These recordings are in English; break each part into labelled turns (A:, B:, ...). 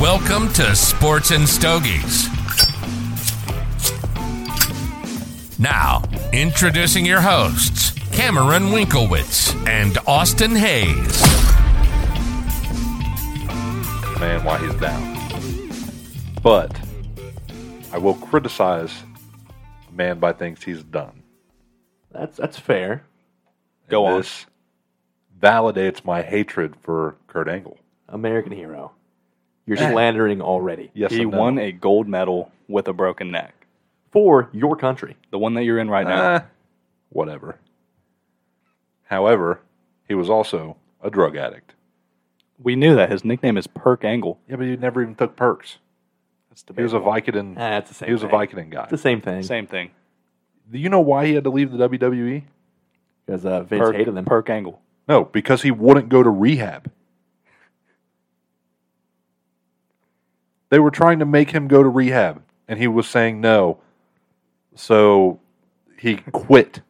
A: Welcome to Sports and Stogies. Now, introducing your hosts, Cameron Winklewitz and Austin Hayes.
B: man why he's down. But I will criticize a man by things he's done.
C: That's that's fair.
B: Go this Validates my hatred for Kurt Angle.
C: American hero. You're slandering already
B: Yes,
D: he
B: and no.
D: won a gold medal with a broken neck.
C: for your country.
D: The one that you're in right now.
B: Eh, whatever. However, he was also a drug addict.
D: We knew that. His nickname is Perk Angle.
B: Yeah, but he never even took perks.
D: That's
B: He was a Vicodin.
C: Ah, it's the same.
B: he was a
C: thing.
B: Vicodin guy.
C: It's the same thing.
D: Same thing.
B: Do you know why he had to leave the E? WWE?
C: Because uh, Vince
D: Perk,
C: hated them.
D: Perk Angle.
B: No, because he wouldn't go to rehab. They were trying to make him go to rehab, and he was saying no. So he quit.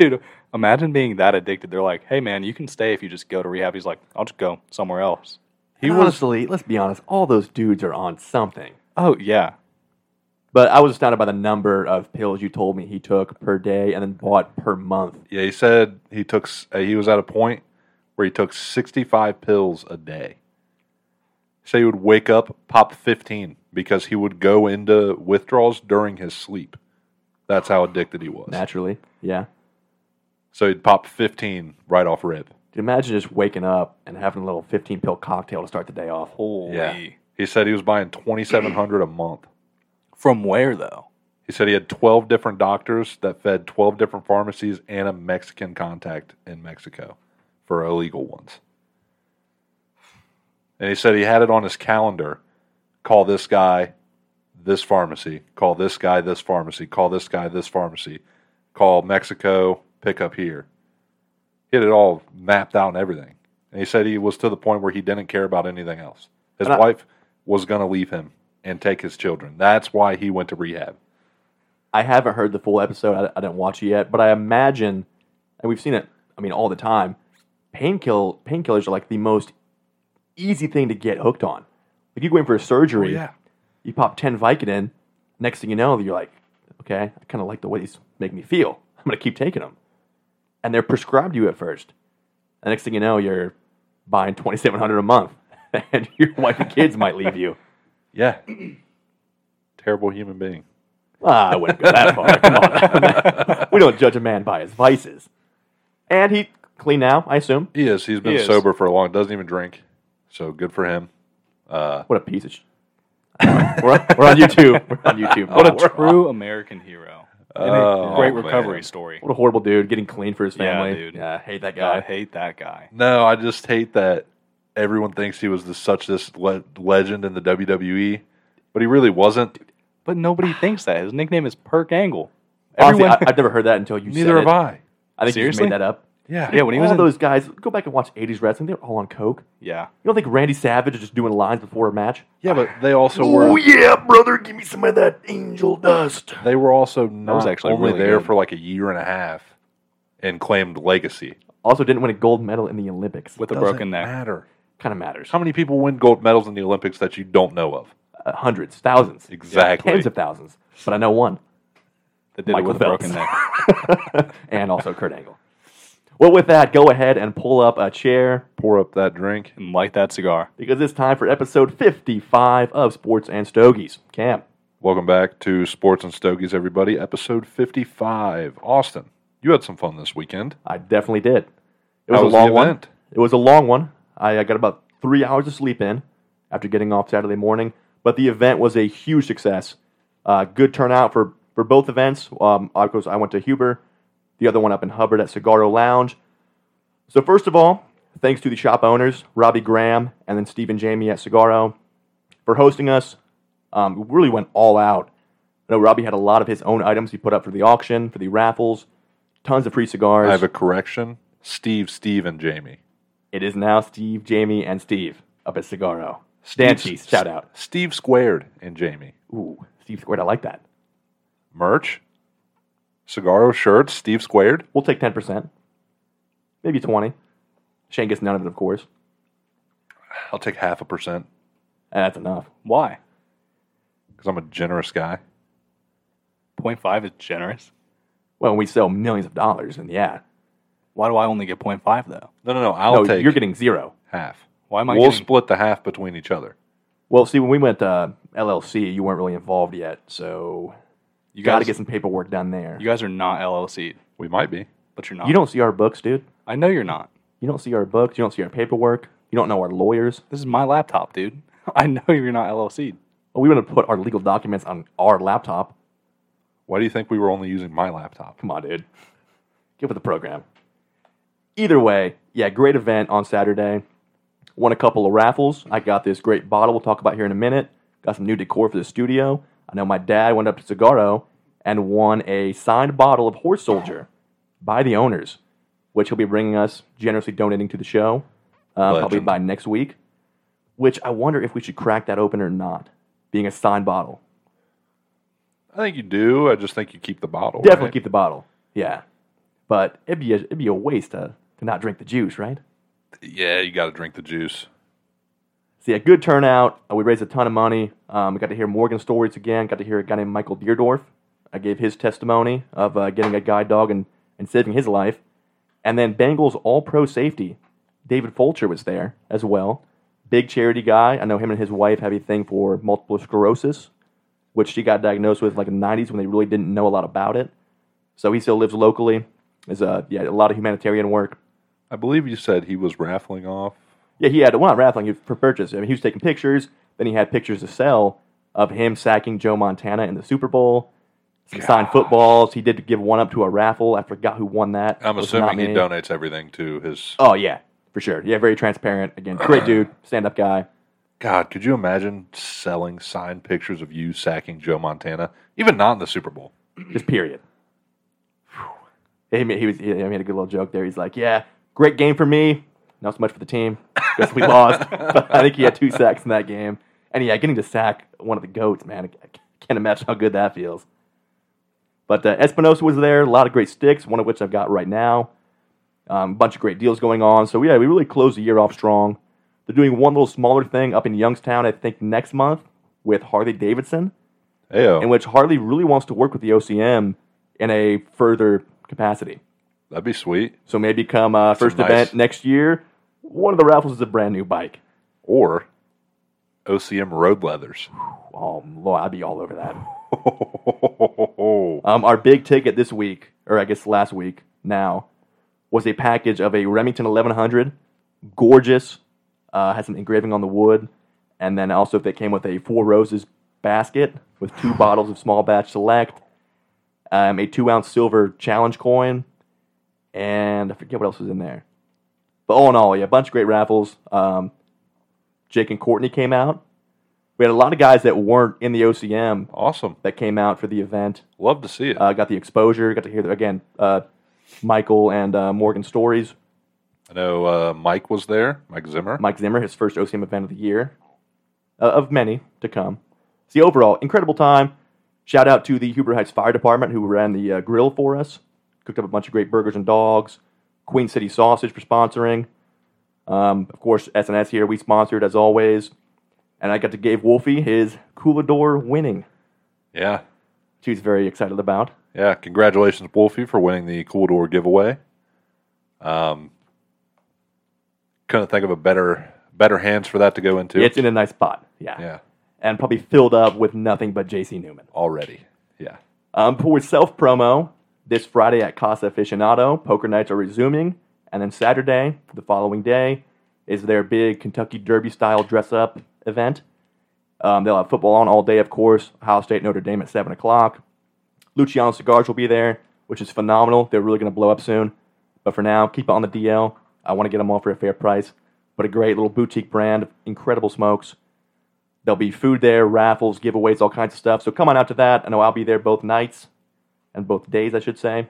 D: Dude, imagine being that addicted. They're like, hey, man, you can stay if you just go to rehab. He's like, I'll just go somewhere else.
B: He
C: And
B: was
C: honestly, let's be honest, all those dudes are on something.
D: Oh, yeah.
C: But I was astounded by the number of pills you told me he took per day and then bought per month.
B: yeah. He said he took s- uh, he was at a point where he took sixty five pills a day. So he would wake up, pop fifteen, because he would go into withdrawals during his sleep. That's how addicted he was.
C: Naturally, yeah.
B: So he'd pop fifteen right off rip.
C: Dude, imagine just waking up and having a little 15 pill cocktail to start the day off.
D: Holy.
B: Yeah. He said he was buying 2700 a month.
D: From where, though?
B: He said he had 12 different doctors that fed 12 different pharmacies and a Mexican contact in Mexico for illegal ones. And he said he had it on his calendar call this guy this pharmacy, call this guy this pharmacy, call this guy this pharmacy, call Mexico, pick up here. He had it all mapped out and everything. And he said he was to the point where he didn't care about anything else. His
C: And I-
B: wife was going to leave him and take his children. That's why he went to rehab.
C: I haven't heard the full episode. I, I didn't watch it yet, but I imagine, and we've seen it. I mean, all the time. Painkill painkillers are like the most easy thing to get hooked on. Like you go in for a surgery,
B: yeah.
C: you pop ten Vicodin. Next thing you know, you're like, okay, I kind of like the way these make me feel. I'm gonna keep taking them, and they're prescribed to you at first. The next thing you know, you're buying twenty seven hundred a month, and your wife and kids might leave you.
B: Yeah. Terrible human being.
C: Ah, I wouldn't go that far. Come on. we don't judge a man by his vices. And he clean now, I assume.
B: He is. He's been
D: He is.
B: sober for a long. Doesn't even drink. So good for him.
C: What a piece of. Sh- we're, on, we're on YouTube. We're on YouTube.
D: What
C: Wow, we're-
D: a true American hero. And a
B: Oh,
D: great
B: man.
D: recovery story.
C: what a horrible dude getting clean for his
D: Yeah,
C: family.
D: dude.
C: Yeah, I hate that
D: God, I
C: guy.
D: hate that guy.
B: No, I just hate that everyone thinks he was the, such this le- legend in the WWE, but he really wasn't.
D: But nobody thinks that. His nickname is Perk Angle.
C: Honestly,
D: Everyone,
C: I, have never heard that until you
B: Neither have
C: said it.
B: I.
C: I think you
D: Seriously?
C: just made that up.
B: Yeah.
D: yeah, when he was
C: all
D: in,
C: those guys, go back and watch 80s wrestling. They're all on coke.
D: yeah,
C: You don't think Randy Savage is just doing lines before a match?
B: Yeah, but they also were.
C: yeah, brother, give me some of that angel dust.
B: They were also not
D: was actually
B: only
D: really
B: there
D: good.
B: for like a year and a half, and claimed legacy.
C: Also, didn't win a gold medal in the Olympics. What
D: with a
B: Doesn't
D: broken neck.
B: Matter.
C: kind of matters?
B: How many people win gold medals in the Olympics that you don't know of?
C: Uh, hundreds, thousands.
B: Exactly.
C: tens of thousands, but I know one,
D: that did
C: Michael
D: it with a
C: Phelps.
D: broken neck.
C: and also Kurt Angle. Well, with that, go ahead and pull up a chair
B: Pour up that drink.
D: And like that cigar.
C: because it's time for episode 55 of Sports and Stogies. Cam,
B: Welcome back to Sports and Stogies, everybody. Episode 55. Austin, you had some fun this weekend.
C: I definitely did. It
B: How
C: was a
B: was the
C: long one.
B: event?
C: It was a long one. I, I got about three hours of sleep in after getting off Saturday morning, but the event was a huge success. Uh, good turnout for, for both events. Um, of course, I went to Huber, the other one up in Hubbard at Cigarro Lounge. So, first of all, thanks to the shop owners, Robbie Graham and then Steve and Jamie at Cigarro, for hosting us. Um, we really went all out. I know Robbie had a lot of his own items he put up for the auction, for the raffles, tons of free cigars.
B: I have a correction. Steve, Steve, and Jamie.
C: It is now Steve, Jamie, and Steve up at Cigarro.
B: Steve-
C: Stanchies, shout out.
B: Steve squared and Jamie.
C: Ooh, Steve squared. I like that.
B: Merch, Cigaro shirts, Steve squared.
C: We'll take ten percent, maybe twenty. Shane gets none of it, of course.
B: I'll take half a percent.
C: That's enough.
D: Why?
B: because I'm a generous guy.
D: 0.5 is generous.
C: Well, we sell millions of dollars, and yeah,
D: Why do I only get 0.5 though?
B: No, no, no. I'll
C: no,
B: take
C: you're getting zero.
B: half.
D: Why am I
B: We'll
D: getting-
B: split the half between each other.
C: Well, see, when we went uh, LLC, you weren't really involved yet, so
D: You
C: you got to
D: guys,
C: get some paperwork done there.
D: you guys are not LLC,
B: We might be.
D: but you're not.
C: you don't see our books, dude.
D: I know you're not.
C: You don't see our books. You don't see our paperwork. You don't know our lawyers.
D: This is my laptop, dude. I know you're not LLC.
C: We want to put our legal documents on our laptop.
B: Why do you think we were only using my laptop?
C: Come on, dude. Get with the program. Either way, yeah, great event on Saturday. Won a couple of raffles. I got this great bottle we'll talk about here in a minute. Got some new decor for the studio. I know my dad went up to Cigarro and won a signed bottle of Horse Soldier by the owners, which he'll be bringing us, generously donating to the show, uh, probably
B: Legend.
C: by next week. Which I wonder if we should crack that open or not, being a signed bottle.
B: I think you do. I just think you keep the bottle.
C: Definitely
B: right?
C: keep the bottle. Yeah, but it'd be a, it'd be a waste to to not drink the juice, right?
B: Yeah, you got to drink the juice.
C: So yeah, good turnout. Uh, we raised a ton of money. Um, we got to hear Morgan's stories again. Got to hear a guy named Michael Deerdorf. I gave his testimony of uh, getting a guide dog and, and saving his life. And then Bengals All Pro safety David Fulcher was there as well. Big charity guy. I know him and his wife have a thing for multiple sclerosis, which she got diagnosed with like in the 90s when they really didn't know a lot about it. So he still lives locally. Is uh, yeah, a lot of humanitarian work.
B: I believe you said he was raffling off.
C: Yeah, he had well not raffling he was for purchase. I mean, he was taking pictures. Then he had pictures to sell of him sacking Joe Montana in the Super Bowl. Some signed footballs. He did give one up to a raffle. I forgot who won that.
B: I'm
C: It was not
B: assuming he
C: me.
B: donates everything to his.
C: Oh yeah, for sure. Yeah, very transparent. Again, great dude, stand up guy.
B: God, could you imagine selling signed pictures of you sacking Joe Montana? Even not in the Super Bowl.
C: Just period. He made, he was he, he made a good little joke there. He's like, yeah, great game for me. Not so much for the team because we lost. But I think he had two sacks in that game. And yeah, getting to sack one of the goats, man, I can't imagine how good that feels. But uh, Espinosa was there. A lot of great sticks, one of which I've got right now. Um, bunch of great deals going on. So yeah, we really closed the year off strong. They're doing one little smaller thing up in Youngstown, I think, next month with Harley Davidson in
B: Ayo,
C: which Harley really wants to work with the OCM in a further capacity.
B: that'd be sweet.
C: So maybe come uh, first
B: nice-
C: event next year, one of the raffles is a brand new bike.
B: Or OCM road leathers.
C: Oh, Lord, I'd be all over that.
B: Oh,
C: Um, our big ticket this week, or I guess last week now, was a package of a Remington 1100. Gorgeous. Uh, had some engraving on the wood. And then also, they came with a Four Roses basket with two bottles of small batch select, um, a two ounce silver challenge coin, and I forget what else was in there. But all in all, yeah, a bunch of great raffles. Um, Jake and Courtney came out. We had a lot of guys that weren't in the OCM
B: awesome.
C: that came out for the event
B: Love to see it.
C: uh, got the exposure, got to hear the, again uh, Michael and uh, Morgan stories.
B: I know uh, Mike was there, Mike Zimmer.
C: Mike Zimmer, his first OCM event of the year, uh, of many to come. See, overall, incredible time. Shout out to the Huber Heights Fire Department who ran the uh, grill for us, cooked up a bunch of great burgers and dogs. Queen City Sausage for sponsoring. Um, of course, SNS here we sponsored as always, and I got to give Wolfie his Coolador winning,
B: Yeah.
C: which he's very excited about.
B: Yeah. Congratulations, Wolfie, for winning the Cool Door giveaway. Um, couldn't think of a better better hands for that to go into.
C: It's in a nice spot, yeah,
B: yeah.
C: and probably filled up with nothing but J.C. Newman.
B: Already. Yeah.
C: Um, for self promo, this Friday at Casa Aficionado, poker nights are resuming. And then Saturday, the following day, is their big Kentucky Derby style dress up event. Um, they'll have football on all day, of course. Ohio State, Notre Dame at 7 o'clock. Luciano Cigars will be there, which is phenomenal. They're really going to blow up soon. But for now, keep it on the DL. I want to get them all for a fair price. But a great little boutique brand, incredible smokes. There'll be food there, raffles, giveaways, all kinds of stuff. So come on out to that. I know I'll be there both nights and both days, I should say.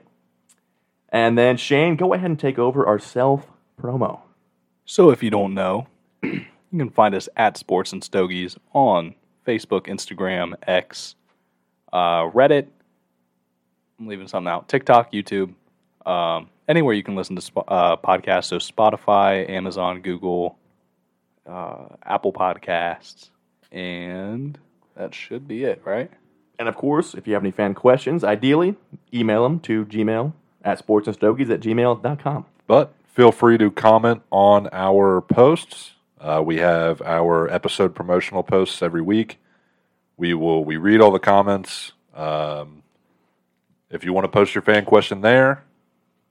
C: And then Shane, go ahead and take over our self promo.
D: So if you don't know, you can find us at Sports and Stogies on Facebook, Instagram, X, uh, Reddit. I'm leaving something out. TikTok, YouTube, um, anywhere you can listen to spo- uh, podcasts. So Spotify, Amazon, Google, uh, Apple Podcasts, And that should be it, right?
C: And of course, if you have any fan questions, ideally, email them to gmail at sportsandstogies at gmail.com.
B: But feel free to comment on our posts. Uh, we have our episode promotional posts every week. We will we read all the comments. Um, if you want to post your fan question there,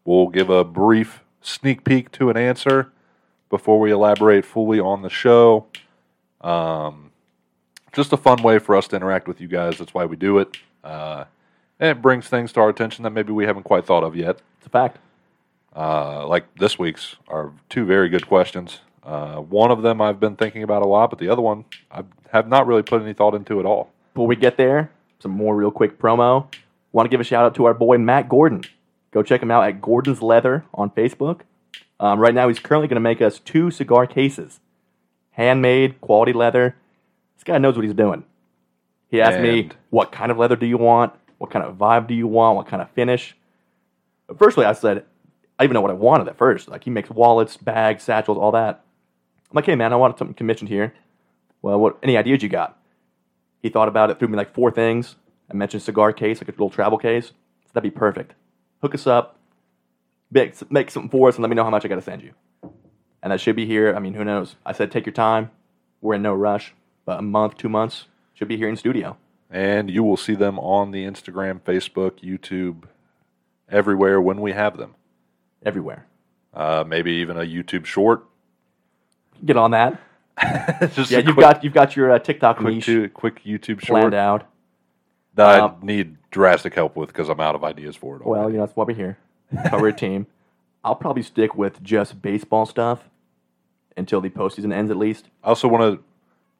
B: we'll give a brief sneak peek to an answer before we elaborate fully on the show. Um, just a fun way for us to interact with you guys. That's why we do it. Uh, and it brings things to our attention that maybe we haven't quite thought of yet
C: It's a fact.
B: uh, like this week's are two very good questions. Uh, one of them I've been thinking about a lot, but the other one I have not really put any thought into at all.
C: Before we get there, some more real quick promo. Want to give a shout out to our boy Matt Gordon. Go check him out at Gordon's Leather on Facebook. Um, right now, he's currently going to make us two cigar cases, handmade, quality leather. This guy knows what he's doing. He asked me,
B: And-
C: "What kind of leather do you want? What kind of vibe do you want? What kind of finish?" But firstly, I said, "I didn't even know what I wanted at first. Like he makes wallets, bags, satchels, all that." I'm like, "Hey man, I want something commissioned here. Well, what any ideas you got?" He thought about it, threw me like four things. I mentioned cigar case, like a little travel case. So that'd be perfect. Hook us up, make, make something for us, and let me know how much I got to send you. And that should be here. I mean, who knows? I said take your time. We're in no rush, but a month, two months should be here in studio.
B: And you will see them on the Instagram, Facebook, YouTube, everywhere when we have them.
C: everywhere.
B: Uh, maybe even a YouTube short.
C: Get on that.
B: Just
C: Yeah,
B: a
C: you've
B: quick,
C: got you've got your uh, TikTok
B: quick,
C: niche
B: two- quick YouTube short
C: planned out.
B: that
C: Um,
B: I need drastic help with because I'm out of ideas for it.
C: Well,
B: already.
C: you know that's why we're here. That's why we're a team. I'll probably stick with just baseball stuff until the postseason ends, at least.
B: I also want to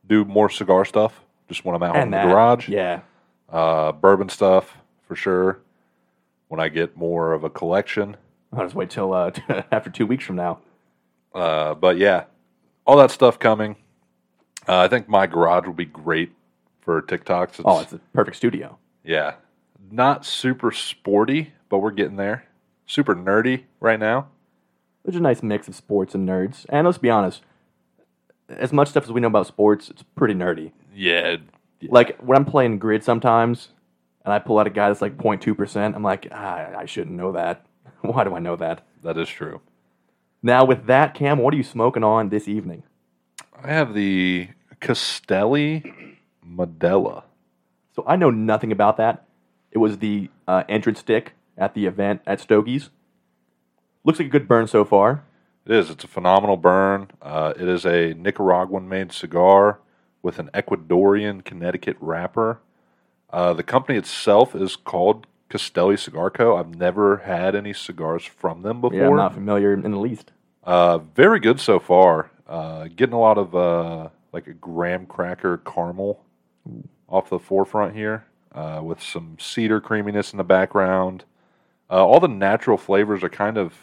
B: do more cigar stuff. Just when I'm out in the
C: that,
B: garage.
C: yeah,
B: uh, bourbon stuff for sure. When I get more of a collection,
C: I'll just wait till uh, after two weeks from now.
B: uh, but yeah, all that stuff coming. Uh, I think my garage will be great for TikToks. It's,
C: Oh, it's a perfect studio.
B: yeah, not super sporty, but we're getting there. Super nerdy right now.
C: There's a nice mix of sports and nerds. And let's be honest, as much stuff as we know about sports, it's pretty nerdy.
B: Yeah,
C: Like when I'm playing grid sometimes, and I pull out a guy that's like 0.2 percent, I'm like, ah, I shouldn't know that. Why do I know that?
B: that is true.
C: Now with that, Cam, what are you smoking on this evening?
B: I have the Castelli Modella.
C: So I know nothing about that. It was the uh, entrance stick at the event at Stogie's. Looks like a good burn so far.
B: It is. It's a phenomenal burn. Uh, it is a Nicaraguan made cigar with an Ecuadorian Connecticut wrapper. Uh, the company itself is called Castelli Cigar Co. I've never had any cigars from them before.
C: Yeah, I'm not familiar in the least.
B: Uh, very good so far. Uh, getting a lot of uh, like a graham cracker caramel off the forefront here, uh, with some cedar creaminess in the background. Uh, all the natural flavors are kind of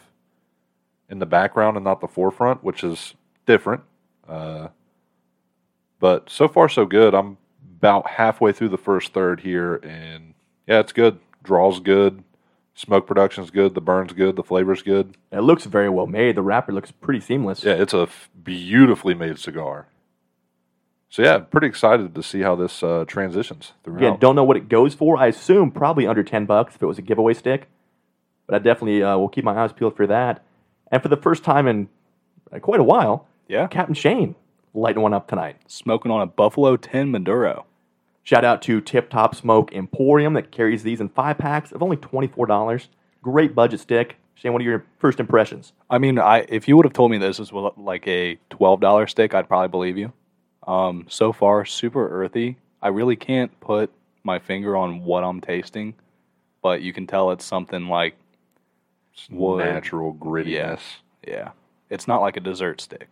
B: in the background and not the forefront, which is different. Uh, but so far so good. I'm about halfway through the first third here, and yeah, it's good. Draw's good. Smoke production's good. The burn's good. The flavor's good.
C: It looks very well made. The wrapper looks pretty seamless.
B: Yeah, it's a f- beautifully made cigar. So yeah, pretty excited to see how this uh, transitions throughout.
C: Again, don't know what it goes for. I assume probably under 10 bucks if it was a giveaway stick. But I definitely uh, will keep my eyes peeled for that. And for the first time in uh, quite a while,
D: Yeah.
C: Captain Shane lighting one up tonight.
D: Smoking on a Buffalo 10 Maduro.
C: Shout out to Tip Top Smoke Emporium that carries these in five packs of only $24. Great budget stick. Shane, what are your first impressions?
D: I mean, I if you would have told me this was like a twelve dollar stick, I'd probably believe you. Um, so far, super earthy. I really can't put my finger on what I'm tasting, but you can tell it's something like
B: It's
D: wood.
B: natural grittiness.
D: Yeah. yeah, it's not like a dessert stick.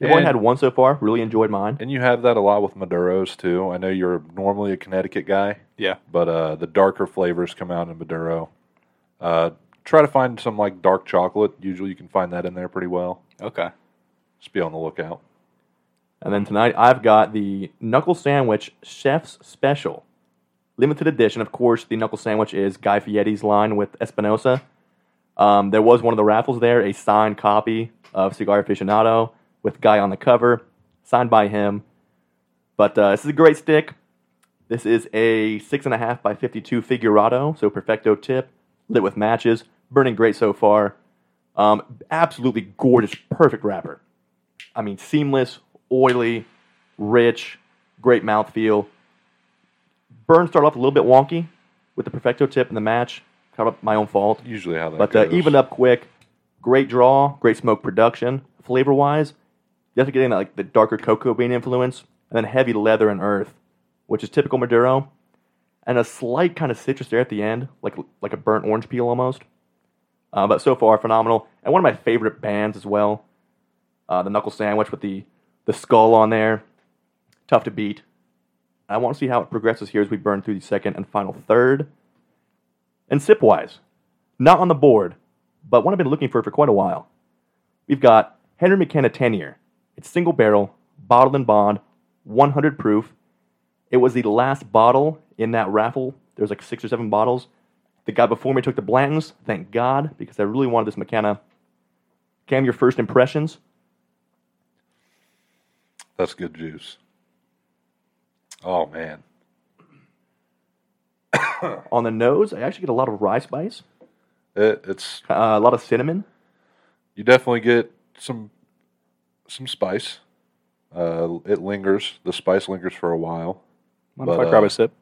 C: I've only
B: And-
C: had one so far. Really enjoyed mine.
B: And you have that a lot with Maduros too. I know you're normally a Connecticut guy,
D: Yeah,
B: but uh, the darker flavors come out in Maduro. Uh, try to find some like dark chocolate. Usually, you can find that in there pretty well.
D: okay.
B: Just be on the lookout.
C: And then tonight I've got the Knuckle Sandwich Chef's Special. Limited edition, of course. The Knuckle Sandwich is Guy Fieri's line with Espinosa. Um, there was one of the raffles there, a signed copy of Cigar Aficionado with Guy on the cover, signed by him. But uh, this is a great stick. This is a six and a half by fifty-two figurado, so perfecto tip, lit with matches, burning great so far. Um, absolutely gorgeous, perfect wrapper. I mean, seamless, oily, rich, great mouthfeel. Burn started off a little bit wonky with the perfecto tip in the match. Caught up my own fault.
B: Usually how that
C: But uh,
B: goes.
C: even up quick, great draw, great smoke production. Flavor wise, you have to get in like the darker cocoa bean influence, and then heavy leather and earth, which is typical Maduro, and a slight kind of citrus there at the end, like like a burnt orange peel almost. Uh, but so far, phenomenal, and one of my favorite bands as well. Uh, the knuckle sandwich with the the skull on there, tough to beat. I want to see how it progresses here as we burn through the second and final third. And sip wise, not on the board, but one I've been looking for for quite a while. We've got Henry McKenna 10 year. It's single barrel, bottled and bond, 100 proof. It was the last bottle in that raffle. There was like six or seven bottles. The guy before me took the Blantons, thank God, because I really wanted this McKenna. Cam, your first impressions?
B: That's good juice. Oh man.
C: On the nose, I actually get a lot of rye spice,
B: It, it's
C: uh, a lot of cinnamon.
B: you definitely get some some spice. Uh, it lingers. The spice lingers for a while.
D: Mind
B: But,
D: if I
B: uh,
D: grab a sip?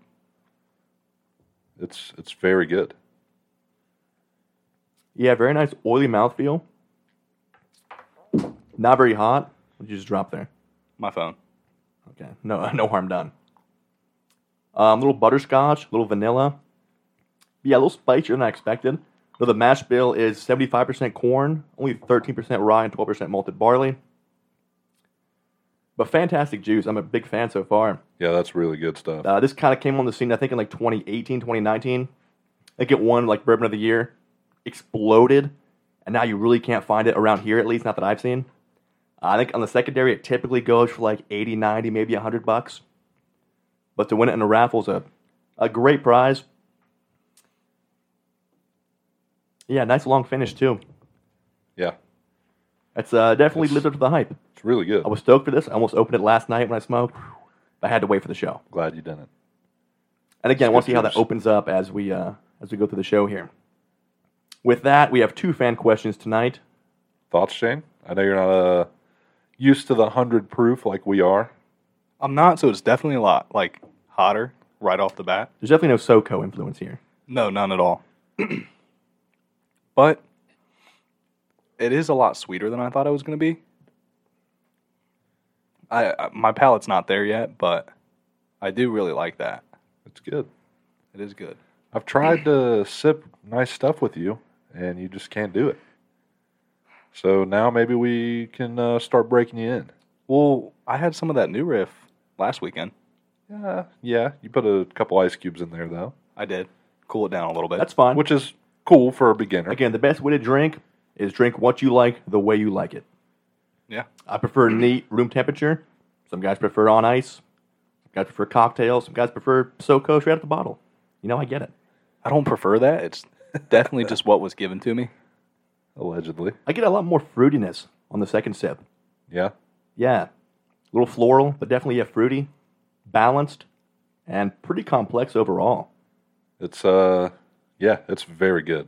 B: It's it's very good.
C: Yeah, very nice oily mouthfeel. Not very hot. What did you just drop there?
D: My phone.
C: Okay. No, no harm done. Um, little butterscotch, little vanilla. Yeah, a little spicier than I expected. So the mash bill is 75% corn, only 13% rye, and 12% malted barley. But fantastic juice. I'm a big fan so far.
B: Yeah, that's really good stuff.
C: Uh, this kind of came on the scene, I think, in like 2018, 2019. Like it won like Bourbon of the Year, exploded, and now you really can't find it around here, at least not that I've seen. Uh, I think on the secondary, it typically goes for like 80, 90, maybe 100 bucks. But to win it in a raffle is a, a great prize. Yeah, nice long finish, too.
B: yeah,
C: It's uh, definitely lived up to the hype.
B: it's really good.
C: I was stoked for this. I almost opened it last night when I smoked. I had to wait for the show.
B: Glad you didn't.
C: And again, I want to see how that
B: Scriptures.
C: opens up as we uh, as we go through the show here. With that, we have two fan questions tonight.
B: Thoughts, Shane? I know you're not uh, used to the hundred proof like we are.
D: I'm not, so it's definitely a lot like hotter right off the bat.
C: There's definitely no SoCo influence here.
D: No, none at all. but it is a lot sweeter than I thought it was going to be. I, I my palate's not there yet, but I do really like that.
B: It's good.
D: It is good.
B: I've tried to sip nice stuff with you, and you just can't do it. So now maybe we can uh, start breaking you in.
D: Well, I had some of that new riff last weekend.
B: Yeah, Uh, yeah. You put a couple ice cubes in there though,
D: I did cool it down a little bit.
C: That's fine.
B: which is cool for a beginner.
C: again, the best way to drink is drink what you like the way you like it.
D: yeah.
C: I prefer neat room temperature. Some guys prefer on ice. Some guys prefer cocktails. Some guys prefer SoCo straight out the bottle. You know, I get it.
D: I don't prefer that. It's definitely just what was given to me.
B: Allegedly,
C: I get a lot more fruitiness on the second sip.
B: yeah.
C: Yeah. A little floral, but definitely yeah, fruity, balanced, and pretty complex overall.
B: It's uh, yeah. It's very good.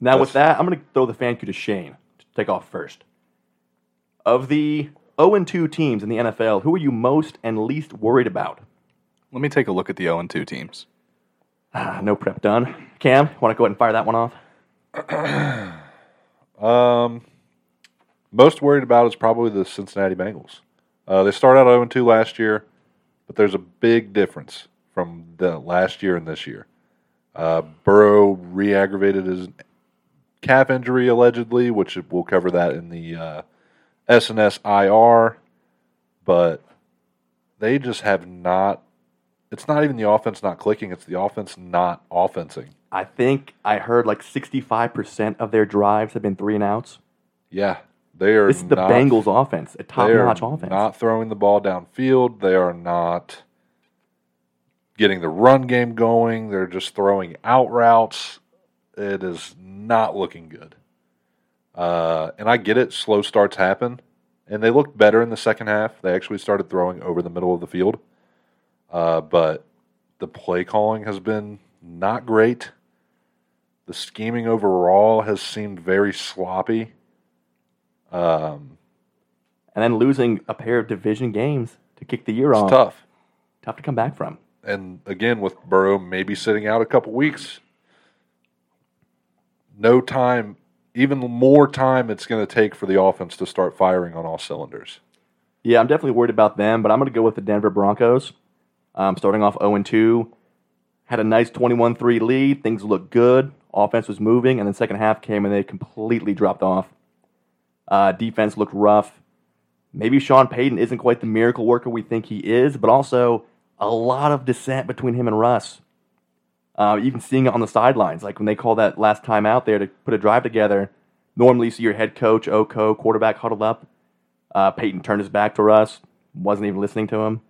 C: Now, with that, I'm going to throw the fan cue to Shane to take off first. Of the 0 and 2 teams in the NFL, who are you most and least worried about?
D: Let me take a look at the 0 and 2 teams.
C: Ah, no prep done. Cam, want to go ahead and fire that one off?
B: most worried about is probably the Cincinnati Bengals. Uh, they started out 0 2 last year, but there's a big difference from the last year and this year. Uh, Burrow re aggravated his calf injury allegedly, which we'll cover that in the uh, SNS IR, but they just have not. It's not even the offense not clicking, it's the offense not offensing.
C: I think I heard like 65% of their drives have been three and outs.
B: Yeah, they are
C: This is the
B: not
C: Bengals offense, a top
B: They are
C: notch offense.
B: Not throwing the ball downfield. They are not getting the run game going. They're just throwing out routes. It is not looking good. Uh, and I get it. Slow starts happen. And they looked better in the second half. They actually started throwing over the middle of the field. Uh, but the play calling has been not great. The scheming overall has seemed very sloppy. Um,
C: And then losing a pair of division games to kick the year
B: it's
C: off.
B: tough.
C: Tough to come back from.
B: And again, with Burrow maybe sitting out a couple weeks, no time, even more time it's going to take for the offense to start firing on all cylinders.
C: Yeah, I'm definitely worried about them, but I'm going to go with the Denver Broncos. Um, starting off 0 2, had a nice 21 3 lead. Things looked good. Offense was moving, and then second half came and they completely dropped off. Uh, defense looked rough. Maybe Sean Payton isn't quite the miracle worker we think he is, but also a lot of dissent between him and Russ. Uh, even seeing it on the sidelines, like when they call that last time out there to put a drive together, normally you see your head coach, Oko, quarterback huddled up. Uh, Peyton turned his back to Russ, wasn't even listening to him.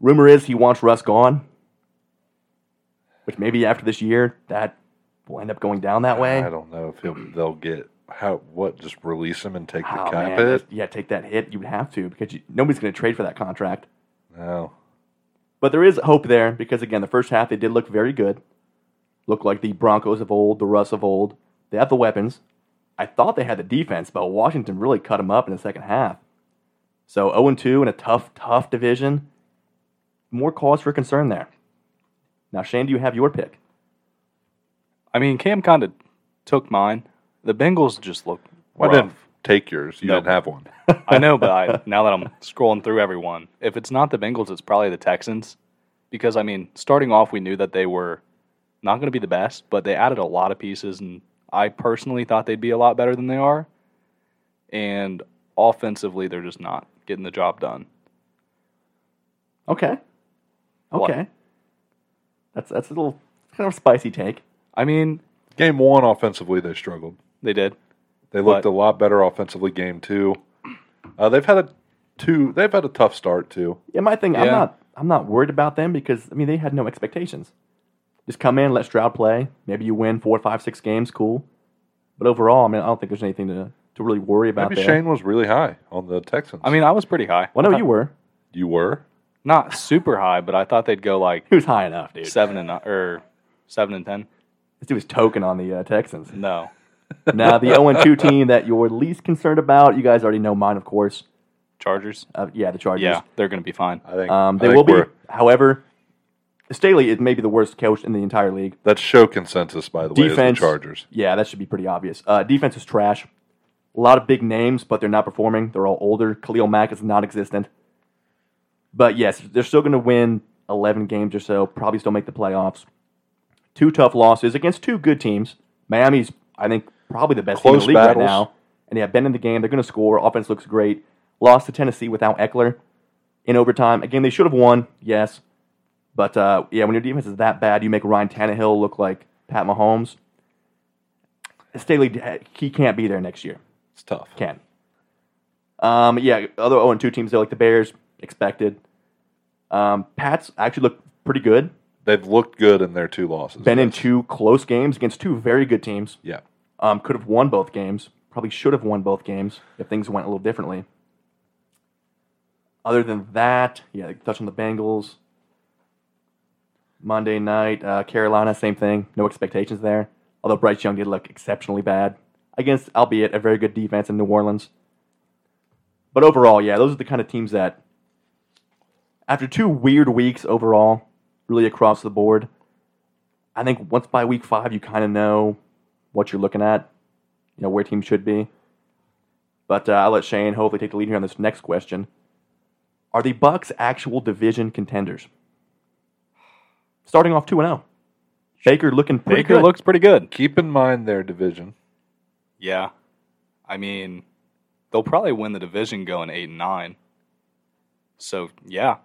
C: Rumor is he wants Russ gone, which maybe after this year that will end up going down that way.
B: I don't know if he'll, they'll get how what just release him and take the
C: Oh,
B: cap
C: man,
B: hit.
C: Yeah, take that hit. You would have to because you, nobody's going to trade for that contract.
B: No,
C: But there is hope there because again, the first half they did look very good. Looked like the Broncos of old, the Russ of old. They have the weapons. I thought they had the defense, but Washington really cut them up in the second half. So 0 2 in a tough, tough division. More cause for concern there. Now, Shane, do you have your pick?
D: I mean, Cam kind of took mine. The Bengals just look.
B: Well, I
D: rough.
B: didn't take yours. You
D: No.
B: didn't have one.
D: I know, but I, now that I'm scrolling through everyone, if it's not the Bengals, it's probably the Texans. Because, I mean, starting off, we knew that they were not going to be the best, but they added a lot of pieces, and I personally thought they'd be a lot better than they are. And offensively, they're just not getting the job done.
C: Okay.
D: What?
C: Okay. That's, that's a little kind of a spicy take.
D: I mean,
B: Game one, offensively, they struggled.
D: they did.
B: They looked
D: But-
B: a lot better offensively. Game two, uh, they've had a two. They've had a tough start too.
C: Yeah, my thing. I'm
D: Yeah.
C: not. I'm not worried about them because I mean they had no expectations. Just come in, let Stroud play. Maybe you win four, five, six games. Cool. But overall, I mean, I don't think there's anything to, to really worry about
B: Maybe
C: there.
B: Shane was really high on the Texans.
D: I mean, I was pretty high.
C: well, no, you were.
B: you were.
D: Not super high, but I thought they'd go like
C: He was high enough, dude.
D: seven and ni- or seven and ten.
C: This dude was token on the uh, Texans.
D: No,
C: now the 0 2 team that you're least concerned about, you guys already know mine, of course.
D: Chargers.
C: Uh, yeah, the Chargers.
D: Yeah, they're going to be fine.
B: I think
C: Um,
B: I
C: they
B: think
C: will be.
B: we're-
C: However, Staley is maybe the worst coach in the entire league.
B: That's show consensus, by the way, is
C: defense
B: the Chargers.
C: Yeah, that should be pretty obvious. Uh, defense is trash. A lot of big names, but they're not performing. They're all older. Khalil Mack is non-existent. But yes, they're still going to win 11 games or so. Probably still make the playoffs. Two tough losses against two good teams. Miami's, I think, probably the best
B: Close
C: team in the league
B: battles.
C: right now. And yeah, been in the game. They're going to score. Offense looks great. Lost to Tennessee without Eckler in overtime. Again, they should have won. Yes, but uh, yeah, when your defense is that bad, you make Ryan Tannehill look like Pat Mahomes. Staley, he can't be there next year.
B: It's tough.
C: Can. Um, yeah, other 0 2 teams, though, like the Bears, expected. Um, Pats actually look pretty good.
B: They've looked good in their two losses.
C: Been in two close games against two very good teams.
B: yeah.
C: Um, could have won both games. Probably should have won both games if things went a little differently. Other than that, yeah, touch on the Bengals. Monday night, uh, Carolina, same thing. No expectations there. Although Bryce Young did look exceptionally bad against, albeit a very good defense in New Orleans. But overall, yeah, those are the kind of teams that, after two weird weeks overall, really across the board, I think once by week five, you kind of know what you're looking at, you know, where teams should be. But uh, I'll let Shane hopefully take the lead here on this next question. Are the Bucks actual division contenders? Starting off 2 0. Baker looking pretty
D: Baker
C: good.
D: looks pretty good.
B: Keep in mind their division.
D: Yeah. I mean, they'll probably win the division going 8 and 9. So, yeah.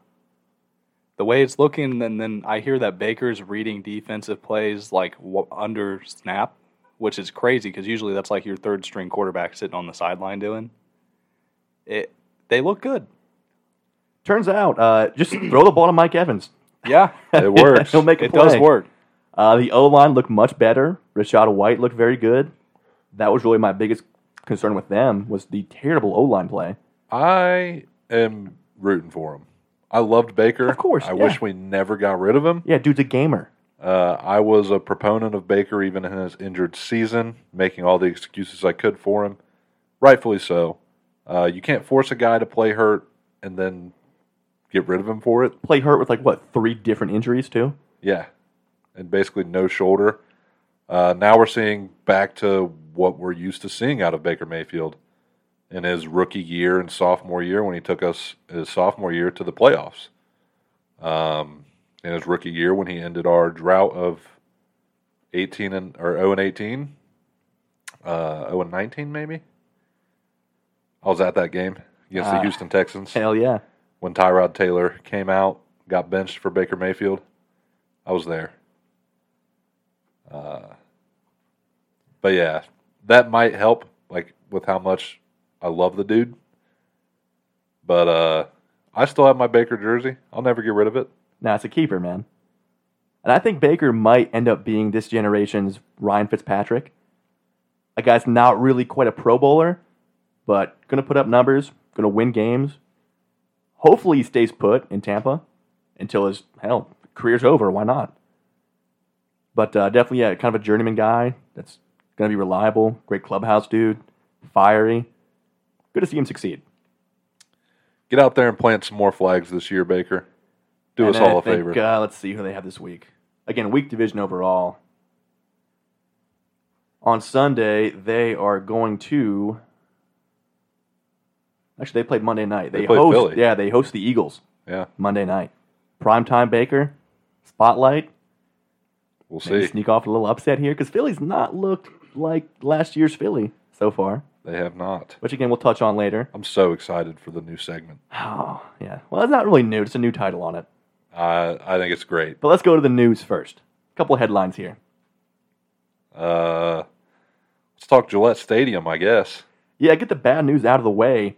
D: The way it's looking, and then I hear that Baker's reading defensive plays like w- under snap, which is crazy because usually that's like your third string quarterback sitting on the sideline doing it. They look good.
C: Turns out, uh, just throw the ball to Mike Evans.
D: Yeah,
B: It works.
C: He'll make a
D: it does
C: play.
D: work.
C: Uh, the O line looked much better. Rashad White looked very good. That was really my biggest concern with them was the terrible O line play.
B: I am rooting for them. I loved Baker.
C: Of course,
B: I
C: yeah.
B: wish we never got rid of him.
C: Yeah, dude's a gamer.
B: Uh, I was a proponent of Baker even in his injured season, making all the excuses I could for him. Rightfully so. Uh, you can't force a guy to play hurt and then get rid of him for it.
C: Play hurt with like what three different injuries too.
B: Yeah. And basically no shoulder. Uh, now we're seeing back to what we're used to seeing out of Baker Mayfield in his rookie year and sophomore year when he took us his sophomore year to the playoffs. Um, in his rookie year when he ended our drought of 18 and or 0 and 18, uh, 0 and 19 maybe. I was at that game against the
C: Ah.
B: Houston Texans
C: Hell yeah.
B: when Tyrod Taylor came out, got benched for Baker Mayfield. I was there. Uh, but yeah, that might help, like with how much I love the dude. But uh, I still have my Baker jersey. I'll never get rid of it.
C: Now it's a keeper, man. And I think Baker might end up being this generation's Ryan Fitzpatrick. A guy's not really quite a Pro Bowler, but going to put up numbers, going to win games. Hopefully, he stays put in Tampa until his hell career's over. Why not? But uh, definitely, yeah, kind of a journeyman guy that's going to be reliable. Great clubhouse dude, fiery. Good to see him succeed.
B: Get out there and plant some more flags this year, Baker. Do
C: And
B: us
C: then
B: all
C: I
B: a
C: think,
B: favor.
C: Uh, let's see who they have this week. Again, weak division overall. On Sunday, they are going to. Actually, they played Monday night. They,
B: They play
C: host,
B: Philly.
C: yeah, they host the Eagles
B: yeah,
C: Monday night. Primetime Baker, spotlight.
B: we'll
C: Maybe
B: see.
C: sneak off a little upset here because Philly's not looked like last year's Philly so far,
B: They have not.
C: which again we'll touch on later.
B: I'm so excited for the new segment.
C: Oh, yeah. Well, it's not really new. It's a new title on it.
B: I I think it's great.
C: But let's go to the news first. A couple of headlines here.
B: Uh, let's talk Gillette Stadium, I guess.
C: Yeah, get the bad news out of the way.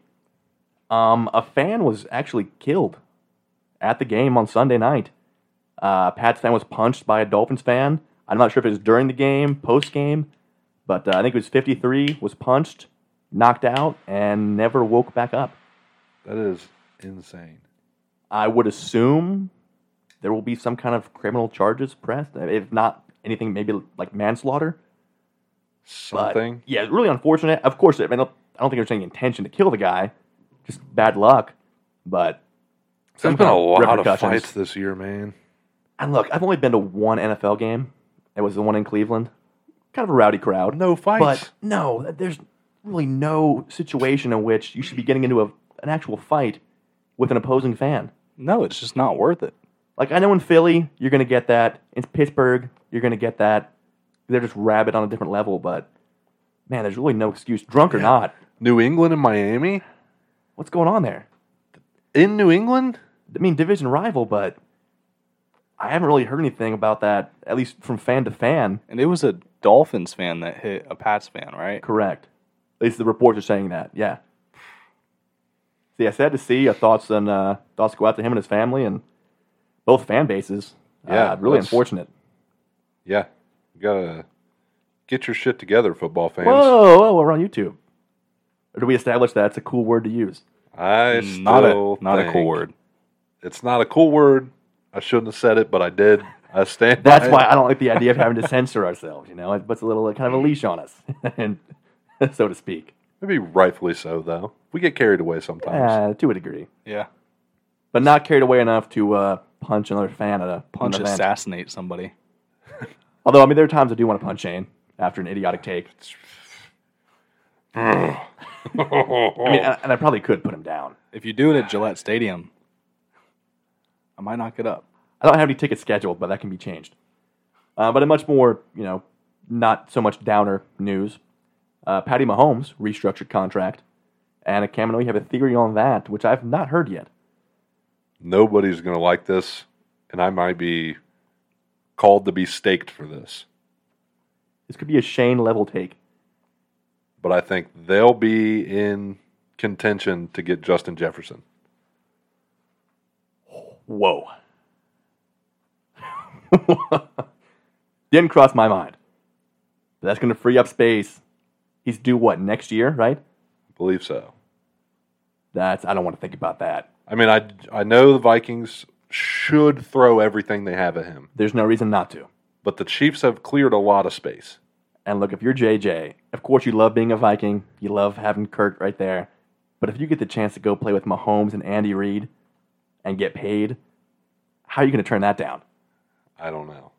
C: Um, a fan was actually killed at the game on Sunday night. Uh, Pat's fan was punched by a Dolphins fan. I'm not sure if it was during the game, post game, but uh, I think it was 53 was punched, knocked out, and never woke back up.
B: That is insane.
C: I would assume there will be some kind of criminal charges pressed, if not anything, maybe like manslaughter. But,
B: Something.
C: Yeah, it's really unfortunate. Of course, I, mean, I don't I don't think there's any intention to kill the guy, just bad luck. But
B: There's
C: some
B: been a
C: kind
B: lot of
C: repercussions.
B: fights this year, man.
C: And look, I've only been to one NFL game. It was the one in Cleveland. Kind of a rowdy crowd.
B: No fights.
C: But no, th- there's really no situation in which you should be getting into a, an actual fight with an opposing fan.
D: No, it's just not worth it.
C: Like I know in Philly, you're gonna get that. In Pittsburgh, you're gonna get that. They're just rabid on a different level, but man, there's really no excuse, drunk or not.
B: New England and Miami?
C: What's going on there?
B: In New England?
C: I mean, division rival, but I haven't really heard anything about that, at least from fan to fan.
D: And it was a Dolphins fan that hit a Pats fan, right?
C: Correct. At least the reports are saying that. Yeah. So yeah, sad to see. Your thoughts and uh, thoughts go out to him and his family and both fan bases.
B: Yeah,
C: Uh, really
B: that's-
C: unfortunate.
B: Yeah. You gotta get your shit together, football fans.
C: Whoa, whoa, we're on YouTube. Or do we establish that it's a cool word to use?
B: I still
D: Not a not a cool
B: think-
D: word.
B: It's not a cool word. I shouldn't have said it, but I did. I stand.
C: That's
B: by
C: why
B: it.
C: I don't like the idea of having to censor ourselves. You know, it puts a little kind of a leash on us, and so to speak,
B: Maybe rightfully so, though. We get carried away sometimes.
C: uh, to a degree.
D: Yeah.
C: but not carried away enough to uh, punch another fan at a
D: Punch
C: an event.
D: assassinate somebody.
C: Although I mean, there are times I do want to punch Shane after an idiotic take. I mean, and, and I probably could put him down.
D: If you do it at Gillette Stadium, I might not get up.
C: I don't have any tickets scheduled, but that can be changed. Uh, but a much more, you know, not so much downer news. Uh, Patty Mahomes restructured contract, and uh, Cam and we have a theory on that, which I've not heard yet.
B: Nobody's gonna like this, and I might be called to be staked for this.
C: This could be a Shane level take.
B: but I think they'll be in contention to get Justin Jefferson.
C: Whoa. Didn't cross my mind. But that's going to free up space. He's due what next year, right?
B: I believe so.
C: That's I don't want to think about that.
B: I mean, I I know the Vikings should throw everything they have at him,
C: There's no reason not to.
B: but the Chiefs have cleared a lot of space.
C: And look, if you're JJ, of course you love being a Viking. You love having Kirk right there. But if you get the chance to go play with Mahomes and Andy Reid and get paid, how are you going to turn that down?
B: I don't know.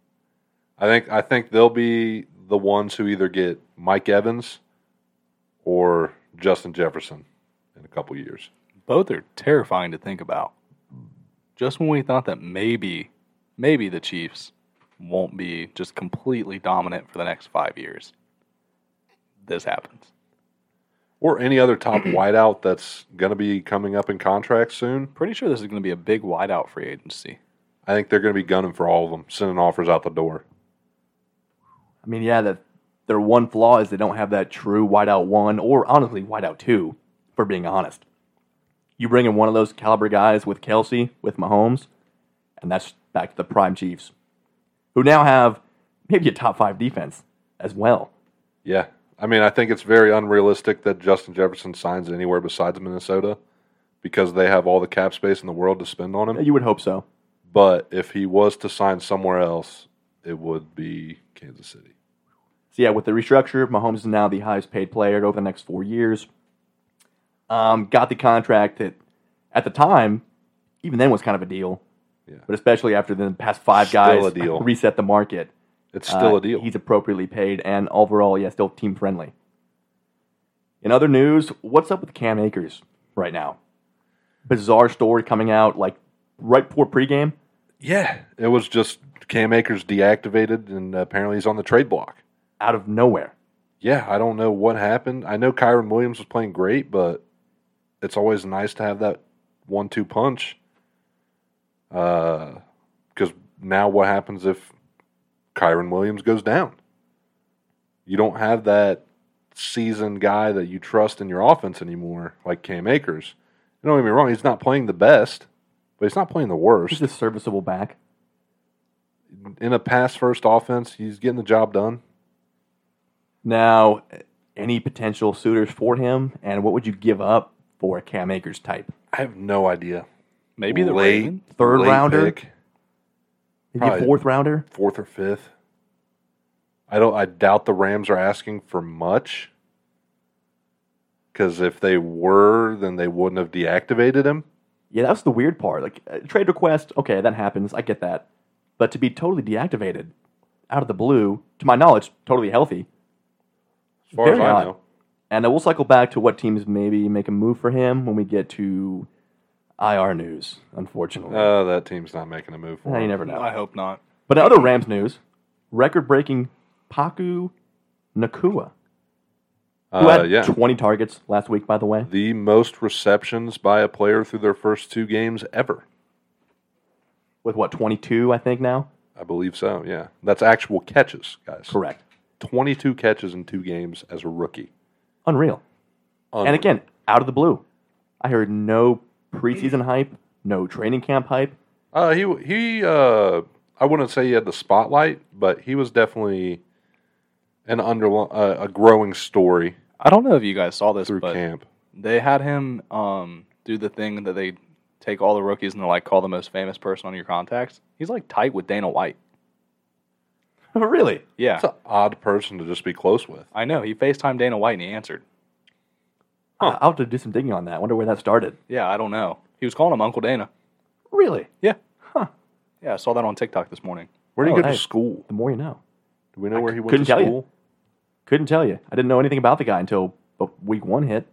B: I think I think they'll be the ones who either get Mike Evans or Justin Jefferson in a couple years.
D: Both are terrifying to think about. Just when we thought that maybe, maybe the Chiefs won't be just completely dominant for the next five years, this happens.
B: Or any other top wideout that's going to be coming up in contract soon.
D: Pretty sure this is going to be a big wideout free agency.
B: I think they're going to be gunning for all of them, sending offers out the door.
C: I mean, yeah, that their one flaw is they don't have that true wideout one, or honestly, wideout two, for being honest. You bring in one of those caliber guys with Kelsey, with Mahomes, and that's back to the prime Chiefs, who now have maybe a top five defense as well.
B: Yeah. I mean, I think it's very unrealistic that Justin Jefferson signs anywhere besides Minnesota because they have all the cap space in the world to spend on him.
C: You would hope so.
B: But if he was to sign somewhere else, it would be Kansas City.
C: So yeah, with the restructure, Mahomes is now the highest paid player over the next four years. Um, got the contract that at the time, even then was kind of a deal.
B: Yeah.
C: But especially after the past five
B: Still
C: guys
B: a deal.
C: reset the market.
B: It's still
C: uh,
B: a deal.
C: He's appropriately paid and overall, yeah, still team friendly. In other news, what's up with Cam Akers right now? Bizarre story coming out like right before pregame.
B: Yeah, it was just Cam Akers deactivated, and apparently he's on the trade block.
C: out of nowhere.
B: Yeah, I don't know what happened. I know Kyron Williams was playing great, but it's always nice to have that one-two punch. Because now, what happens if Kyron Williams goes down? You don't have that seasoned guy that you trust in your offense anymore, like Cam Akers. And Don't get me wrong; he's not playing the best, but he's not playing the worst.
C: He's a serviceable back.
B: in a pass first offense, he's getting the job done.
C: Now, any potential suitors for him, and what would you give up for a Cam Akers type?
B: I have no idea.
D: Maybe the
B: Late-
D: Ravens.
C: Third
B: late
C: rounder?
B: pick,
C: Maybe a
B: Probably-
C: fourth rounder?
B: fourth or fifth. I don't. I doubt the Rams are asking for much. Because if they were, then they wouldn't have deactivated him.
C: Yeah, that's the weird part. Like a trade request, okay, that happens. I get that, but to be totally deactivated out of the blue, to my knowledge, totally healthy,
B: As far
C: Very
B: as I
C: odd.
B: know,
C: and we'll cycle back to what teams maybe make a move for him when we get to IR news. Unfortunately,
B: uh, that team's not making a move for
C: Eh, you
B: him.
C: never know.
D: I hope not.
C: But in other Rams news, record-breaking Paku Nakua, who
B: Uh,
C: had
B: yeah,
C: 20 targets last week, by the way.
B: the most receptions by a player through their first two games ever.
C: with what 22 i think now
B: I believe so. Yeah, that's actual catches, guys.
C: correct
B: Twenty-two catches in two games as a rookie.
C: unreal
B: Unreal.
C: and again out of the blue i heard no preseason hype no training camp hype
B: Uh, he he. Uh, I wouldn't say he had the spotlight, but he was definitely an under uh, a growing story
D: I don't know if you guys saw this,
B: through
D: but
B: camp.
D: they had him um, do the thing that they take all the rookies and they like call the most famous person on your contacts. He's like tight with Dana White.
C: really
D: Yeah,
B: That's an odd person to just be close with.
D: I know. He FaceTimed Dana White and he answered.
C: I- i'll have to do some digging on that I wonder where that started
D: Yeah, I don't know. He was calling him Uncle Dana.
C: really
D: Yeah. Huh. Yeah, I saw that on TikTok this morning.
B: Where did
C: Oh,
B: he go
C: hey.
B: to school?
C: the more you know
B: Do we know where he went to
C: couldn't tell you.
B: school?
C: couldn't tell you i didn't know anything about the guy until uh, week one hit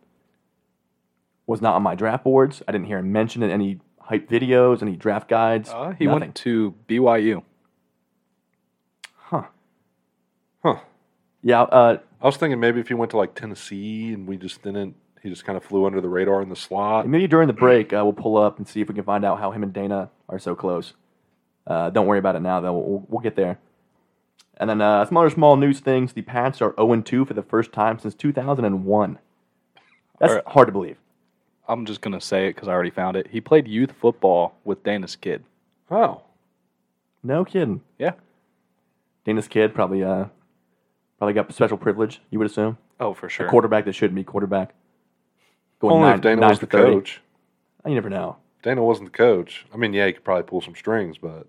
C: was not on my draft boards i didn't hear him mention in any hype videos any draft guides
D: Uh, he
C: nothing.
D: went to BYU.
B: Huh.
C: yeah uh,
B: I was thinking maybe if he went to like Tennessee and we just didn't, he just kind of flew under the radar in the slot.
C: Maybe during the break, uh, we'll pull up and see if we can find out how him and Dana are so close. Uh, don't worry about it now, though. We'll, we'll get there. And then uh, some other small news things. The Pats are 0 2 for the first time since 2001. That's
D: All right.
C: hard to believe.
D: I'm just going to say it because I already found it. He played youth football with Dana's kid.
B: Oh,
C: No kidding.
D: Yeah.
C: Dana's kid probably uh, probably got special privilege, you would assume.
D: Oh, for sure.
C: Quarterback that shouldn't be quarterback. Going
B: only
C: nine-
B: if Dana
C: nine
B: was
C: for
B: the
C: 30.
B: coach.
C: You never know.
B: Dana wasn't the coach. I mean, yeah, he could probably pull some strings, but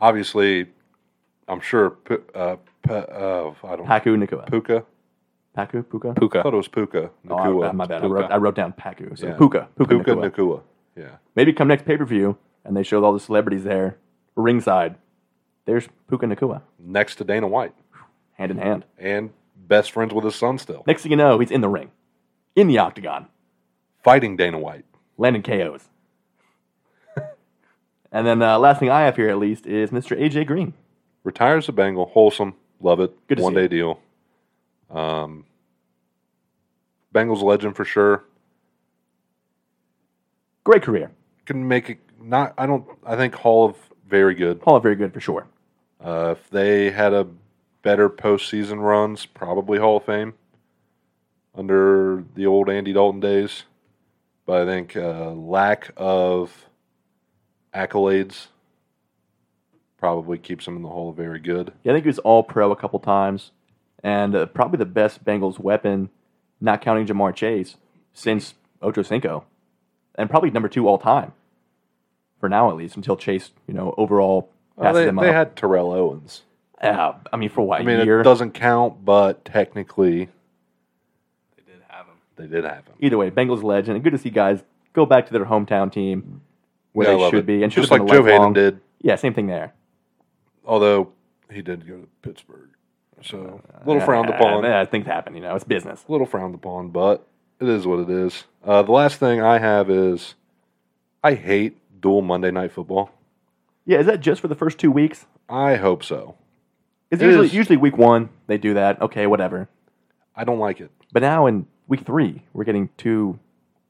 B: obviously, I'm sure. Pu- Uh, Pe- uh, I don't
C: Paku Nakua.
B: Puka.
C: Paku Puka.
B: I
D: Puka.
B: thought it was Puka.
C: Oh, I-
B: Nakua.
C: I- my bad. I
D: Puka.
C: wrote, I wrote down Paku. So
B: Yeah.
C: Puka. Puka.
B: Puka
C: Nakua.
B: Nakua. Yeah.
C: Maybe come next pay per view and they showed all the celebrities there ringside. There's Puka Nakua,
B: Next to Dana White
C: hand in hand.
B: and best friends with his son still.
C: Next thing you know, he's in the ring, in the octagon,
B: Fighting Dana White.
C: landing KOs. and then uh, last thing I have here, at least, is Mr. AJ Green.
B: Retires the Bengal. Wholesome. Love it.
C: Good to see
B: One day
C: you.
B: deal. Um, Bengals legend for sure.
C: Great career.
B: Can make it not. I don't. I think Hall of very good.
C: Hall of very good for sure.
B: Uh, if they had a better postseason runs, probably Hall of Fame under the old Andy Dalton days. But I think uh, lack of accolades probably keeps him in the Hall of Very good.
C: Yeah, I think he was all pro a couple times, and uh, probably the best Bengals weapon, not counting Jamar Chase, since Ocho Cinco, and probably number two all time, for now at least, until Chase, you know, overall
B: Well,
C: passes
B: they,
C: them
B: they
C: up.
B: had Terrell Owens.
C: Uh, I mean, for what
B: I mean,
C: year?
B: it doesn't count, but technically
D: They did have him.
B: they did have him.
C: Either way, Bengals legend. And good to see guys go back to their hometown team where
B: Yeah, I
C: they
B: love
C: should
B: it.
C: be, and should
B: just
C: have
B: like
C: been
B: Joe
C: a lifelong-
B: Hayden did,
C: Yeah, same thing there.
B: although he did go to Pittsburgh. So a little frowned
C: Uh,
B: upon.
C: uh, things happen, you know. It's business.
B: a little frowned upon, but it is what it is. Uh, the last thing I have is I hate dual Monday night football.
C: Yeah, is that just for the first two weeks?
B: I hope so.
C: It's
B: It
C: usually
B: is.
C: usually week one they do that. Okay, whatever.
B: I don't like it.
C: But now in week three, we're getting two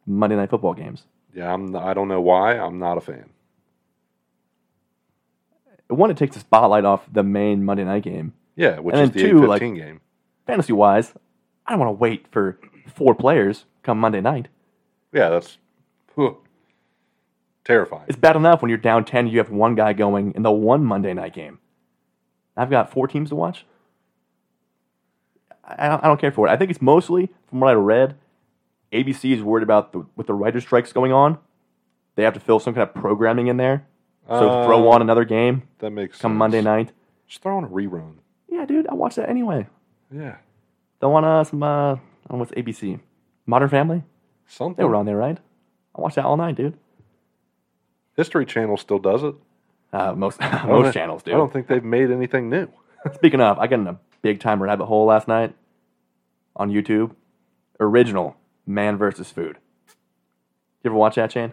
C: Monday night football games.
B: Yeah, I'm. I don't know why. I'm not a fan.
C: One, it takes the spotlight off the main Monday night game.
B: Yeah, which
C: And
B: is
C: then
B: the
C: two,
B: 8-15
C: like-
B: game.
C: Fantasy wise, I don't want to wait for four players come Monday night.
B: Yeah, that's whew, terrifying.
C: It's bad enough when you're down 10, you have one guy going in the one Monday night game. I've got four teams to watch. I I don't, I don't care for it. I think it's mostly, from what I read, ABC is worried about the, with the writer strikes going on. They have to fill some kind of programming in there. So
B: Uh,
C: throw on another game
B: that makes
C: come
B: sense.
C: Monday night.
B: Just throw on a rerun.
C: Yeah, dude, I watch that anyway.
B: Yeah,
C: They want uh, some, uh, I don't know what's ABC? Modern Family? They
B: something.
C: were on there, right? I watched that all night, dude.
B: History Channel still does it.
C: Uh, most
B: I don't
C: most
B: thi-
C: channels do.
B: I don't think they've made anything new.
C: Speaking of, I got in a big time rabbit hole last night on YouTube. Original man versus food. You ever watch that, Shane?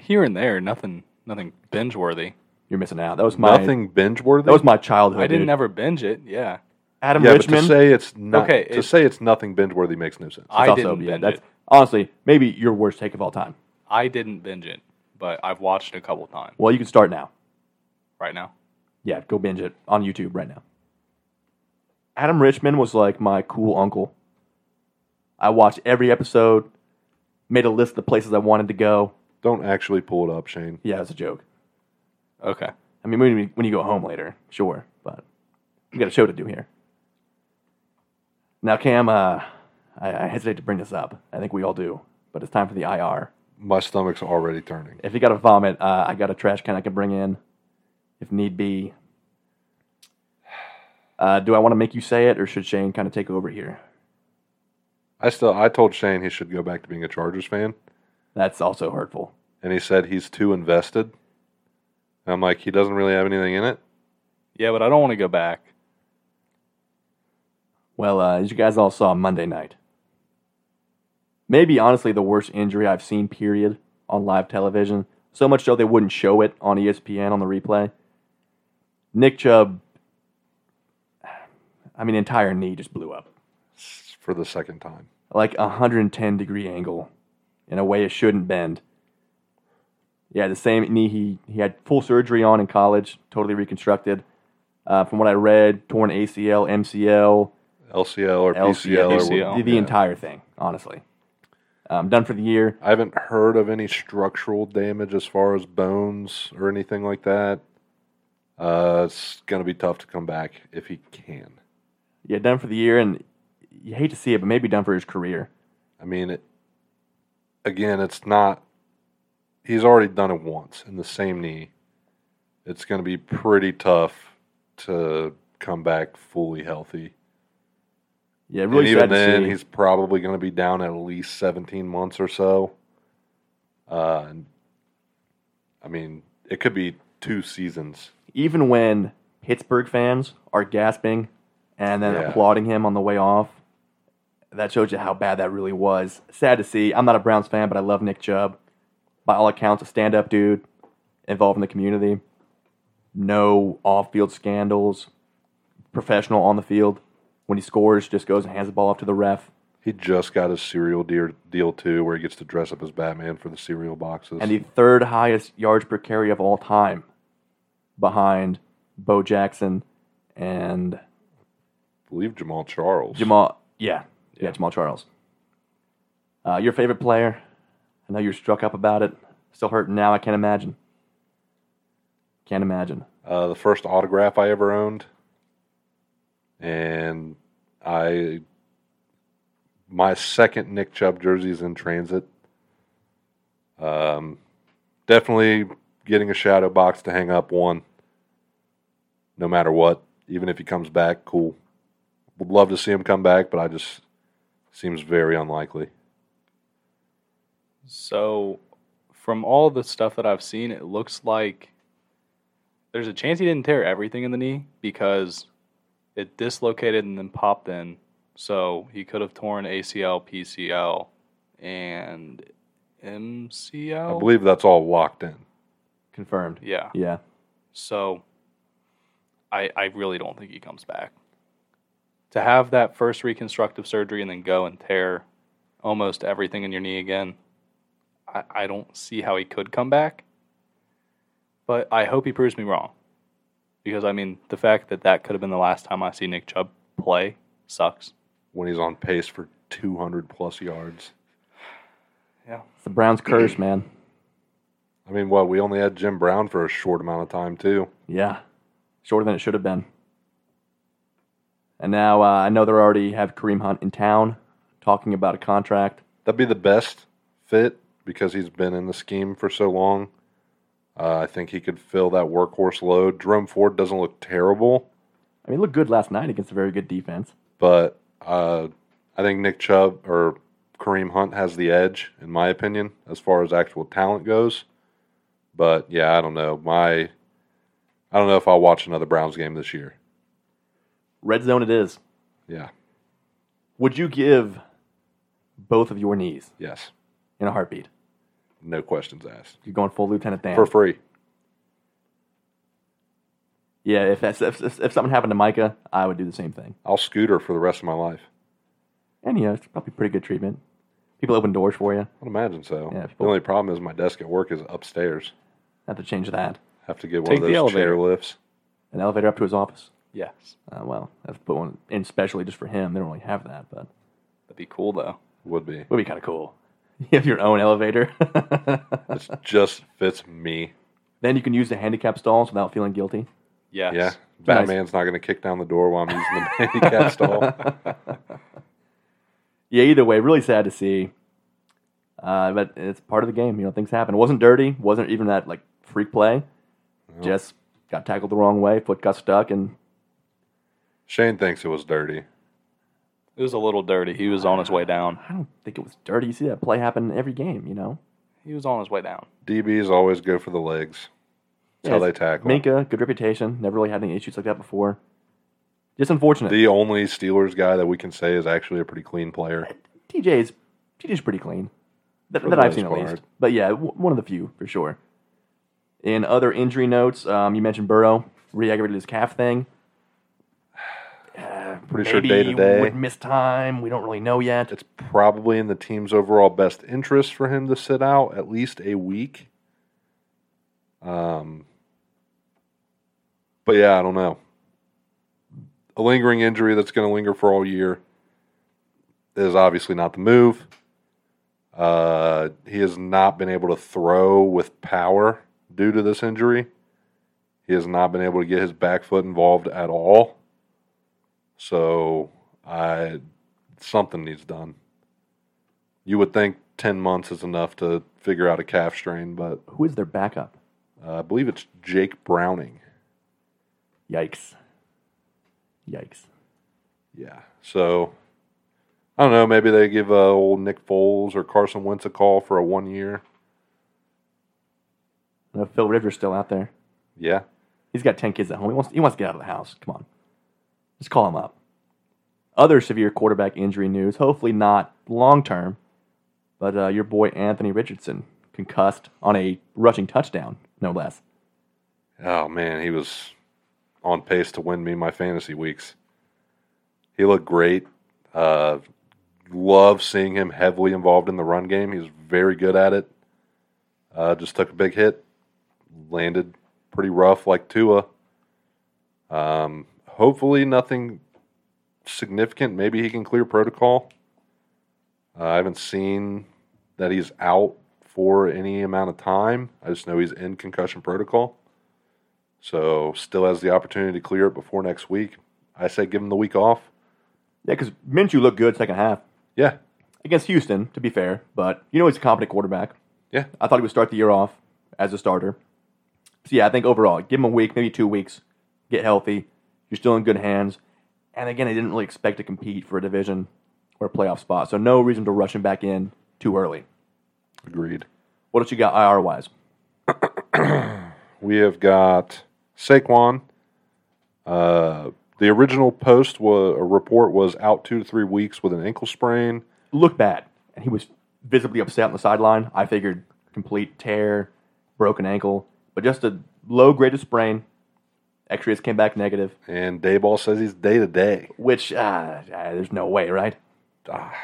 D: Here and there, nothing, nothing binge worthy.
C: You're missing out. That was my
B: Nothing binge worthy.
C: that was my childhood.
D: I didn't
C: dude.
D: ever binge it. Yeah,
C: Adam
B: yeah, but to
C: Richmond.
B: say it's not
D: Okay,
B: to
D: it's-
B: say it's nothing binge worthy makes no sense.
D: I
C: It's
D: didn't binge
C: yeah,
D: it.
C: that's honestly maybe your worst take of all time.
D: I didn't binge it, but I've watched it a couple times
C: Well, you can start now.
D: right now.
C: Yeah, go binge it on YouTube right now. Adam Richmond was like my cool uncle. I watched every episode, made a list of the places I wanted to go.
B: Don't actually pull it up, Shane.
C: Yeah, it was a joke.
D: Okay.
C: I mean, when you, when you go home later, sure, but we got a show to do here. Now, Cam, uh, I, I hesitate to bring this up. I think we all do, but it's time for the IR.
B: My stomach's already turning.
C: If you got a vomit, uh, I got a trash can I can bring in, if need be. Uh, do I want to make you say it, or should Shane kind of take over here?
B: I still I told Shane he should go back to being a Chargers fan,
C: That's also hurtful.
B: and he said he's too invested. And I'm like, he doesn't really have anything in it.
D: Yeah, but I don't want to go back.
C: Well, uh, as you guys all saw Monday night, maybe honestly the worst injury I've seen, period, on live television. So much so they wouldn't show it on E ESPN on the replay. Nick Chubb, I mean, entire knee just blew up.
B: For the second time.
C: Like a 110 degree angle in a way it shouldn't bend. Yeah, the same knee he, he had full surgery on in college, totally reconstructed. Uh, from what I read, torn ACL, MCL,
B: LCL or PCL, or
D: PCL.
C: the, the
B: yeah.
C: entire thing, honestly. Um, done for the year.
B: I haven't heard of any structural damage as far as bones or anything like that. Uh, it's gonna be tough to come back if he can.
C: Yeah, done for the year, and you hate to see it, but maybe done for his career.
B: I mean, it, again, it's not he's already done it once in the same knee. It's going to be pretty tough to come back fully healthy.
C: Yeah, really
B: and even
C: sad to
B: then,
C: see.
B: he's probably going to be down at least 17 months or so. Uh, and- I mean, it could be two seasons.
C: even when Pittsburgh fans are gasping and then
B: Yeah.
C: applauding him on the way off, that shows you how bad that really was. Sad to see. I'm not a Browns fan, but I love Nick Chubb. By all accounts, a stand up dude involved in the community. No off field scandals, professional on the field. When he scores, just goes and hands the ball off to the ref.
B: He just got his cereal deer, deal, too, where he gets to dress up as Batman for the cereal boxes.
C: and the third highest yards per carry of all time, behind Bo Jackson and
B: I believe Jamal Charles.
C: Jamal. Yeah, yeah, Jamal Charles. Uh, your favorite player? I know you're struck up about it. Still hurting now. I can't imagine. Can't imagine.
B: uh, the first autograph I ever owned, and I my second Nick Chubb jersey is in transit. Um, definitely getting a shadow box to hang up one. No matter what, even if he comes back, cool. Would love to see him come back, but I just seems very unlikely.
D: So, from all the stuff that I've seen, it looks like there's a chance he didn't tear everything in the knee because it dislocated and then popped in. So, he could have torn ACL, PCL, and MCL.
B: I believe that's all locked in.
C: Confirmed.
D: Yeah.
C: Yeah.
D: So, I, I really don't think he comes back. To have that first reconstructive surgery and then go and tear almost everything in your knee again, I, I don't see how he could come back. But I hope he proves me wrong. Because, I mean, the fact that that could have been the last time I see Nick Chubb play sucks.
B: When he's on pace for 200 plus yards.
C: It's the Browns curse, man.
B: I mean, what? We only had Jim Brown for a short amount of time, too.
C: Yeah. Shorter than it should have been. And now uh, I know they already have Kareem Hunt in town talking about a contract.
B: That'd be the best fit because he's been in the scheme for so long. Uh, I think he could fill that workhorse load. Jerome Ford doesn't look terrible,
C: I mean, he looked good last night against a very good defense.
B: but uh, I think Nick Chubb or Kareem Hunt has the edge, in my opinion, as far as actual talent goes. But yeah, I don't know. My, I don't know if I'll watch another Browns game this year.
C: Red zone it is.
B: Yeah.
C: Would you give both of your knees
B: Yes.
C: in a heartbeat?
B: No questions asked.
C: You're going full Lieutenant Dan.
B: For free.
C: yeah, if, that's, if, if, if something happened to Micah, I would do the same thing.
B: I'll scooter for the rest of my life.
C: And, you know, it's probably pretty good treatment. People open doors for you.
B: I'd imagine so.
C: Yeah,
B: the
C: people-
B: only problem is my desk at work is upstairs.
C: Have to change that.
B: Have to get one
D: Take
B: of
D: the
B: those
D: elevator.
B: chair lifts.
C: An elevator up to his office.
D: Yes.
C: Uh, well, I've put one in specially just for him. They don't really have that, but
D: That'd be cool, though.
B: Would be.
C: would be kind of cool. You have your own elevator.
B: It just fits me.
C: then you can use the handicap stalls without feeling guilty.
D: Yes.
B: Yeah. Batman's not going to kick down the door while I'm using the handicap stall.
C: Yeah, either way, really sad to see. Uh, but it's part of the game. You know, things happen. It wasn't dirty. wasn't even that like freak play. Just got tackled the wrong way. Foot got stuck, and
B: Shane thinks it was dirty.
D: It was a little dirty. He was on his way down.
C: I don't think it was dirty. You see that play happen every game. You know,
D: He was on his way down.
B: DBs always go for the legs. That's how
C: Yeah,
B: they
C: it's-
B: tackle.
C: Minka, good reputation. Never really had any issues like that before. Just unfortunate.
B: the only Steelers guy that we can say is actually a pretty clean player.
C: TJ's TJ's pretty clean that,
B: For
C: that
B: the
C: I've
B: most
C: seen at
B: part.
C: least. But yeah, w- one of the few for sure. In other injury notes, um, you mentioned Burrow re-aggravated his calf thing.
B: Pretty
C: Maybe
B: sure day to day.
C: would miss time. We don't really know yet.
B: It's probably in the team's overall best interest for him to sit out at least a week. Um, but yeah, I don't know. A lingering injury that's going to linger for all year is obviously not the move. Uh, he has not been able to throw with power due to this injury. He has not been able to get his back foot involved at all. So I something needs done. You would think ten months is enough to figure out a calf strain, but
C: Who is their backup?
B: uh, I believe it's Jake Browning.
C: Yikes. Yikes.
B: Yeah. So I don't know. Maybe they give uh, old Nick Foles or Carson Wentz a call for a one year.
C: Uh, Phil Rivers still out there.
B: Yeah.
C: He's got 10 kids at home. He wants, he wants to get out of the house. Come on. Just call him up. Other severe quarterback injury news, hopefully not long term, but uh, your boy Anthony Richardson concussed on a rushing touchdown, no less.
B: Oh man, he was on pace to win me my fantasy weeks. He looked great. Uh, love seeing him heavily involved in the run game. He's very good at it. Uh, just took a big hit, landed pretty rough like Tua. Um, hopefully nothing significant. Maybe he can clear protocol. Uh, I haven't seen that he's out for any amount of time. I just know he's in concussion protocol. So still has the opportunity to clear it before next week. I say give him the week off.
C: Yeah, because Minshew looked good second half
B: Yeah,
C: against Houston, to be fair, but you know he's a competent quarterback.
B: yeah,
C: I thought he would start the year off as a starter. So yeah, I think overall, give him a week, maybe two weeks, get healthy. You're still in good hands. And again, I didn't really expect to compete for a division or a playoff spot, so no reason to rush him back in too early.
B: agreed.
C: What else you got IR wise?
B: We have got Saquon. Uh, the original post was a report was out two to three weeks with an ankle sprain.
C: Looked bad, and he was visibly upset on the sideline. I figured complete tear, broken ankle, but just a low grade of sprain. X-rays came back negative,
B: And Dayball says he's day to day.
C: which uh, uh, there's no way, right? Ah.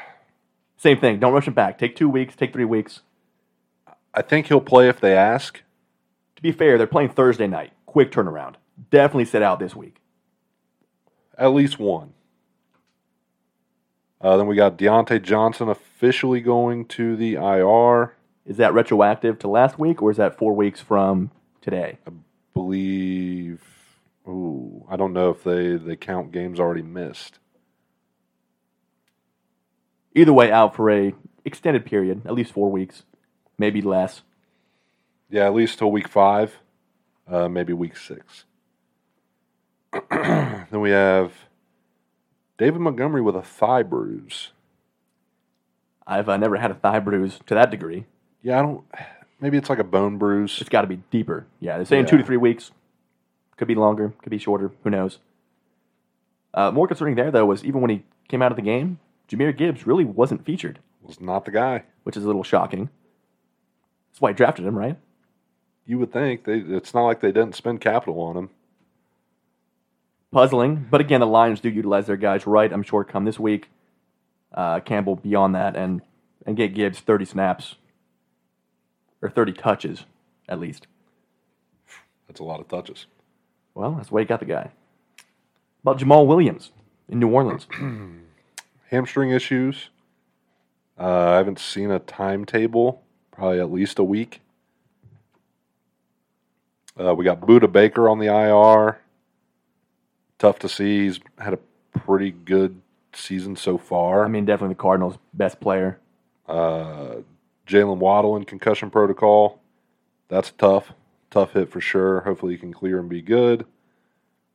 C: Same thing. Don't rush him back. Take two weeks. Take three weeks.
B: I think he'll play if they ask.
C: To be fair, they're playing Thursday night. Quick turnaround. Definitely sit out this week.
B: At least one. Uh, then we got Deontay Johnson officially going to the IR.
C: Is that retroactive to last week or is that four weeks from today?
B: believe. Ooh, I don't know if they they count games already missed.
C: Either way, out for a extended period, at least four weeks, maybe less.
B: Yeah, at least till week five, uh, maybe week six. then we have David Montgomery with a thigh bruise.
C: I've uh, never had a thigh bruise to that degree.
B: Yeah, I don't. Maybe it's like a bone bruise.
C: It's got to be deeper. Yeah, they're saying two
B: Yeah.
C: to three weeks. Could be longer. Could be shorter. Who knows? Uh, more concerning there though was even when he came out of the game, Jameer Gibbs really wasn't featured,
B: was not the guy.
C: which is a little shocking. That's why I drafted him, right?
B: You would think they. It's not like they didn't spend capital on him.
C: puzzling. But again, the Lions do utilize their guys right. I'm sure come this week, uh, Campbell beyond that and and get Gibbs 30 snaps or 30 touches at least.
B: That's a lot of touches.
C: Well, that's why you got the guy. About Jamal Williams in New Orleans.
B: hamstring issues. Uh, I haven't seen a timetable, probably at least a week. Uh, we got Buda Baker on the IR. Tough to see. He's had a pretty good season so far.
C: I mean, definitely the Cardinals' best player.
B: uh, Jalen Waddle in concussion protocol. That's tough. Tough hit for sure. Hopefully he can clear and be good.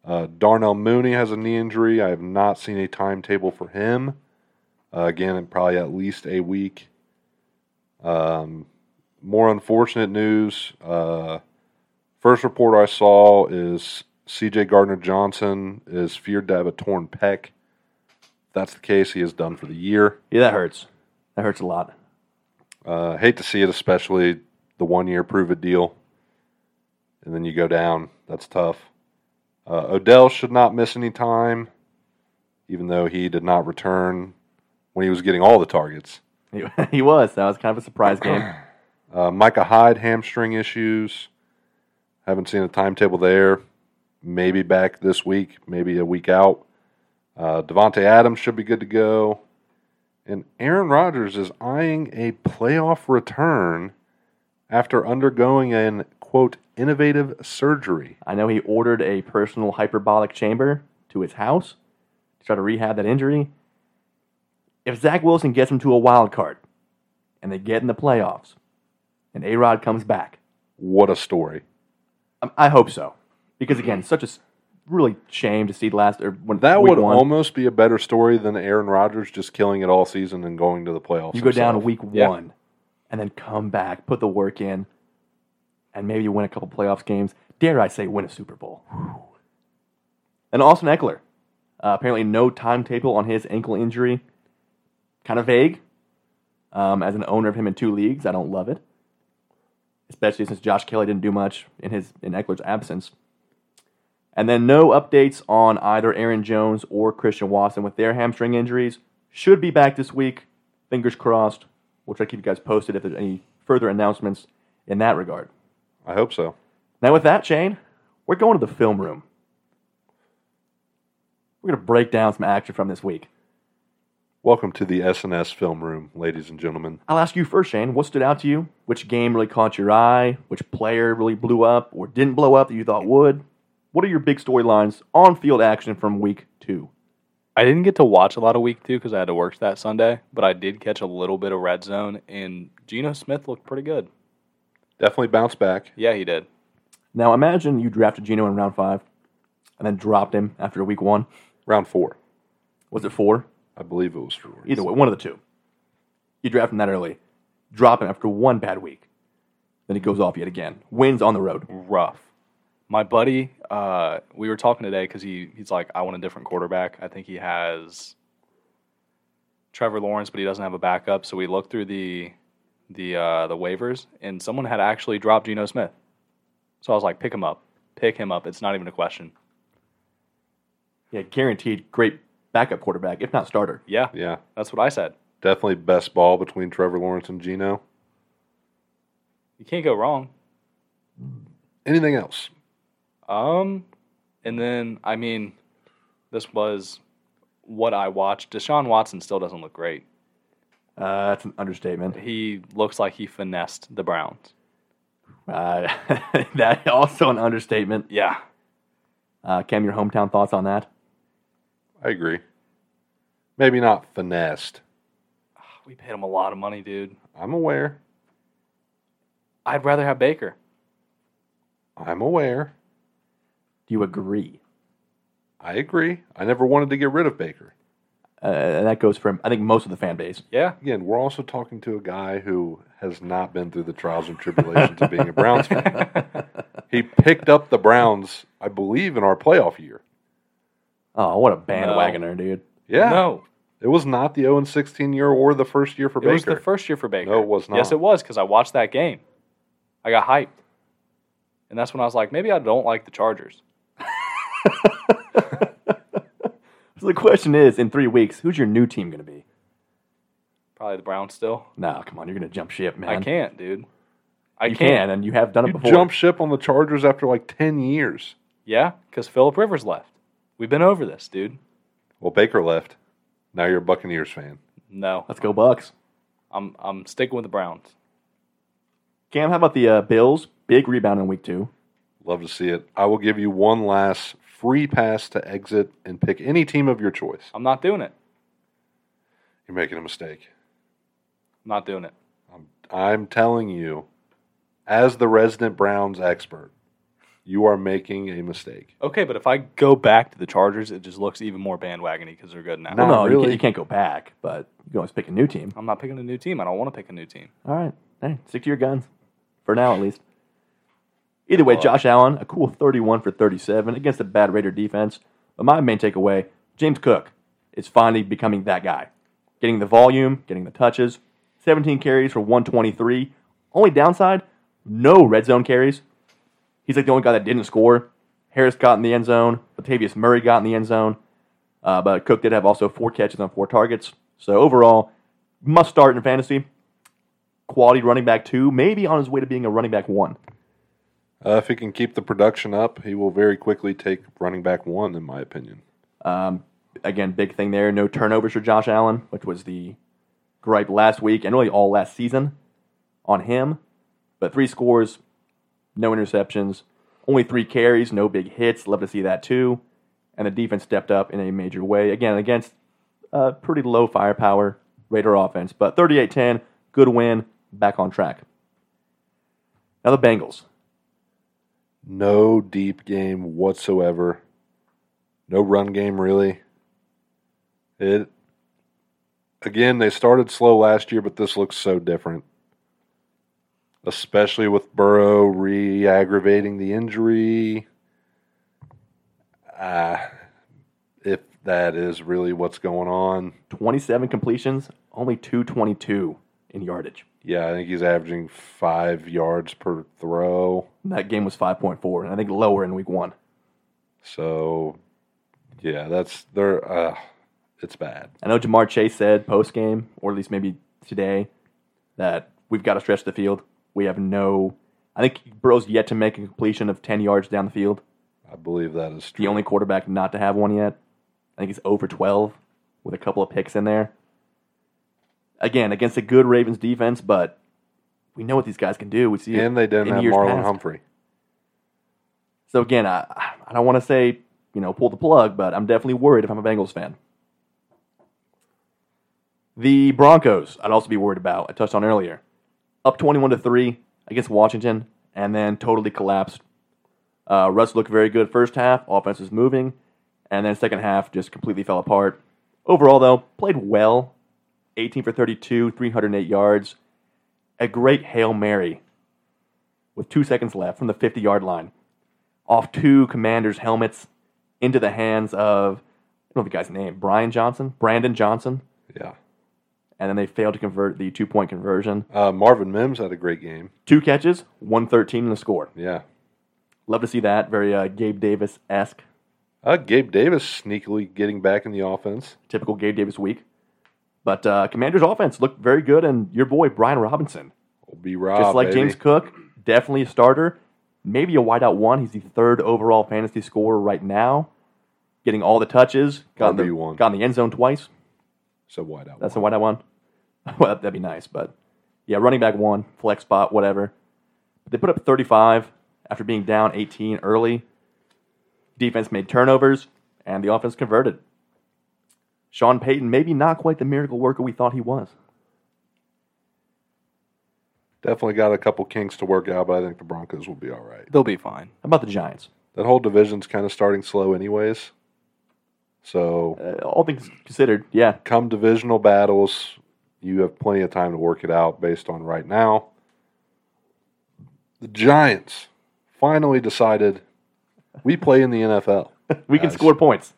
B: Uh, Darnell Mooney has a knee injury. I have not seen a timetable for him. Uh, again, in probably at least a week. Um, more unfortunate news. Uh, first report I saw is C.J. Gardner Johnson is feared to have a torn pec. If that's the case, he is done for the year.
C: Yeah, that hurts. That hurts a lot.
B: Uh, hate to see it, especially the one year prove it deal. And then you go down. That's tough. Uh, Odell should not miss any time, even though he did not return when he was getting all the targets.
C: He, he was. That was kind of a surprise game.
B: Uh, Micah Hyde, hamstring issues. Haven't seen a timetable there. Maybe back this week, maybe a week out. Uh, Devontae Adams should be good to go. And Aaron Rodgers is eyeing a playoff return after undergoing an, quote, innovative surgery.
C: I know he ordered a personal hyperbolic chamber to his house to try to rehab that injury. If Zach Wilson gets him to a wild card, and they get in the playoffs, and A Rod comes back. um,
B: What a story.
C: I- I hope so, because again, such a s- really shame to see last or when
B: That
C: week
B: would
C: one,
B: almost be a better story than Aaron Rodgers just killing it all season and going to the playoffs.
C: you go down
B: himself.
C: week
D: Yeah.
C: one, and then come back, put the work in, and maybe you win a couple playoffs games. Dare I say, win a Super Bowl? And Austin Eckler, uh, apparently no timetable on his ankle injury. Kind of vague. Um, as an owner of him in two leagues, I don't love it. Especially since Josh Kelly didn't do much in his in Eckler's absence. And then no updates on either Aaron Jones or Christian Watson with their hamstring injuries. Should be back this week. Fingers crossed. We'll try to keep you guys posted if there's any further announcements in that regard.
B: I hope so.
C: Now, with that, Shane, we're going to the film room. We're going to break down some action from this week.
B: Welcome to the SNS film room, ladies and gentlemen.
C: I'll ask you first, Shane. What stood out to you? Which game really caught your eye? Which player really blew up or didn't blow up that you thought would? What are your big storylines on field action from week two?
D: I didn't get to watch a lot of week two because I had to work that Sunday, but I did catch a little bit of red zone, and Geno Smith looked pretty good.
B: Definitely bounce back.
D: Yeah, he did.
C: Now, imagine you drafted Gino in round five and then dropped him after week one.
B: Round four.
C: Was it four?
B: I believe it was four.
C: Either way, one of the two. You draft him that early, drop him after one bad week. Then he goes off yet again, wins on the road.
D: rough. My buddy, uh, we were talking today because he, he's like, I want a different quarterback. I think he has Trevor Lawrence, but he doesn't have a backup. So we looked through the the uh, the waivers, and someone had actually dropped Geno Smith. So I was like, pick him up, pick him up. It's not even a question.
C: Yeah, guaranteed great backup quarterback, if not starter.
D: Yeah,
B: Yeah.
D: that's what I said.
B: Definitely best ball between Trevor Lawrence and Gino.
D: You can't go wrong.
B: Anything else?
D: Um, and then I mean, this was what I watched. Deshaun Watson still doesn't look great.
C: Uh, that's an understatement.
D: He looks like he finessed the Browns.
C: Uh, that also an understatement.
D: Yeah.
C: Uh, Cam, your hometown thoughts on that?
B: I agree. Maybe not finessed.
D: We paid him a lot of money, dude.
B: I'm aware.
D: I'd rather have Baker.
B: I'm aware.
C: Do you agree?
B: I agree. I never wanted to get rid of Baker.
C: Uh, and that goes for I think most of the fan base.
D: Yeah.
B: Again, we're also talking to a guy who has not been through the trials and tribulations of being a Browns fan. He picked up the Browns, I believe, in our playoff year.
C: Oh, what a bandwagoner, dude!
B: Yeah.
D: No.
B: It was not the 0 16 year or the first year for
D: It
B: Baker.
D: was the first year for Baker.
B: No, it was not.
D: Yes, it was because I watched that game. I got hyped. And that's when I was like, maybe I don't like the Chargers.
C: So the question is, in three weeks, who's your new team going to be?
D: Probably the Browns still.
C: No, come on, you're going to jump ship, man.
D: I can't, dude. I
C: You
D: can't.
C: can, and you have done it
B: you
C: before.
B: jumped ship on the Chargers after like 10 years.
D: Yeah, because Philip Rivers left. We've been over this, dude.
B: Well, Baker left. Now you're a Buccaneers fan.
D: No,
C: Let's go Bucks.
D: I'm I'm sticking with the Browns.
C: Cam, how about the uh, Bills? Big rebound in week two.
B: Love to see it. I will give you one last free pass to exit and pick any team of your choice.
D: I'm not doing it.
B: You're making a mistake.
D: I'm not doing it.
B: I'm telling you, as the resident Browns expert, you are making a mistake.
D: Okay, but if I go back to the Chargers, it just looks even more bandwagony because they're good now.
B: No. Not
C: well, no, you
B: really.
C: can't, you can't go back, but you can always pick a new team.
D: I'm not picking a new team. I don't want to pick a new team.
C: All right, hey, stick to your guns for now, at least. Either way, Josh Allen, a cool 31 for 37 against a bad Raider defense. But my main takeaway: James Cook is finally becoming that guy, getting the volume, getting the touches. 17 carries for 123. Only downside: no red zone carries. He's like the only guy that didn't score. Harris got in the end zone. Latavius Murray got in the end zone. Uh, but Cook did have also four catches on four targets. So overall, must start in fantasy. Quality running back two, maybe on his way to being a running back one.
B: Uh, if he can keep the production up, he will very quickly take running back one, in my opinion.
C: Again, big thing there. No turnovers for Josh Allen, which was the gripe last week and really all last season on him. But three scores, no interceptions, only three carries, no big hits. Love to see that too. And the defense stepped up in a major way. Again, against uh, pretty low firepower Raider offense. But 38 10, Good win, back on track. Now the Bengals.
B: No deep game whatsoever. No run game really. It again they started slow last year, but this looks so different. Especially with Burrow re aggravating the injury. Uh, if that is really what's going on.
C: 27 completions, only 222 in yardage.
B: Yeah, I think he's averaging five yards per throw.
C: And that game was 5.4, and I think lower in week one.
B: So, yeah, that's they're uh, it's bad.
C: I know Jamar Chase said post game, or at least maybe today, that we've got to stretch the field. We have no. I think Burrow's yet to make a completion of 10 yards down the field.
B: I believe that is true.
C: The only quarterback not to have one yet. I think he's over 12 with a couple of picks in there. Again, against a good Ravens defense, but we know what these guys can do. We see it
B: and they didn't
C: in
B: have
C: years
B: Marlon
C: past.
B: Humphrey.
C: So again, I I don't want to say you know pull the plug, but I'm definitely worried if I'm a Bengals fan. The Broncos, I'd also be worried about. I touched on earlier, up 21 to three against Washington, and then totally collapsed. Uh, Russ looked very good first half. Offense was moving, and then second half just completely fell apart. Overall, though, played well. 18 for 32, 308 yards. A great hail mary with two seconds left from the 50 yard line off two commanders' helmets into the hands of, I don't know the guy's name, Brian Johnson, Brandon Johnson,
B: Yeah.
C: and then they failed to convert the two point conversion.
B: Uh, Marvin Mims had a great game.
C: Two catches, 113 in the score.
B: Yeah.
C: Love to see that. Very uh, Gabe Davis esque,
B: Uh, Gabe Davis sneakily getting back in the offense.
C: typical Gabe Davis week. But uh, Commanders' offense looked very good, and your boy, Brian Robinson,
B: Will be Rob,
C: just like
B: Ah, baby.
C: James Cook, definitely a starter. Maybe a wideout one. He's the third overall fantasy scorer right now, getting all the touches. Got in the,
B: RB1.
C: got in the end zone twice.
B: So wide out.
C: That's the wide out one. Well, that'd be nice, but yeah, running back one, flex spot, whatever. They put up 35 after being down 18 early. Defense made turnovers, and the offense converted. Sean Payton, maybe not quite the miracle worker we thought he was.
B: Definitely got a couple kinks to work out, but I think the Broncos will be all right.
D: They'll be fine.
C: How about the Giants?
B: That whole division's kind of starting slow, anyways. So
C: Uh, all things considered, yeah,
B: come divisional battles, you have plenty of time to work it out based on right now. The Giants finally decided we play in the NFL.
C: we can
B: Guys.
C: score points.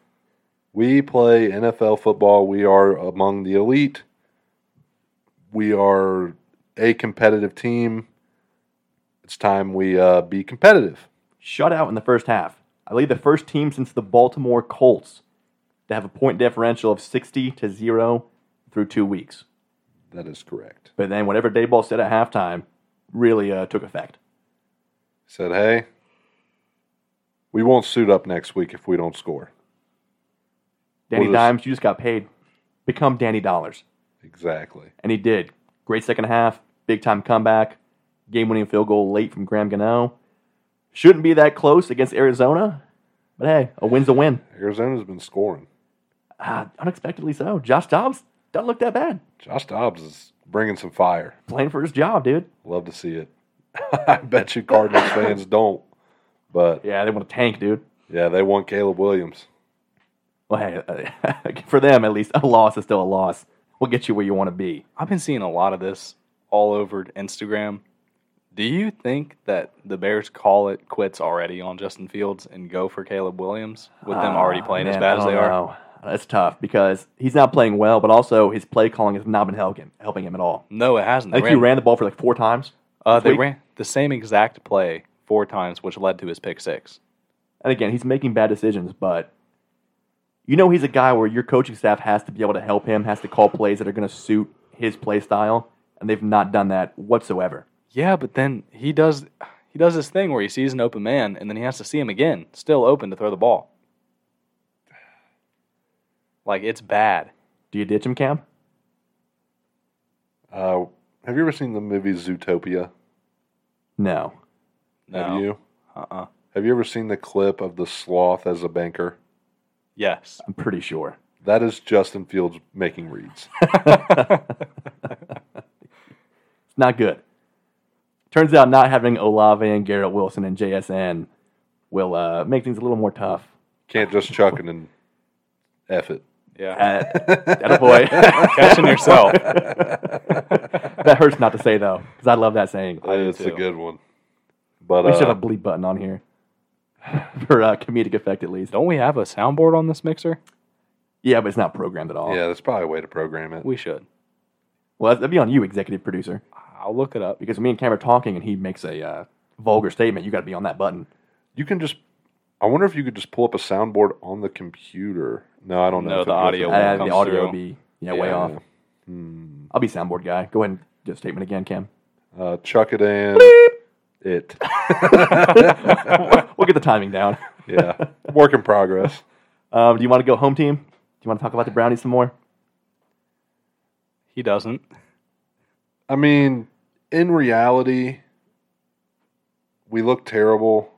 B: We play NFL football. We are among the elite. We are a competitive team. It's time we uh, be competitive.
C: Shutout in the first half. I lead the first team since the Baltimore Colts to have a point differential of 60 to 0 through two weeks.
B: That is correct.
C: But then whatever Dayball said at halftime really uh, took effect.
B: Said, hey, we won't suit up next week if we don't score.
C: Danny
B: What is-
C: Dimes, you just got paid. Become Danny Dollars.
B: Exactly.
C: And he did. Great second half, big time comeback, game winning field goal late from Graham Gano. Shouldn't be that close against Arizona, but hey, a win's a win.
B: Arizona's been scoring.
C: Uh, unexpectedly so. Josh Dobbs doesn't look that bad.
B: Josh Dobbs is bringing some fire.
C: Playing for his job, dude.
B: Love to see it. I bet you Cardinals fans don't. But
C: Yeah, they want to tank, dude.
B: yeah, they want Caleb Williams.
C: Well, hey, uh, for them at least, a loss is still a loss. We'll get you where you want to be.
D: I've been seeing a lot of this all over Instagram. Do you think that the Bears call it quits already on Justin Fields and go for Caleb Williams with them already
C: Ah,
D: playing as
C: man, I
D: bad as they
C: don't
D: are?
C: know. That's tough because he's not playing well, but also his play calling has not been helping helping him at all.
D: No, it hasn't.
C: I
D: They
C: think he ran the ball for like four times.
D: Uh,
C: this
D: they
C: week.
D: ran the same exact play four times, which led to his pick six.
C: And again, he's making bad decisions, but you know he's a guy where your coaching staff has to be able to help him, has to call plays that are going to suit his play style, and they've not done that whatsoever.
D: Yeah, but then he does he does this thing where he sees an open man and then he has to see him again, still open to throw the ball. Like it's bad.
C: Do you ditch him, Cam?
B: Uh, have you ever seen the movie Zootopia?
C: No.
D: No.
B: Have you?
D: Uh uh
B: Have you ever seen the clip of the sloth as a banker?
D: Yes.
C: I'm pretty sure.
B: That is Justin Fields making reads.
C: It's not good. Turns out not having Olave and Garrett Wilson and JSN will uh, make things a little more tough.
B: Can't just chuck it and F it.
D: Yeah.
C: Uh, that boy.
D: Catching yourself.
C: that hurts not to say though, because I love that saying.
B: It's a
D: too.
B: good one. But
C: We should
B: uh,
C: have a bleep button on here for uh, comedic effect at least.
D: Don't we have a soundboard on this mixer?
C: Yeah, but it's not programmed at all.
B: uh, yeah, that's probably a way to program it.
D: We should.
C: Well, that'd be on you, executive producer,
D: I'll look it up.
C: because me and Cam are talking, and he makes a uh, vulgar statement. You got to be on that button.
B: You can just. I wonder if you could just pull up a soundboard on the computer. No, I don't know.
D: No,
B: if
D: the
B: it goes
D: audio
B: in.
D: won't.
C: Uh,
D: comes
C: the audio
D: through.
C: will be you know, way
B: Yeah.
C: off. I'll be soundboard guy. Go ahead and do a statement again, Cam.
B: Uh, chuck it in. It.
C: We'll get the timing down.
B: Yeah. Work in progress.
C: Um, do you want to go home team? Do you want to talk about the brownies some more?
D: He doesn't.
B: I mean, in reality, we look terrible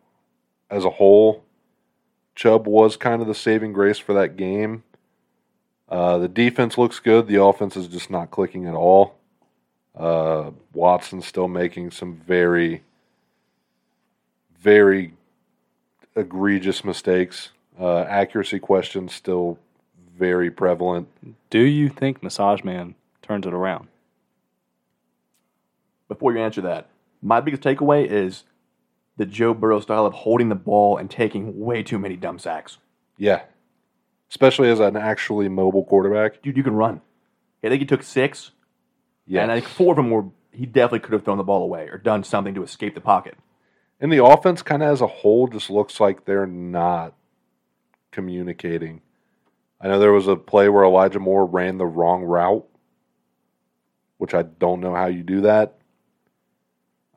B: as a whole. Chubb was kind of the saving grace for that game. Uh, the defense looks good. The offense is just not clicking at all. Uh, Watson's still making some very, very egregious mistakes. Uh, accuracy questions still very prevalent.
D: Do you think Massage Man turns it around?
C: before you answer that, my biggest takeaway is the Joe Burrow style of holding the ball and taking way too many dumb sacks.
B: Yeah. Especially as an actually mobile quarterback.
C: Dude, you can run. I think he took six,
B: Yeah.
C: and I think four of them were he definitely could have thrown the ball away or done something to escape the pocket.
B: And the offense kind of as a whole just looks like they're not communicating. I know there was a play where Elijah Moore ran the wrong route, which I don't know how you do that.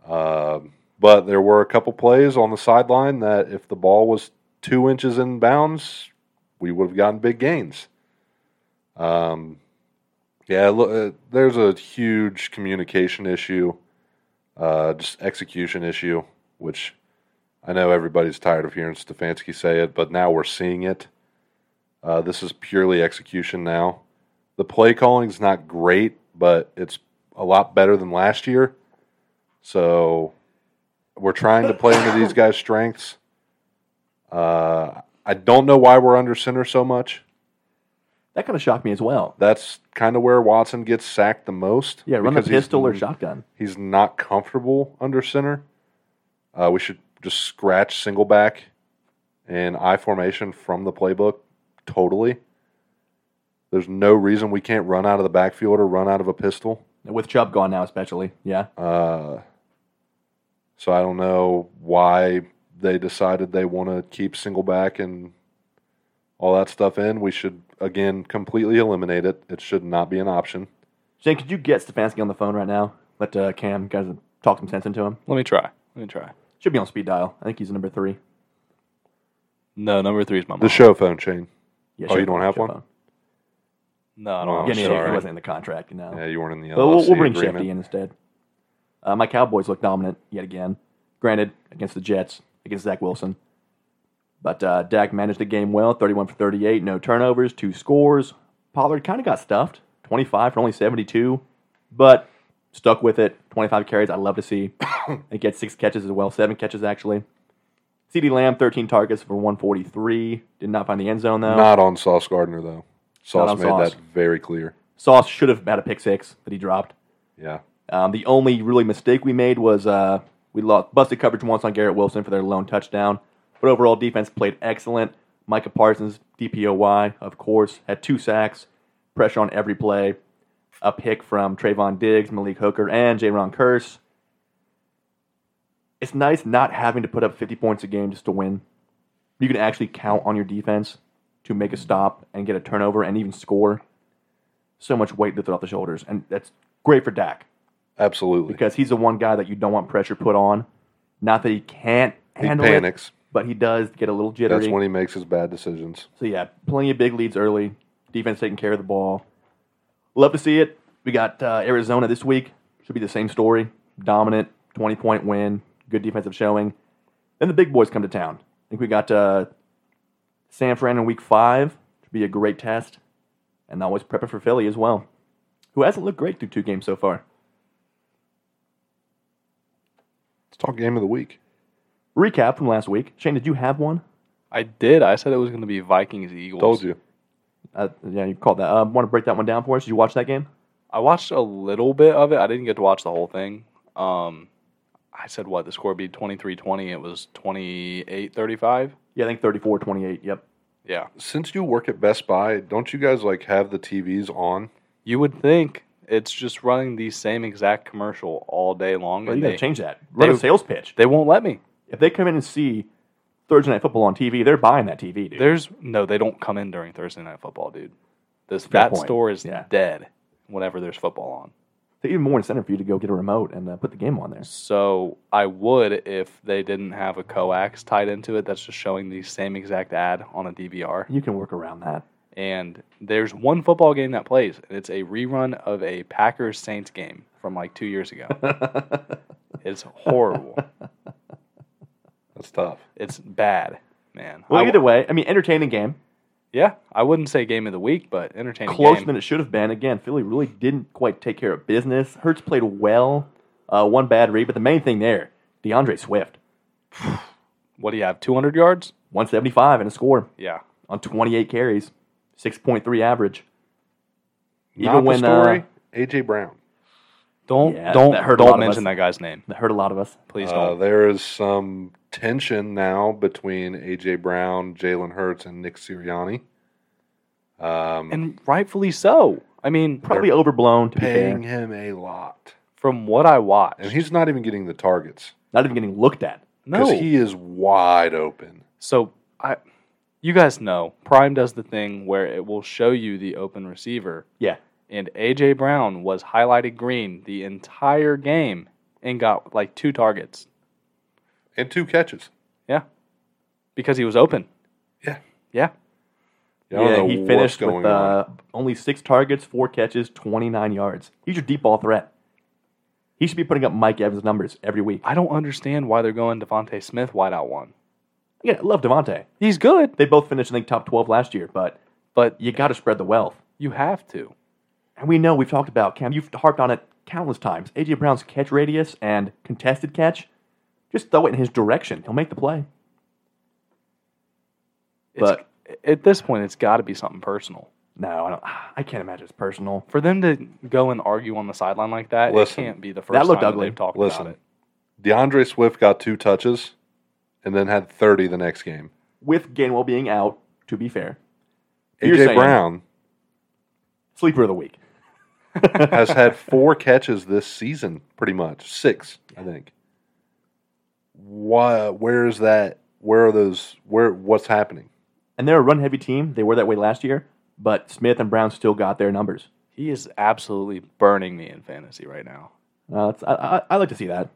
B: Um, but there were a couple plays on the sideline that if the ball was two inches in bounds, we would have gotten big gains. Um, yeah, lo- uh, there's a huge communication issue, uh, just execution issue which I know everybody's tired of hearing Stefanski say it, but now we're seeing it. Uh, this is purely execution now. The play calling's not great, but it's a lot better than last year. So we're trying to play into these guys' strengths. Uh, I don't know why we're under center so much.
C: That kind of shocked me as well.
B: That's kind of where Watson gets sacked the most.
C: Yeah, run the
B: because he's
C: pistol or shotgun.
B: he's not comfortable under center. Uh, we should just scratch single back and I formation from the playbook totally. There's no reason we can't run out of the backfield or run out of a pistol.
C: With Chubb gone now, especially. Yeah.
B: Uh, so I don't know why they decided they want to keep single back and all that stuff in. We should again completely eliminate it. It should not be an option.
C: Shane, could you get Stefanski on the phone right now? Let uh, Cam guys talk some sense into him.
D: Let me try. Let me try.
C: Should be on speed dial. I think he's number three.
D: No, number three is my mom.
B: The show phone, Shane.
C: Yeah,
B: Oh,
C: show
B: you don't
C: phone,
B: have
C: show
B: one?
C: phone.
D: no, I
B: Oh,
D: don't.
C: Yeah,
D: know.
C: me neither.
B: sorry.
C: It wasn't in the contract. No.
B: Yeah, you weren't in the.
C: But Oh. we'll,
B: LFC
C: we'll bring
B: agreement.
C: Shefty in instead. Uh, my Cowboys look dominant yet again. Granted, against the Jets, against Zach Wilson. But uh, Dak managed the game well 31 for 38, no turnovers, two scores. Pollard kind of got stuffed 25 for only 72, but stuck with it. 25 carries, I love to see. he gets six catches as well, seven catches actually. CeeDee Lamb, 13 targets for 143. Did not find the end zone though.
B: Not on Sauce Gardner though. Sauce
C: on
B: made
C: Sauce.
B: that very clear.
C: Sauce should have had a pick six that he dropped.
B: Yeah.
C: Um, the only really mistake we made was uh, we lost busted coverage once on Garrett Wilson for their lone touchdown. But overall, defense played excellent. Micah Parsons, DPOY, of course, had two sacks, pressure on every play, a pick from Trayvon Diggs, Malik Hooker, and J. Curse. It's nice not having to put up 50 points a game just to win. You can actually count on your defense to make a stop and get a turnover and even score. So much weight lifted off the shoulders, and that's great for Dak
B: Absolutely.
C: because he's the one guy that you don't want pressure put on. Not that he can't
B: He
C: handle it,
B: panics.
C: but he does get a little
B: That's
C: jittery.
B: when he makes his bad decisions.
C: so yeah, plenty of big leads early. Defense taking care of the ball. Love to see it. We got uh, Arizona this week. Should be the same story. Dominant, twenty point win. Good defensive showing. Then the big boys come to town. I think we got uh, San Fran in week five. Should be a great test. And always prepping for Philly as well, who hasn't looked great through two games so far.
B: Let's talk game of the week.
C: Recap from last week. Shane, did you have one?
D: I did. I said it was going to be Vikings Eagles.
B: Told you.
C: Uh, yeah, you called that. Uh, Want to break that one down for us? Did you watch that game?
D: I watched a little bit of it. I didn't get to watch the whole thing. Um, I said what the score would be 23-20. It was 28-35.
C: Yeah, I think 34 28. Yep.
D: Yeah.
B: Since you work at Best Buy, don't you guys like have the TVs on?
D: You would think it's just running the same exact commercial all day long.
C: Well, you
D: and
C: got
D: they,
C: to change that. Run
D: they-
C: a sales pitch.
D: they won't let me.
C: If they come in and see Thursday Night Football on TV, they're buying that TV, dude.
D: There's no, they don't come in during Thursday night football, dude. This that
C: point.
D: store is
C: Yeah.
D: dead whenever there's football on.
C: They're even more incentive for you to go get a remote and uh, put the game on there.
D: So I would if they didn't have a coax tied into it that's just showing the same exact ad on a DVR.
C: You can work around that.
D: And there's one football game that plays, and it's a rerun of a Packers Saints game from like two years ago. it's horrible.
B: That's tough.
D: It's bad, man.
C: Well,
D: I-
C: either way, I mean, entertaining game.
D: yeah, I wouldn't say game of the week, but entertaining.
C: Closer
D: game.
C: than it should have been. Again, Philly really didn't quite take care of business. Hertz played well. Uh, one bad read, but the main thing there, DeAndre Swift,
D: what do you have? Two hundred yards?
C: 175 and a score
D: Yeah.
C: on 28 carries, 6.3 average.
B: Not
C: Even when,
B: the story.
C: uh,
B: AJ Brown.
D: Don't
C: Yeah,
D: don't
C: that hurt a lot
D: don't
C: of
D: mention
C: us.
D: that guy's name.
C: That hurt a lot of us.
D: Please
B: Uh,
D: don't.
B: there is some tension now between AJ Brown, Jalen Hurts, and Nick Sirianni. Um,
D: and rightfully so. I mean,
C: Probably overblown, to be
B: paying
C: fair.
B: him a lot,
D: from what I watched,
B: and he's not even getting the targets
C: Not even getting looked at.
D: no.
B: because he is wide open.
D: So I, you guys know, Prime does the thing where it will show you the open receiver,
C: Yeah.
D: and AJ Brown was highlighted green the entire game and got like two targets.
B: and two catches.
D: Yeah, because he was open.
B: Yeah.
D: Yeah,
B: I don't
C: yeah,
B: know
C: he
B: what's
C: finished
B: going
C: with
B: on.
C: uh, only six targets, four catches, 29 yards. He's your deep ball threat. He should be putting up Mike Evans numbers every week.
D: I don't understand why they're going Devonte Smith wide out one.
C: Yeah, I love Devontae.
D: He's good,
C: They both finished, I think, top 12 last year, but
D: but
C: you got to spread the wealth.
D: you have to.
C: And we know we've talked about Cam. You've harped on it countless times. AJ Brown's catch radius and contested catch. Just throw it in his direction. He'll make the play.
D: It's, at this point, it's got to be something personal.
C: No, I don't. I can't imagine it's personal.
D: For them to go and argue on the sideline like that,
B: Listen.
D: it can't be the first
C: That looked
D: time
C: ugly.
D: they've talked
B: Listen,
D: about it.
B: DeAndre Swift got two touches, and then had thirty the next game.
C: With Gainwell being out, to be fair, You're
B: AJ
C: saying-
B: Brown
C: sleeper of the week.
B: has had four catches this season, pretty much six, I think. Why? Where is that? Where are those? Where? What's happening?
C: And they're a run heavy team. They were that way last year, but Smith and Brown still got their numbers.
D: He is absolutely burning me in fantasy right now.
C: Uh, it's, I, I, I like to see that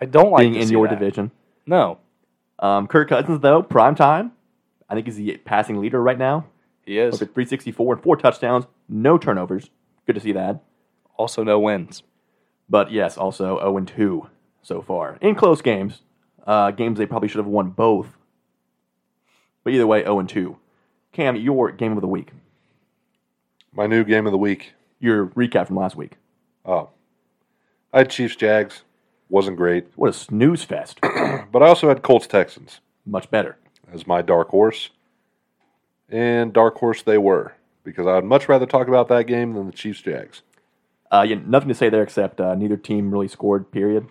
D: I don't like
C: being
D: to
C: in
D: see
C: your
D: that.
C: division.
D: No,
C: Um, Kirk Cousins, though, prime time. I think he's the passing leader right now.
D: he is.
C: Over 364 and four touchdowns, no turnovers. Good to see that.
D: Also, no wins.
C: But yes, also 0 and 2 so far in close games. Uh, games they probably should have won both. But either way, 0 and 2. Cam, your game of the week,
B: My new game of the week.
C: your recap from last week.
B: Oh, I had Chiefs Jags. Wasn't great,
C: What a snooze fest.
B: but I also had Colts Texans.
C: Much better.
B: as my dark horse. And dark horse they were, because I would much rather talk about that game than the Chiefs Jags.
C: Uh, yeah, nothing to say there except uh, neither team really scored, period.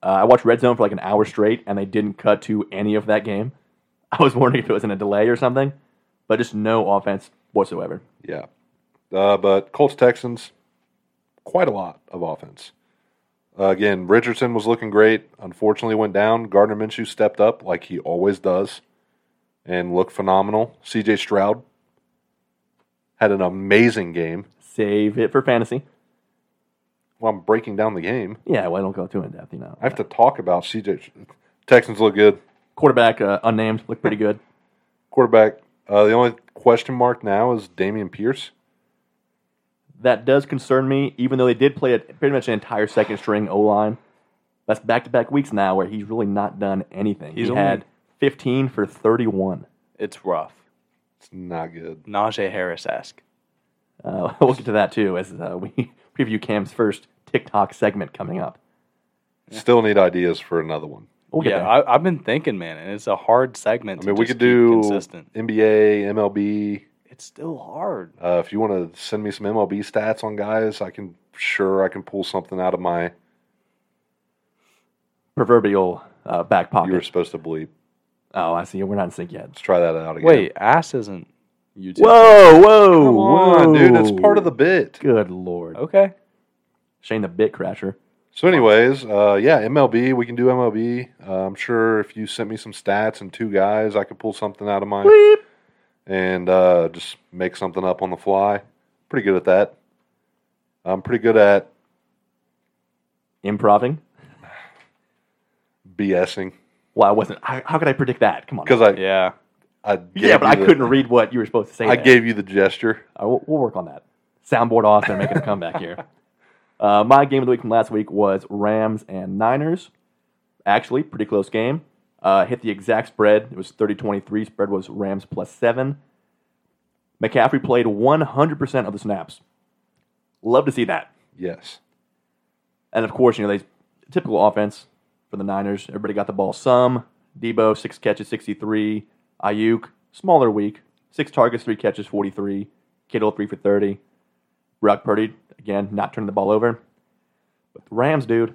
C: Uh, I watched Red Zone for like an hour straight, and they didn't cut to any of that game. I was wondering if it was in a delay or something, but just no offense whatsoever.
B: Yeah. Uh, but Colts Texans, quite a lot of offense. Uh, again, Richardson was looking great. Unfortunately, went down. Gardner Minshew stepped up like he always does and looked phenomenal. CJ Stroud had an amazing game.
C: Save it for fantasy.
B: Well, I'm breaking down the game.
C: Yeah, well, I don't go too in depth, you know.
B: I have to talk about CJ. Texans look good.
C: Quarterback uh, unnamed looked pretty good.
B: quarterback. Uh, the only question mark now is Damian Pierce.
C: That does concern me, even though they did play a, pretty much an entire second string O line. That's back to back weeks now where he's really not done anything.
D: He's
C: he
D: only-
C: had 15 for 31.
D: It's rough.
B: It's not good.
D: Najee Harris esque.
C: Uh, we'll get to that too as uh, we preview Cam's first TikTok segment coming up.
B: Still need ideas for another one.
C: We'll get
D: yeah,
C: there.
D: I, I've been thinking, man, and it's a hard
B: I
D: segment. To
B: mean, we
D: just
B: could do
D: keep consistent.
B: NBA, MLB.
D: It's still hard.
B: Uh, if you want to send me some MLB stats on guys, I can sure I can pull something out of my.
C: proverbial uh, back pocket.
B: You were supposed to bleep.
C: Oh, I see. We're not in sync yet.
B: Let's try that out again.
D: Wait, ass isn't YouTube.
C: Whoa, whoa,
B: come on, dude. It's part of the bit.
C: Good lord,
D: Okay.
C: Shane the Bit Crasher.
B: So, anyways, uh, yeah, MLB. We can do MLB. Uh, I'm sure if you sent me some stats and two guys, I could pull something out of my and uh, just make something up on the fly. Pretty good at that. I'm pretty good at
C: Improving.
B: BSing
C: Well, I wasn't. How, how could I predict that? Come on.
B: because I
D: Yeah.
B: I gave
C: yeah, but
B: you
C: I
B: the-
C: couldn't read what you were supposed to say.
B: I
C: there.
B: gave you the gesture.
C: Uh, we'll, we'll work on that. Soundboard off and making a comeback here. Uh, my game of the week from last week was Rams and Niners. Actually, pretty close game. Uh, hit the exact spread. It was 30 23. Spread was Rams plus seven. McCaffrey played 100% of the snaps. Love to see that.
B: Yes.
C: And of course, you know, they typical offense for the Niners. Everybody got the ball some. Debo, six catches, 63. Ayuk, smaller week, six targets, three catches, 43. Kittle, three for 30. Brock Purdy, again, not turning the ball over. But the Rams, dude,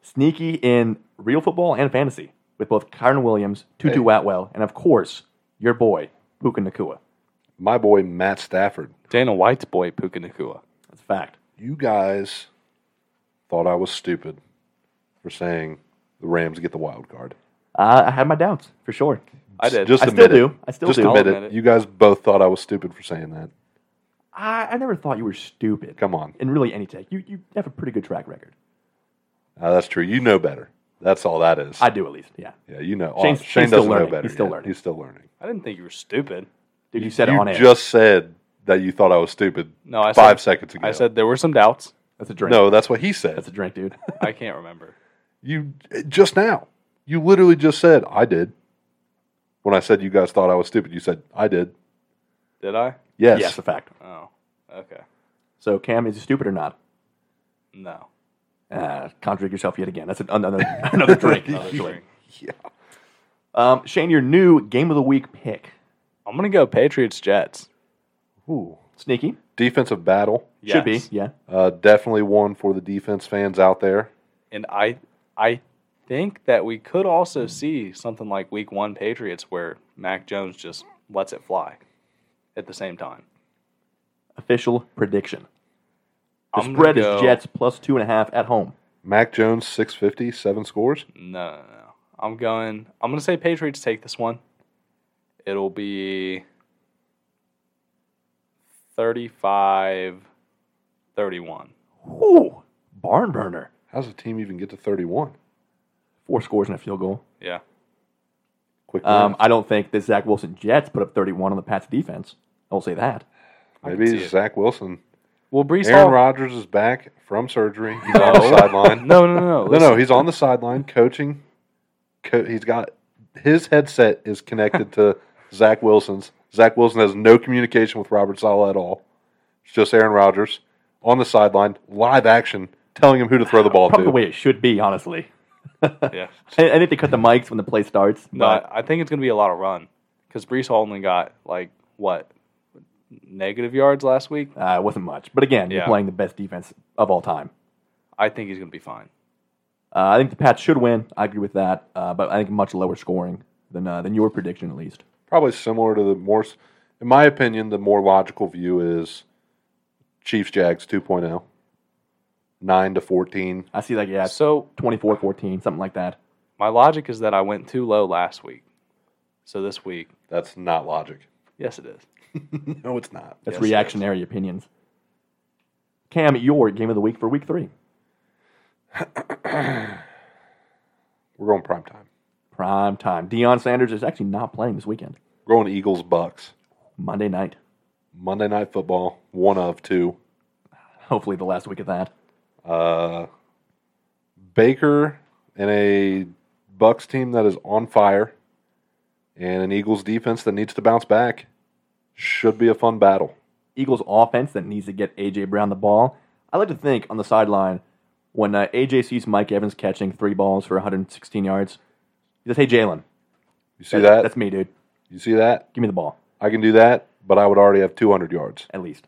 C: sneaky in real football and fantasy with both Kyron Williams, Tutu
B: Hey.
C: Atwell, and of course, your boy, Puka Nakua.
B: My boy Matt Stafford.
D: Dana White's boy, Puka Nakua.
C: That's a fact.
B: You guys thought I was stupid for saying the Rams get the wild card.
C: Uh, I had my doubts, for sure.
D: I did.
B: Just
C: I
B: admit
C: still
B: it.
C: do. I still
B: Just
C: do.
B: admit,
D: I'll
B: it.
D: admit it.
B: You guys both thought I was stupid for saying that.
C: I, I never thought you were stupid.
B: Come on.
C: in really any take. You you have a pretty good track record.
B: Uh, that's true. You know better. That's all that is.
C: I do at least. Yeah.
B: yeah, you know.
C: Shane's-
B: Oh, Shane
C: he's still
B: doesn't know
C: learning.
B: better.
C: He's still
B: yet.
C: learning.
B: He's still learning.
D: I didn't think you were stupid.
C: Dude, you said it
B: you
C: on air.
B: just said that you thought I was stupid
D: No, I
B: five
D: said,
B: seconds ago.
D: I said there were some doubts.
C: That's a drink.
B: no, that's what he
C: That's
B: said.
C: a drink, dude.
D: I can't remember.
B: You just now. You literally just said I did. When I said you guys thought I was stupid, you said I did.
D: Did I?
B: Yes.
C: Yes, a fact.
D: Oh, okay.
C: So Cam, is he stupid or not?
D: No.
C: Uh, contradict yourself yet again. That's an, another another drink.
D: Another
C: actually.
D: drink.
C: Um, Shane, your new game of the week pick.
D: I'm going to go Patriots Jets.
B: Ooh.
C: Sneaky.
B: Defensive battle.
C: Should be.
D: Yes.
C: Yeah.
B: Uh, definitely one for the defense fans out there.
D: And I, I think that we could also see something like Week One Patriots, where Mac Jones just lets it fly. At the same time,
C: Official prediction. The
D: I'm gonna
C: spread
D: go-
C: is Jets plus two and a half at home.
B: Mac Jones 650, seven scores.
D: No, no, no. I'm going. I'm going to say Patriots take this one. It'll be 35 31.
C: Ooh, barn burner.
B: How's the team even get to 31?
C: Four scores and a field goal.
D: Yeah.
B: Quick
C: Um,
B: math.
C: I don't think the Zach Wilson Jets put up 31 on the Pats defense. I won't say that.
D: see
B: Maybe
D: it.
B: Zach Wilson.
D: Well, Brees
B: Aaron
D: Hall.
B: Rodgers is back from surgery. He's on the sideline.
D: no, no, no.
B: No, no,
D: listen.
B: he's on the sideline coaching. Co- he's got his headset is connected to Zach Wilson's. Zach Wilson has no communication with Robert Sala at all. It's just Aaron Rodgers on the sideline, live action, telling him who to throw the ball
C: Probably the
B: to.
C: way it should be, honestly.
D: Yeah.
C: I, I think they cut the mics when the play starts.
D: No,
C: but
D: I I think it's going to be a lot of run because Brees Hall only got like what negative yards last week.
C: uh, it wasn't much. But again, you're
D: Yeah.
C: playing the best defense of all time.
D: I think he's going to be fine.
C: Uh, I think the Pats should win. I agree with that. Uh, but I think much lower scoring than uh, than your prediction, at least.
B: Probably similar to the more, s- in my opinion, the more logical view is Chiefs Jags 2.0, 9 to 14.
C: I see that, yeah,
D: So
C: 24 14, something like that.
D: my logic is that I went too low last week. So this week,
B: That's not logic.
D: yes, it is.
B: No, it's not.
C: That's
D: Yes,
C: reactionary opinions. Cam, your game of the week for week three.
B: We're going prime time.
C: Prime time. Deion Sanders is actually not playing this weekend,
B: We're going Eagles Bucks.
C: Monday night.
B: Monday Night Football, one of two.
C: Hopefully, the last week of that.
B: Uh, Baker and a Bucks team that is on fire, and an Eagles defense that needs to bounce back. Should be a fun battle.
C: Eagles offense that needs to get AJ Brown the ball. I like to think on the sideline when uh, AJ sees Mike Evans catching three balls for 116 yards, he says, "Hey Jalen,
B: You see that?
C: That's me, dude.
B: You see that?
C: Give me the ball
B: I can do that, but I would already have 200 yards.
C: at least."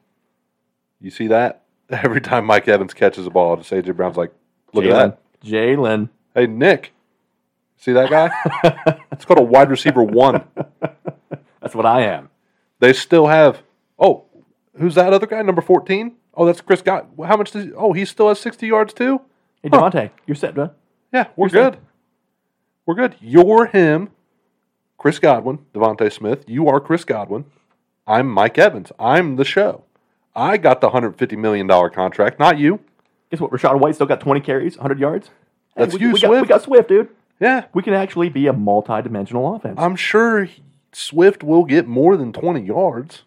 B: You see that? Every time Mike Evans catches a ball, just AJ Brown's like, look
C: Jalen,
B: at
C: Jalen,
B: that. Hey, Nick, see that guy? It's called a wide receiver one.
C: that's what I am.
B: They still have. Oh, who's that other guy? Number 14? Oh, that's Chris Scott. How much does? Oh, he still has 60 yards too.
C: Hey Devontae, you're set, bro.
B: Yeah, we're
C: You're safe.
B: good. We're good. You're him, Chris Godwin, Devontae Smith. You are Chris Godwin. I'm Mike Evans. I'm the show. I got the $150 million contract, not you.
C: Guess what? Rashad White still got 20 carries, 100 yards. Hey,
B: That's
C: we,
B: you,
C: we Got, we
B: Swift.
C: got Swift, dude.
B: Yeah,
C: We can actually be a multi-dimensional offense.
B: I'm sure he- Swift will get more than 20 yards,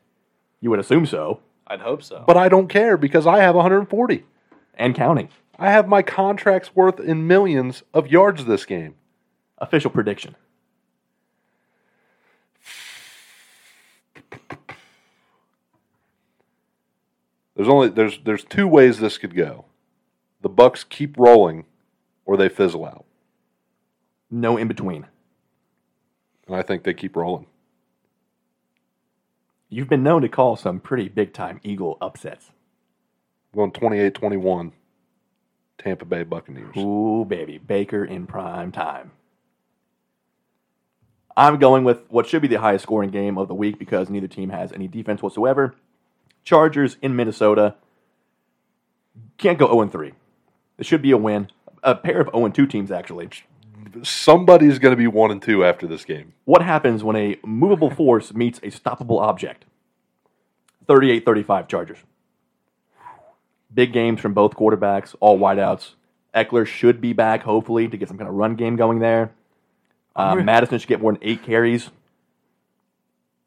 C: you would assume so,
D: I'd hope so.
B: but I don't care because I have 140.
C: and counting.
B: I have my contract's worth in millions of yards this game.
C: Official prediction.
B: There's only there's there's two ways this could go. The Bucks keep rolling or they fizzle out.
C: No in between.
B: And I think they keep rolling.
C: You've been known to call some pretty big-time Eagle upsets.
B: Going 28 21, Tampa Bay Buccaneers.
C: Ooh, baby, Baker in prime time. I'm going with what should be the highest scoring game of the week because neither team has any defense whatsoever. Chargers in Minnesota. Can't go 0 3. It should be a win. A pair of 0 2 teams, actually.
B: Somebody's going to be 1 and 2 after this game.
C: What happens when a movable force meets a stoppable object? 38 35 Chargers. Big games from both quarterbacks, all wideouts. Eckler should be back, hopefully, to get some kind of run game going there. Uh, Madison should get more than eight carries.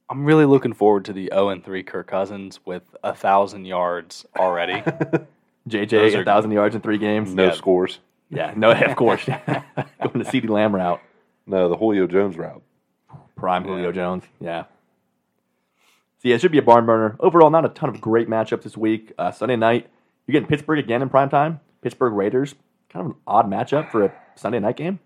D: I'm really looking forward to the 0 and 3 Kirk Cousins with a thousand yards already.
C: JJ,
D: Those are-
C: 1,000 yards in three games.
B: No
D: Yeah.
B: scores.
C: Yeah, no, of course. going to CeeDee Lamb route.
B: No, the Julio Jones route.
C: Prime Julio Jones. Yeah. So yeah, it should be a barn burner. Overall, not a ton of great matchups this week. Uh, Sunday night, you're getting Pittsburgh again in prime time. Pittsburgh Raiders, kind of an odd matchup for a Sunday night game.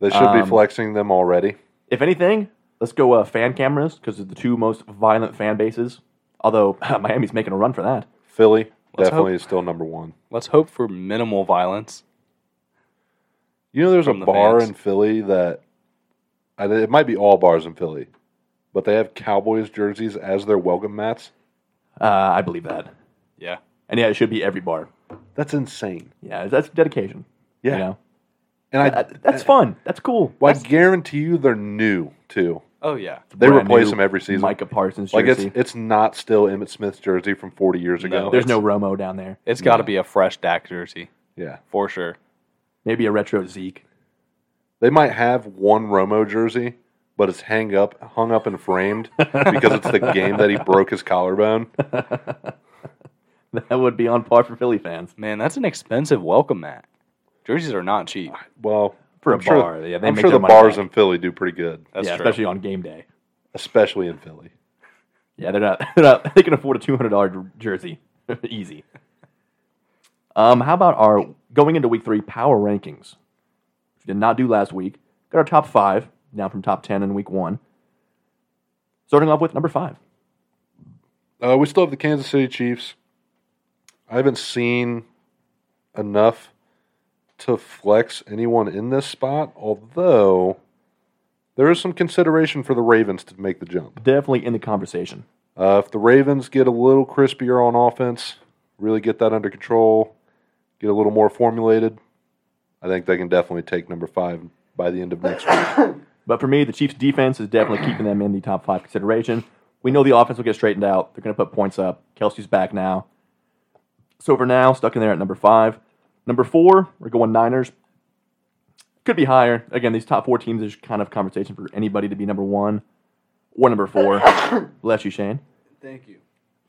B: They should
D: Um,
B: be flexing them already.
C: If anything, let's go uh, fan cameras because they're the two most violent fan bases. Although uh, Miami's making a run for that.
B: Philly
D: Let's
B: definitely
D: hope.
B: is still number one.
D: Let's hope for minimal violence.
B: You know, there's
D: From
B: a
D: the
B: bar
D: fans.
B: in Philly that I- it might be all bars in Philly, but they have Cowboys jerseys as their welcome mats.
C: Uh, I believe that.
D: Yeah.
C: And yeah, it should be every bar.
B: That's insane.
C: Yeah, that's dedication.
B: Yeah,
C: You know?
B: and I
C: That- that's fun. That's cool.
B: well, I guarantee you they're new too.
D: Oh yeah.
B: They
C: Brand
B: replace
C: new
B: them every season.
C: Micah Parsons
B: like
C: jersey.
B: it's it's not still Emmett Smith's jersey from 40 years ago.
D: No.
C: There's no Romo down there.
D: It's got to be a fresh Dak jersey
B: Yeah,
D: for sure.
C: Maybe a retro Zeke.
B: they might have one Romo jersey, but it's hang up hung up and framed because it's the game that he broke his collarbone.
C: That would be on par for Philly fans.
D: Man, that's an expensive welcome mat. Jerseys are not cheap.
B: Well,
C: For a
B: I'm sure-
C: bar, yeah, they
B: I'm
C: make
B: sure
C: their
B: the
C: money
B: bars
C: back.
B: in Philly do pretty good,
D: That's
C: yeah,
D: true.
C: especially on game day.
B: especially in Philly.
C: Yeah, they're not. They're not they can afford a two hundred dollar jersey, easy. Um, how about our going into week three power rankings? Which we did not do last week. Got our top five down from top ten in week one. Starting off with number five.
B: Uh, we still have the Kansas City Chiefs. I haven't seen enough to flex anyone in this spot, although there is some consideration for the Ravens to make the jump.
C: Definitely in the conversation.
B: Uh, if the Ravens get a little crispier on offense, really get that under control, get a little more formulated, I think they can definitely take number five by the end of next week.
C: But for me, the Chiefs' defense is definitely keeping them in the top five consideration. We know the offense will get straightened out. They're going to put points up. Kelsey's back now. So for now, stuck in there at number five. Number four, we're going Niners. Could be higher. Again, these top four teams, there's kind of conversation for anybody to be number one or number four. Bless you, Shane.
D: Thank you.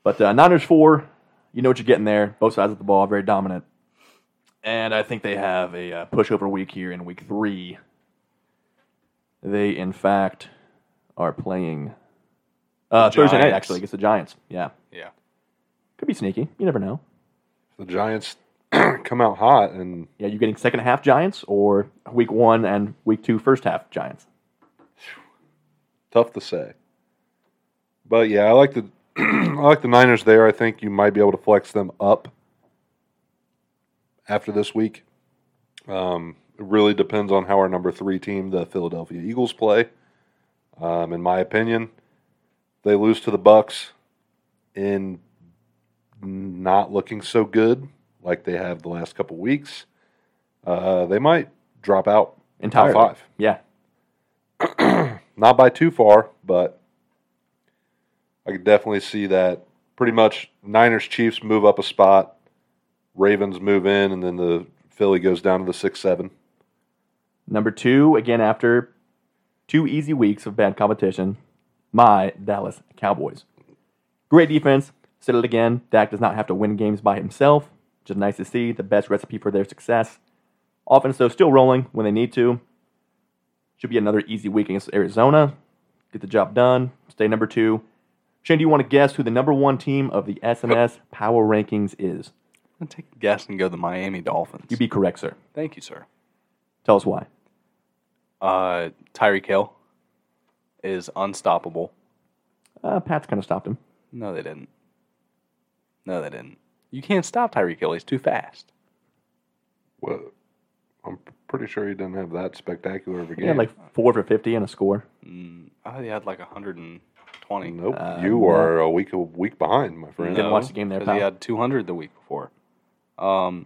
C: But uh, Niners four, you know what you're getting there. Both sides of the ball, very dominant. And I think they have a uh, pushover week here in week three. They, in fact, are playing uh, Thursday night,
D: Giants.
C: actually, against the Giants. Yeah.
D: Yeah.
C: Could be sneaky. You never know.
B: the Giants come out hot and
C: Yeah, you getting second half Giants or week one and week two first half Giants?
B: tough to say. But yeah, I like the I like the Niners there. I think you might be able to flex them up after this week. Um, it really depends on how our number three team, the Philadelphia Eagles, play. Um, in my opinion, they lose to the Bucks in not looking so good like they have the last couple weeks. Uh, they might drop out
C: Entirely.
B: top five
C: Yeah.
B: not by too far, but I could definitely see that pretty much Niners Chiefs move up a spot, Ravens move in, and then the Philly goes down to the six seven.
C: Number two, again, after two easy weeks of bad competition, my Dallas Cowboys. Great defense. Said it again. Dak does not have to win games by himself, which is nice to see. The best recipe for their success. Offense, though, still rolling when they need to. Should be another easy week against Arizona. Get the job done. Stay number two. Shane, do you want to guess who the number one team of the SNS Power Rankings is?
D: I'm gonna take a guess and go the Miami Dolphins.
C: You'd be correct, sir.
D: Thank you, sir.
C: Tell us why.
D: Uh, Tyreek Hill is unstoppable.
C: Uh, Pat's kind of stopped him.
D: No, they didn't. No, they didn't. You can't stop Tyreek Hill. He's too fast.
B: Well, I'm p- pretty sure he didn't have that spectacular of a
C: He
B: game.
C: had like four for 50 and a score.
D: I thought he had like 120.
B: nope, you are a week a week behind, my friend.
C: uh, Didn't watch the game there,
D: 'cause He
C: pal.
D: had 200 the week before. Um,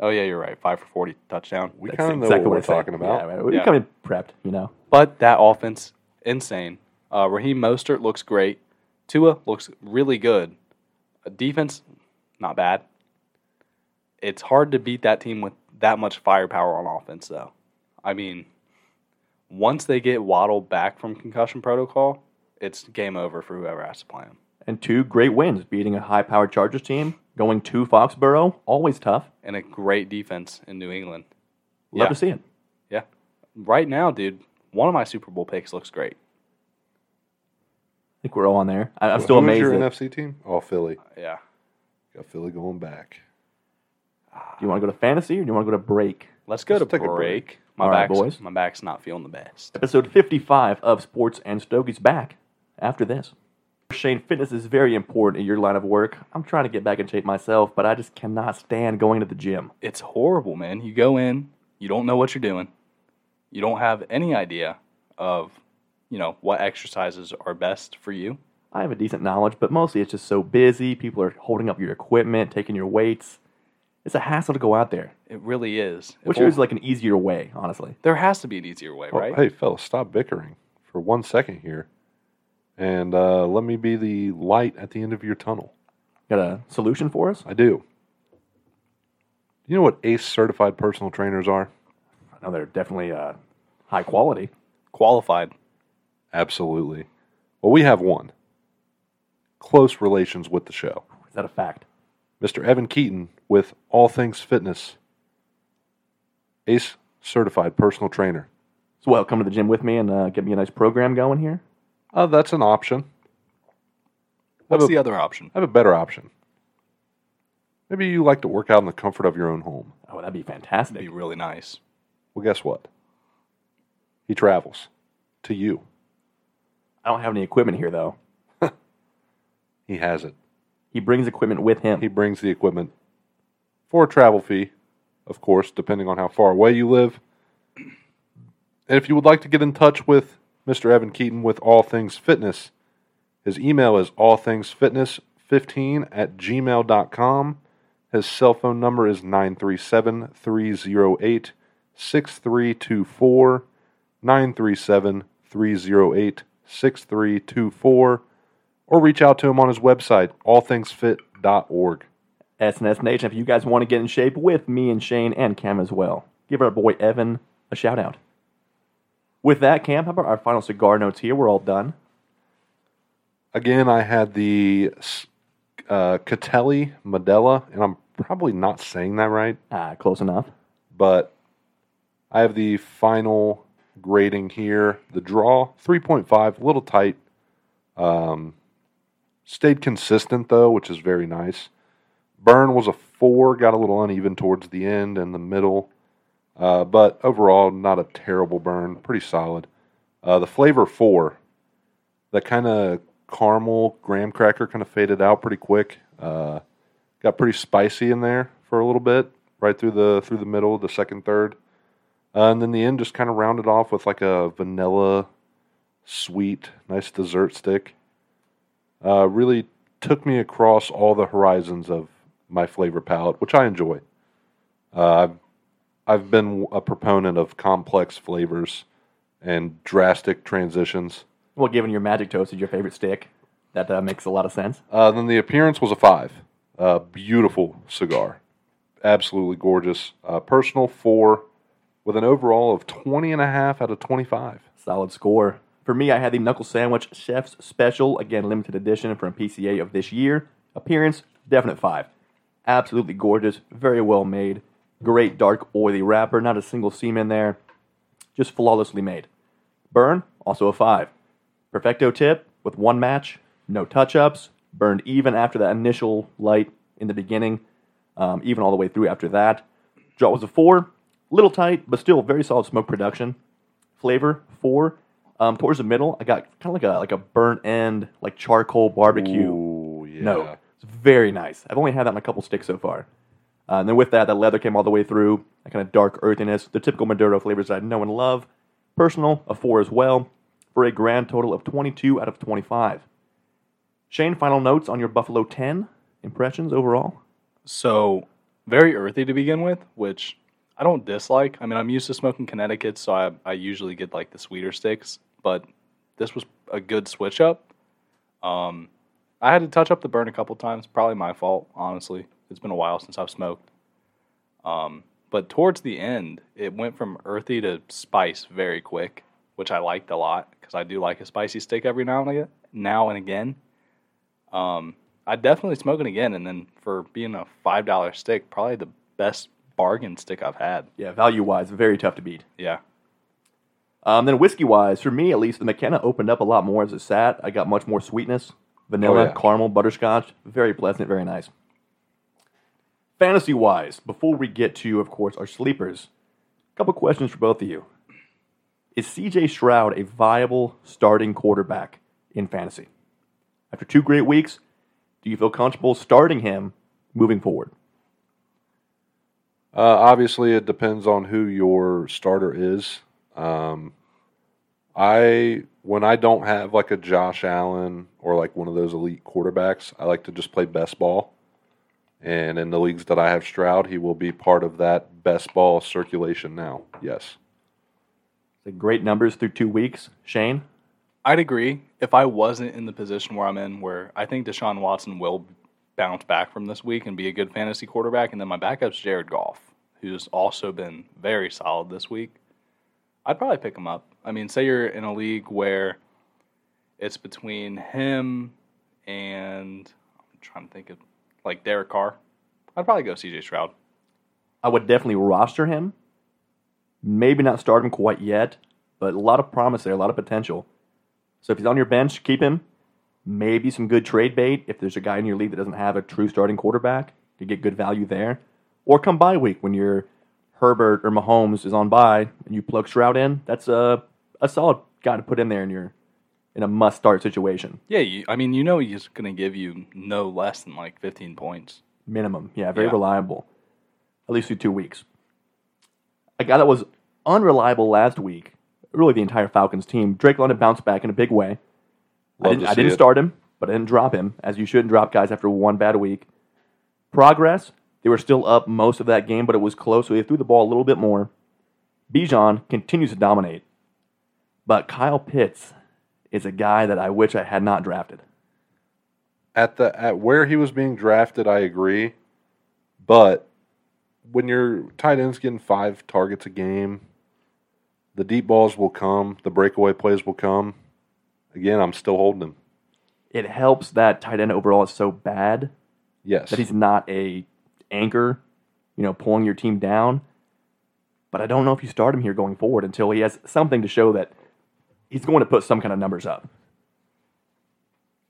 D: oh yeah, you're right. Five for 40 touchdown.
B: We
C: That's
B: kind of know
C: exactly
B: what we're
C: I said.
B: talking about.
C: Yeah, right. we
D: Yeah.
C: come in prepped, you know.
D: But that offense, insane. Uh, Raheem Mostert looks great. Tua looks really good. Uh, Defense, not bad. It's hard to beat that team with that much firepower on offense, though. I mean, once they get Waddle back from concussion protocol, it's game over for whoever has to play him.
C: And two great wins, beating a high-powered Chargers team, going to Foxborough, always tough.
D: And a great defense in New England.
C: Love
D: Yeah.
C: to see it.
D: Yeah. Right now, dude, one of my Super Bowl picks looks great.
C: I think we're all on there. I, I'm
B: Who
C: still
B: was
C: amazed.
B: your
C: that-
B: NFC team? Oh, Philly.
D: Yeah.
B: Got Philly going back.
C: do you want to go to fantasy or do you want to go to break?
D: Let's go
B: Let's
D: to
B: take a
D: break.
B: break.
D: My
C: All right,
D: back's,
C: boys.
D: My back's not feeling the best.
C: Episode 55 of Sports and Stogies back after this. Shane, fitness is very important in your line of work. I'm trying to get back in shape myself, but I just cannot stand going to the gym.
D: it's horrible, man. You go in, you don't know what you're doing. You don't have any idea of, you know, what exercises are best for you.
C: I have a decent knowledge, but mostly it's just so busy. People are holding up your equipment, taking your weights. It's a hassle to go out there.
D: It really is. If
C: Which
D: all-
C: is like an easier way, honestly.
D: there has to be an easier way,
B: Oh,
D: right?
B: hey, fellas, stop bickering for one second here, and uh, let me be the light at the end of your tunnel.
C: Got a solution for us?
B: I do. You know what ACE certified personal trainers are?
C: I know they're definitely uh, high quality.
D: Qualified.
B: Absolutely. Well, we have one. Close relations with the show.
C: Is that a fact?
B: Mr. Evan Keaton with All Things Fitness, ACE certified personal trainer.
C: So, well, come to the gym with me and uh, get me a nice program going here.
B: Uh, that's an option.
D: What's
B: a-
D: the other option?
B: I have a better option. Maybe you like to work out in the comfort of your own home.
C: Oh, that'd be
D: It'd be
C: fantastic.
D: really nice.
B: Well, guess what? He travels to you.
C: I don't have any equipment here, though.
B: He has it.
C: He brings equipment with him.
B: He brings the equipment for a travel fee, of course, depending on how far away you live. And if you would like to get in touch with Mr. Evan Keaton with All Things Fitness, his email is allthingsfitness15 at gmail.com. His cell phone number is 937 308 6324. 937 308 6324 or reach out to him on his website, allthingsfit.org.
C: SNS Nation, if you guys want to get in shape with me and Shane and Cam as well, give our boy Evan a shout out. With that, Cam, how about our final cigar notes here? We're all done.
B: Again, I had the uh, Catelli Medella, and I'm probably not saying that right,
C: Ah, close enough.
B: but I have the final grading here. The draw, 3.5, a little tight. Um, stayed consistent, though, which is very nice. Burn was a four, got a little uneven towards the end and the middle, uh, but overall, not a terrible burn, pretty solid. Uh, the flavor four, that kind of caramel graham cracker kind of faded out pretty quick. Uh, got pretty spicy in there for a little bit, right through the through the middle, the second third, uh, and then the end just kind of rounded off with like a vanilla sweet, nice dessert stick. Uh, really took me across all the horizons of my flavor palette, which I enjoy. Uh, I've- I've been a proponent of complex flavors and drastic transitions.
C: Well, given your magic toast is your favorite stick, that uh, makes a lot of sense.
B: Uh, then the appearance was a five. Uh, beautiful cigar. Absolutely gorgeous. Uh, personal four with an overall of 20 and a half out of 25.
C: Solid score. For me, I had the Knuckle Sandwich Chef's Special, again, limited edition from PCA of this year. Appearance, definite five. Absolutely gorgeous, very well made. Great dark, oily wrapper, not a single seam in there. Just flawlessly made. Burn, also a five. Perfecto tip with one match, no touch ups, burned even after that initial light in the beginning, um, even all the way through after that. Draw was a four, little tight, but still very solid smoke production flavor four. Um, towards the middle, I got kind of like a like a burnt end, like charcoal barbecue.
B: Ooh, yeah.
C: No, it's very nice. I've only had that on a couple sticks so far. Uh, and then with that, that leather came all the way through. That kind of dark earthiness, the typical Maduro flavors that I know and love. Personal, a four as well, for a grand total of 22 out of 25. Shane, final notes on your Buffalo 10 impressions overall?
D: So very earthy to begin with, which I don't dislike. I mean, I'm used to smoking Connecticut, so I, I usually get like the sweeter sticks, but this was a good switch up. Um, I had to touch up the burn a couple times. Probably my fault, honestly. It's been a while since I've smoked. Um, but towards the end, it went from earthy to spice very quick, which I liked a lot because I do like a spicy stick every now and again. Now and again. Um, I definitely smoke it again, and then for being a five dollar stick, probably the best bargain stick I've had.
C: Yeah, value wise, very tough to beat.
D: Yeah,
C: Um, then whiskey wise, for me at least, the McKenna opened up a lot more as it sat. I got much more sweetness, vanilla,
B: Oh, yeah.
C: caramel, butterscotch. Very pleasant, very nice. Fantasy wise, before we get to, of course, our sleepers, a couple questions for both of you. Is CJ Shroud a viable starting quarterback in fantasy? After two great weeks, do you feel comfortable starting him moving forward?
B: Uh, obviously, it depends on who your starter is. Um, I when I don't have like a Josh Allen or like one of those elite quarterbacks, I like to just play best ball. And in the leagues that I have Stroud, he will be part of that best ball circulation now. Yes.
C: The great numbers through two weeks. Shane?
D: I'd agree. If I wasn't in the position where I'm in, where I think Deshaun Watson will bounce back from this week and be a good fantasy quarterback, and then my backup's Jared Goff, who's also been very solid this week. I'd probably pick him up. I mean, say you're in a league where it's between him and I'm trying to think of like Derek Carr. I'd probably go CJ Stroud.
C: I would definitely roster him. Maybe not start him quite yet, but a lot of promise there, a lot of potential. So if he's on your bench, keep him. Maybe some good trade bait if there's a guy in your league that doesn't have a true starting quarterback to get good value there. Or come bye week when your Herbert or Mahomes is on bye and you plug Shroud in. That's a, a solid guy to put in there in your in a must start situation.
D: Yeah, you, I mean, you know he's going to give you no less than like 15 points.
C: minimum. Yeah, very
D: Yeah.
C: reliable. At least through two weeks. A guy that was unreliable last week, really the entire Falcons team, Drake London bounced back in a big way. I
B: Love
C: didn't,
B: to
C: I
B: see
C: didn't
B: it.
C: start him, but I didn't drop him, as you shouldn't drop guys after one bad week. Progress, they were still up most of that game, but it was close, so they threw the ball a little bit more. Bijan continues to dominate. But Kyle Pitts is a guy that I wish I had not drafted.
B: at the at where he was being drafted, I agree. But when your tight end's getting five targets a game, the deep balls will come, the breakaway plays will come. Again, I'm still holding him.
C: It helps that tight end overall is so bad
B: Yes.
C: that he's not a anchor, you know, pulling your team down. But I don't know if you start him here going forward until he has something to show that he's going to put some kind of numbers up.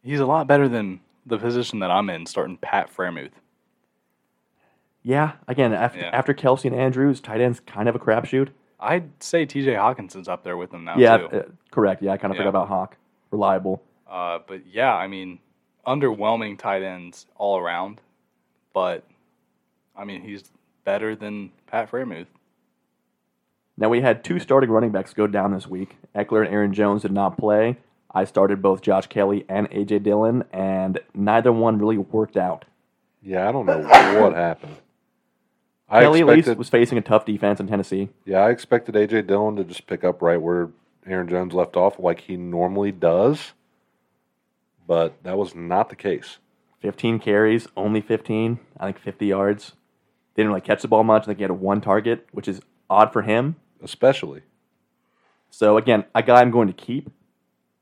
D: He's a lot better than the position that I'm in, starting Pat Framuth.
C: Yeah, again, after,
D: Yeah.
C: after Kelsey and Andrews, tight end's kind of a crapshoot.
D: I'd say T.J. Hawkinson's up there with them now
C: Yeah,
D: too.
C: uh, correct. Yeah, I kind of
D: Yeah.
C: forgot about Hawk. Reliable.
D: Uh, but yeah, I mean, underwhelming tight ends all around. But I mean, he's better than Pat Freiermuth.
C: Now we had two starting running backs go down this week. Eckler and Aaron Jones did not play. I started both Josh Kelly and AJ Dillon, and neither one really worked out.
B: Yeah, I don't know what happened. I
C: Kelly at least
B: expected,
C: was facing a tough defense in Tennessee.
B: yeah, I expected AJ Dillon to just pick up right where Aaron Jones left off, like he normally does. But that was not the case.
C: 15 carries, only 15, I think 50 yards. Didn't really catch the ball much. I think he had one target, which is odd for him.
B: Especially,
C: So again, a guy I'm going to keep,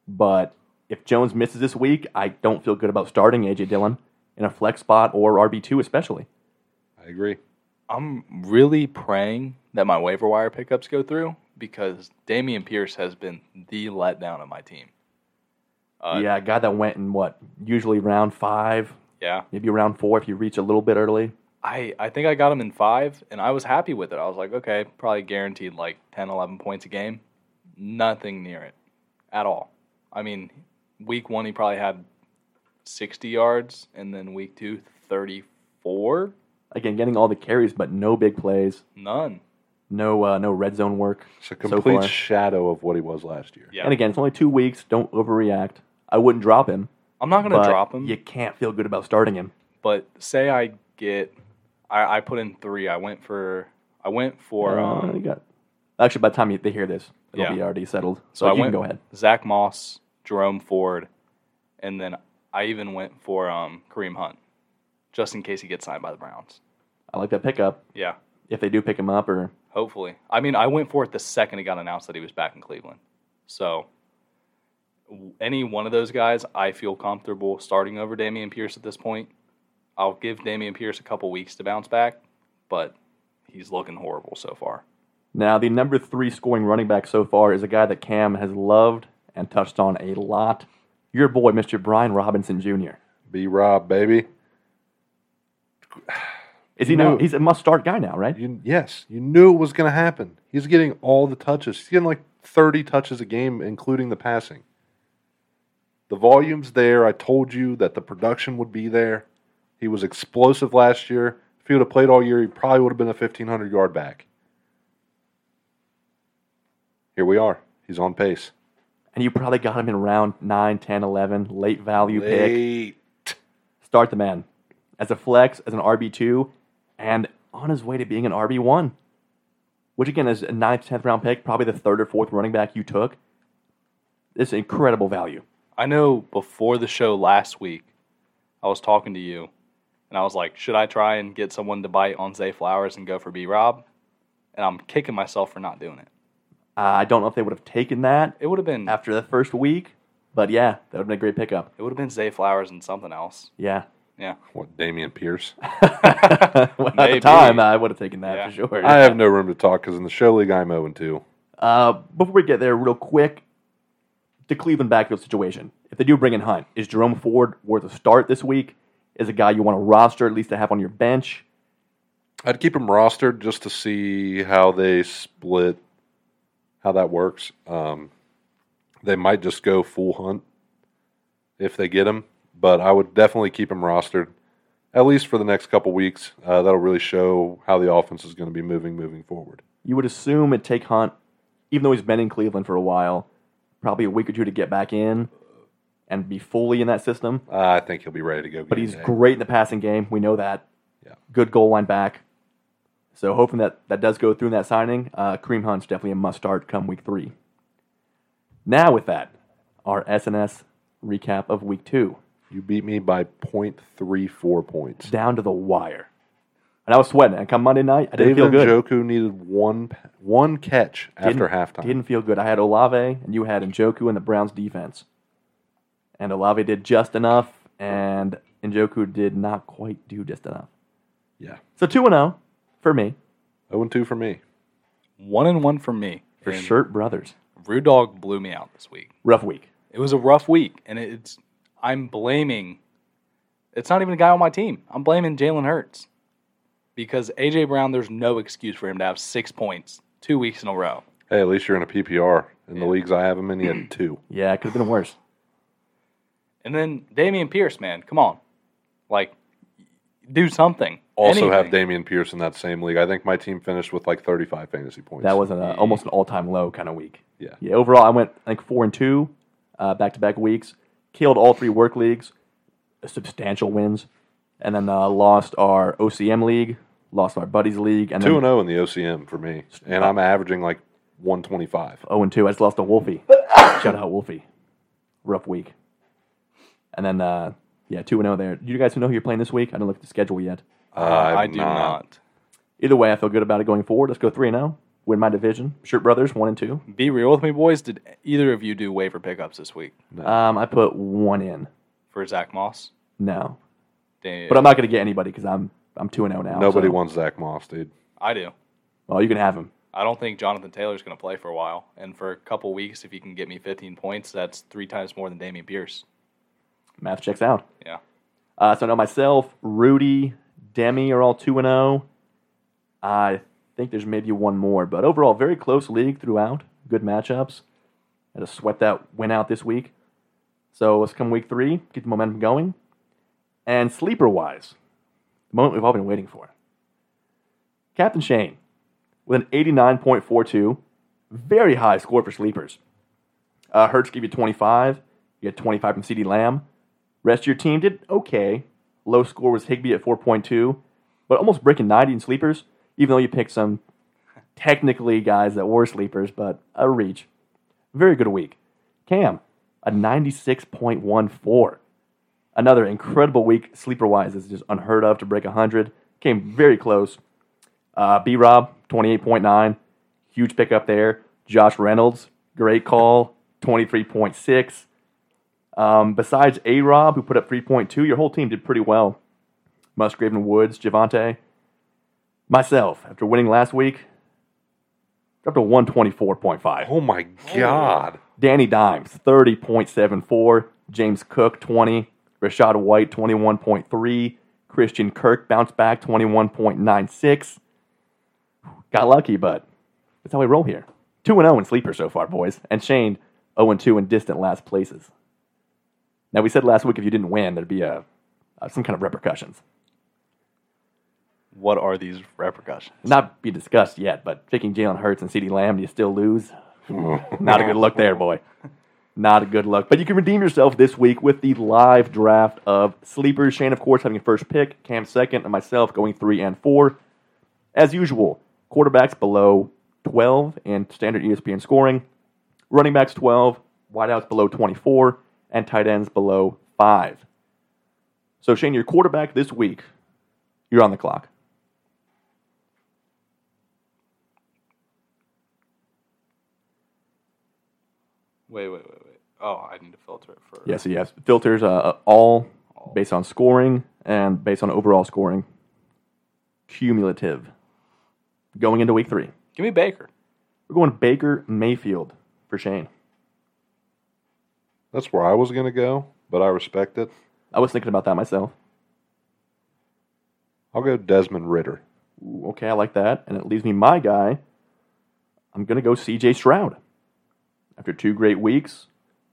C: but if Jones misses this week, I don't feel good about starting AJ Dillon in a flex spot or RB two especially.
B: I agree.
D: I'm really praying that my waiver wire pickups go through because Damian Pierce has been the letdown of my team. Uh,
C: yeah, a guy that went in what usually round five,
D: Yeah.
C: maybe round four if you reach a little bit early.
D: I, I think I got him in five, and I was happy with it. I was like, okay, probably guaranteed like 10, 11 points a game. Nothing near it at all. I mean, week one, he probably had 60 yards, and then week two, 34?
C: Again, getting all the carries, but no big plays,
D: None.
C: no uh, no red zone work.
B: It's a complete
C: far.
B: shadow of what he was last year.
D: Yeah.
C: And again, it's only two weeks. Don't overreact. I wouldn't drop him.
D: I'm not going
C: but
D: to drop him,
C: You can't feel good about starting him.
D: but say I get, I, I put in three. I went for, I went for,
C: Uh,
D: um,
C: you got- actually, by the time you, they hear this, it'll
D: Yeah.
C: be already settled.
D: So
C: But
D: I
C: you
D: went
C: can go ahead.
D: Zach Moss, Jerome Ford, and then I even went for um, Kareem Hunt, just in case he gets signed by the Browns.
C: I like that pickup.
D: Yeah,
C: If they do pick him up, or
D: hopefully. I mean, I went for it the second it got announced that he was back in Cleveland. So w- any one of those guys, I feel comfortable starting over Damian Pierce at this point. I'll give Damian Pierce a couple weeks to bounce back, but he's looking horrible so far.
C: Now, the number three scoring running back so far is a guy that Cam has loved and touched on a lot. Your boy, Mr. Brian Robinson Jr.
B: B Rob, baby.
C: Is he now? He's a must-start guy now, right?
B: You, yes, you knew it was going to happen. He's getting all the touches. He's getting like 30 touches a game, including the passing. The volume's there. I told you that the production would be there. He was explosive last year. If he would have played all year, he probably would have been a 1,500 yard back. Here we are. He's on pace.
C: And you probably got him in round 9, 10, 11, late value pick.
B: Late.
C: Start the man as a flex, as an RB2, and on his way to being an RB1, which again is a 9th, 10th round pick, probably the third or fourth running back you took. It's incredible value.
D: I know before the show last week, I was talking to you, and I was like, should I try and get someone to bite on Zay Flowers and go for B Rob? And I'm kicking myself for not doing it.
C: Uh, I don't know if they would have taken that
D: It would have been
C: after the first week, but yeah, that would have been a great pickup.
D: it would have been Zay Flowers and something else.
C: Yeah.
D: Yeah.
B: What, Damian Pierce?
C: well, at the
D: Maybe.
C: time, I would have taken that
D: Yeah.
C: for sure.
B: I have no room to talk because in the show league, I'm 0 2.
C: uh, before we get there, real quick, the Cleveland backfield situation. If they do bring in Hunt, is Jerome Ford worth a start this week? Is a guy you want to roster, at least to have on your bench?
B: I'd keep him rostered just to see how they split, how that works. Um, they might just go full hunt if they get him, but I would definitely keep him rostered at least for the next couple weeks. Uh, that'll really show how the offense is going to be moving moving forward.
C: You would assume it'd take Hunt, even though he's been in Cleveland for a while, probably a week or two to get back in and be fully in that system.
B: Uh, I think he'll be ready to go.
C: But
B: game
C: he's
B: day.
C: great in the passing game. We know that.
B: Yeah.
C: Good goal line back. So hoping that that does go through in that signing. Uh, Kareem Hunt's definitely a must start come week three. Now with that, our SNS recap of week two
B: You beat me by 0.34 points.
C: down to the wire, and I was sweating. And come Monday night, I didn't
B: David
C: feel good.
B: Njoku needed one pa- one catch after
C: Didn't-
B: halftime.
C: Didn't feel good. I had Olave, and you had Njoku in the Browns defense. And Olave did just enough, and Njoku did not quite do just enough.
B: Yeah,
C: So two and zero for me
B: zero two for me.
D: One and one for me.
C: for
D: And
C: Shirt Brothers.
D: Rudog blew me out this week.
C: rough week.
D: It was a rough week, and it's I'm blaming. It's not even a guy on my team. I'm blaming Jalen Hurts. because AJ Brown, there's no excuse for him to have six points two weeks in a row.
B: Hey, at least you're in a PPR. In the leagues I have him in, he had two.
C: Yeah, it could have been worse.
D: And then Damian Pierce, man, come on, like do something.
B: Also have
D: Anything.
B: Damian Pierce in that same league. I think my team finished with like 35 fantasy points.
C: That was an, uh, almost an all-time low kind of week.
B: Yeah.
C: Yeah. Overall, I went like four and two, uh, back-to-back weeks. Killed all three work leagues, substantial wins, and then uh, lost our OCM league, lost our buddies league, and
B: two
C: then
B: and zero in the OCM for me, and I'm averaging like 125.
C: oh and two. I just lost to Wolfie. Shout out Wolfie. Rough week. And then uh, yeah, two and zero there. Do you guys know who you're playing this week? I didn't look at the schedule yet.
B: I'm
D: I do not.
C: Either way, I feel good about it going forward. Let's go three and zero. Win my division. Shirt Brothers one and two.
D: Be real with me, boys. Did either of you do waiver pickups this week
C: Um, I put one in.
D: for Zach Moss?
C: No,
D: Damn.
C: But I'm not going to get anybody because I'm I'm two and zero now.
B: Nobody
C: so.
B: wants Zach Moss, dude.
D: I do.
C: Well, you can have him.
D: I don't think Jonathan Taylor's going to play for a while. And for a couple weeks, if you can get me 15 points, that's three times more than Damian Pierce.
C: Math checks out.
D: Yeah.
C: Uh, so now myself, Rudy, Demi are all two and zero. I think there's maybe one more, but overall, very close league throughout. Good matchups. I had to sweat that win out this week. So let's come week three, get the momentum going. And sleeper wise, the moment we've all been waiting for. Captain Shane with an 89.42, very high score for sleepers. Uh, Hertz gave you 25. You get 25 from CD Lamb. Rest of your team did okay. Low score was Higby at 4.2, but almost breaking 90 in sleepers, even though you picked some technically guys that were sleepers, but a reach. Very good week. Cam, a 96.14. Another incredible week, sleeper wise, is just unheard of to break 100. Came very close. Uh, B Rob, 28.9. Huge pickup there. Josh Reynolds, great call, 23.6. Um, besides A Rob, who put up 3.2, your whole team did pretty well. Musgrave and Woods, Javante. Myself, after winning last week, dropped to 124.5.
B: Oh my god.
C: Danny Dimes, 30.74. James Cook, 20. Rashad White, 21.3. Christian Kirk bounced back, 21.96. Got lucky, but that's how we roll here. 2 0 in sleeper so far, boys. And Shane, 0 2 in distant last places. Now, we said last week if you didn't win, there'd be a, uh, some kind of repercussions.
D: What are these repercussions?
C: Not be discussed yet, but picking Jalen Hurts and CeeDee Lamb, you still lose. Not a good look there, boy. Not a good look. But you can redeem yourself this week with the live draft of sleepers. Shane, of course, having a first pick, Cam second, and myself going three and four. As usual, quarterbacks below 12 in standard E ESPN scoring, running backs 12, wideouts below 24, and tight ends below 5. So, Shane, your quarterback this week, you're on the clock.
D: Wait, wait, wait, wait. Oh, I need to filter it for.
C: Yes, yes. Filters uh, all based on scoring and based on overall scoring. Cumulative. Going into week three,
D: Give me Baker.
C: we're going Baker Mayfield for Shane.
B: That's where I was gonna go, but I respect it.
C: I was thinking about that myself.
B: I'll go Desmond Ritter.
C: Ooh, okay, I like that. And it leaves me my guy. I'm going to go CJ Stroud. After two great weeks,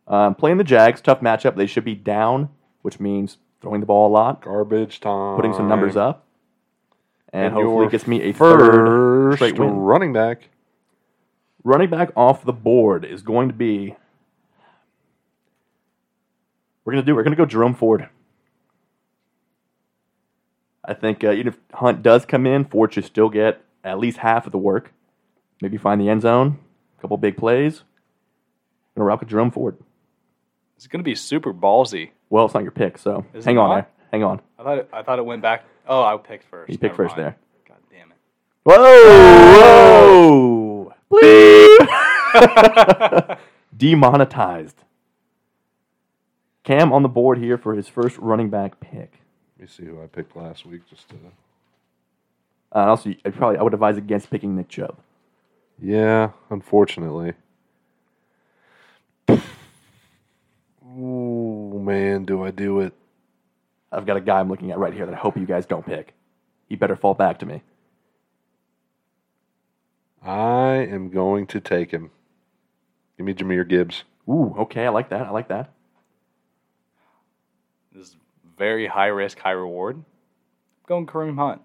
C: um, playing the Jags, tough matchup. They should be down, which means throwing the ball a lot,
B: Garbage time.
C: putting some numbers up, and,
B: And
C: hopefully
B: your
C: gets me a third
B: First
C: straight win.
B: running back.
C: running back off the board is going to be. We're gonna do. We're gonna go Jerome Ford. I think uh, even if Hunt does come in, Ford should still get at least half of the work. Maybe find the end zone, a couple big plays. Gonna rock with Jerome Ford.
D: It's going to be super ballsy.
C: Well, it's not your pick, so
D: Is
C: hang
D: it
C: on
D: not?
C: there. Hang on.
D: I thought it, I thought it went back. Oh, I picked first.
C: You picked
D: Never
C: first
D: mind.
C: there.
D: God damn it.
C: Whoa! Bleep! Demonetized. Cam on the board here for his first running back pick.
B: Let me see who I picked last week. Just to,
C: Uh, and also, I probably I would advise against picking Nick Chubb.
B: yeah, unfortunately. Oh man, do I do it?
C: I've got a guy I'm looking at right here that I hope you guys don't pick. he better fall back to me.
B: I am going to take him. Give me Jameer Gibbs.
C: Ooh, okay, I like that. I like that.
D: This is very high risk, high reward. I'm going Kareem Hunt.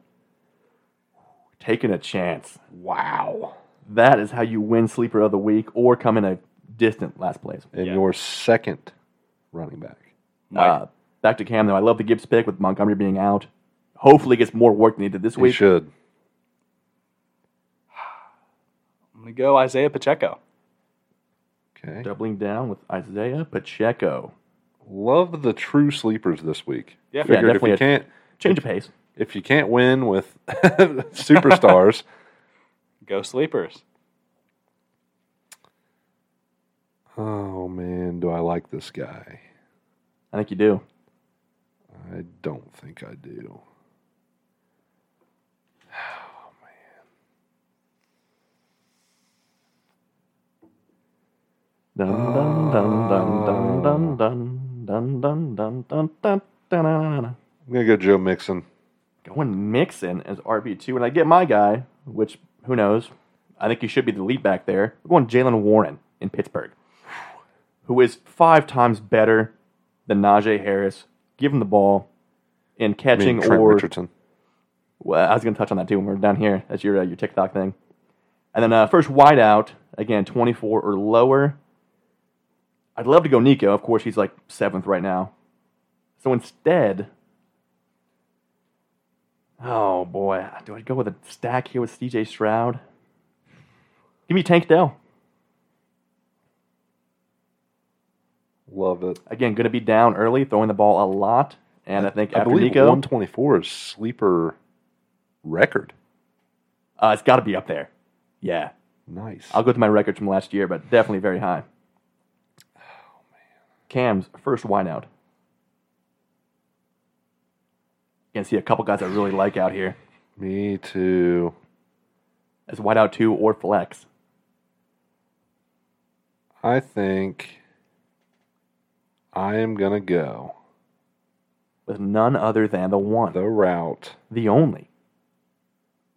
C: Taking a chance.
D: Wow.
C: That is how you win sleeper of the week or come in a distant last place.
B: And
D: Yeah.
B: your second running back.
D: Mike,
C: Uh, back to Cam though. I love the Gibbs pick with Montgomery being out. Hopefully, gets more work than he did this
B: We
C: week.
B: should.
D: I'm going to go Isaiah Pacheco.
B: Okay.
C: Doubling down with Isaiah Pacheco.
B: Love the true sleepers this week.
D: Yeah. Yeah,
B: Figured if
C: definitely
B: you
C: a-
B: can't
C: Change of pace.
B: if you can't win with superstars,
D: Go Sleepers.
B: oh man, do I like this guy?
C: I think you do.
B: I don't think I do.
C: Dun, dun, dun, dun, dun, dun, dun, dun, dun, dun, dun, dun, dun, dun.
B: I'm gonna go Joe Mixon.
C: Going Mixon as RB2, and I get my guy, which who knows? I think he should be the lead back there. We're going Jalen Warren in Pittsburgh, who is five times better than Najee Harris. Give him the ball in
B: I mean,
C: catching
B: Trent
C: or
B: Richardson.
C: Well, I was going to touch on that too when we are down here. That's your uh, your TikTok thing. And then uh, first wideout again, twenty four or lower. I'd love to go Nico. Of course, he's like seventh right now. So instead, oh boy, do I go with a stack here with C.J. Stroud? Give me Tank Dell
B: Love it.
C: again. Going to be down early, throwing the ball a lot, and I think
B: I
C: after
B: believe
C: Nico,
B: 124 is sleeper record.
C: uh, it's got to be up there. Yeah,
B: Nice.
C: I'll go through my records from last year, but definitely very high. Cam's first wideout. You can see a couple guys I really like out here
B: Me too.
C: as wideout two or flex.
B: I think I am gonna go
C: with none other than the one,
B: the route.
C: the only,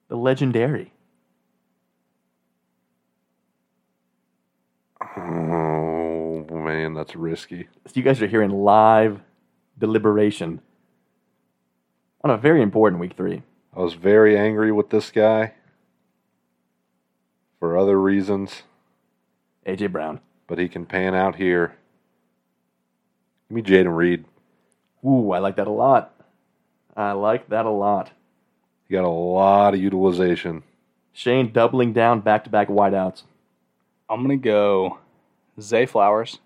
C: the legendary.
B: Oh man, that's risky.
C: So you guys are hearing live deliberation on a very important week three.
B: I was very angry with this guy for other reasons,
C: AJ Brown.
B: but he can pan out here. Give me Jaden Reed.
C: Ooh, I like that a lot. I like that a lot.
B: He got a lot of utilization.
C: Shane doubling down back to back wideouts.
D: I'm going to go Zay Flowers.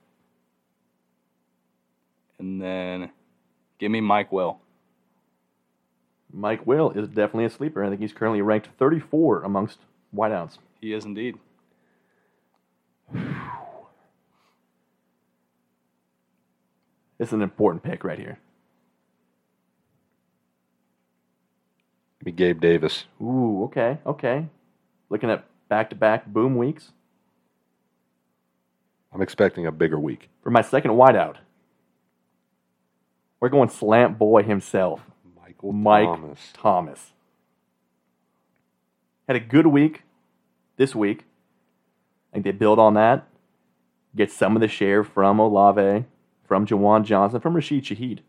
D: And then give me Mike Will.
C: Mike Will is definitely a sleeper. I think he's currently ranked 34 amongst wideouts.
D: He is indeed.
C: It's an important pick right here.
B: Give me Gabe Davis.
C: Ooh, okay, okay. Looking at back-to-back boom weeks
B: I'm expecting a bigger week.
C: for my second wideout. We're going slant boy himself,
B: Michael
C: Mike
B: Thomas.
C: Thomas. Had a good week this week. I think they build on that. Get some of the share from Olave, from Jawan Johnson, from Rashid Shaheed.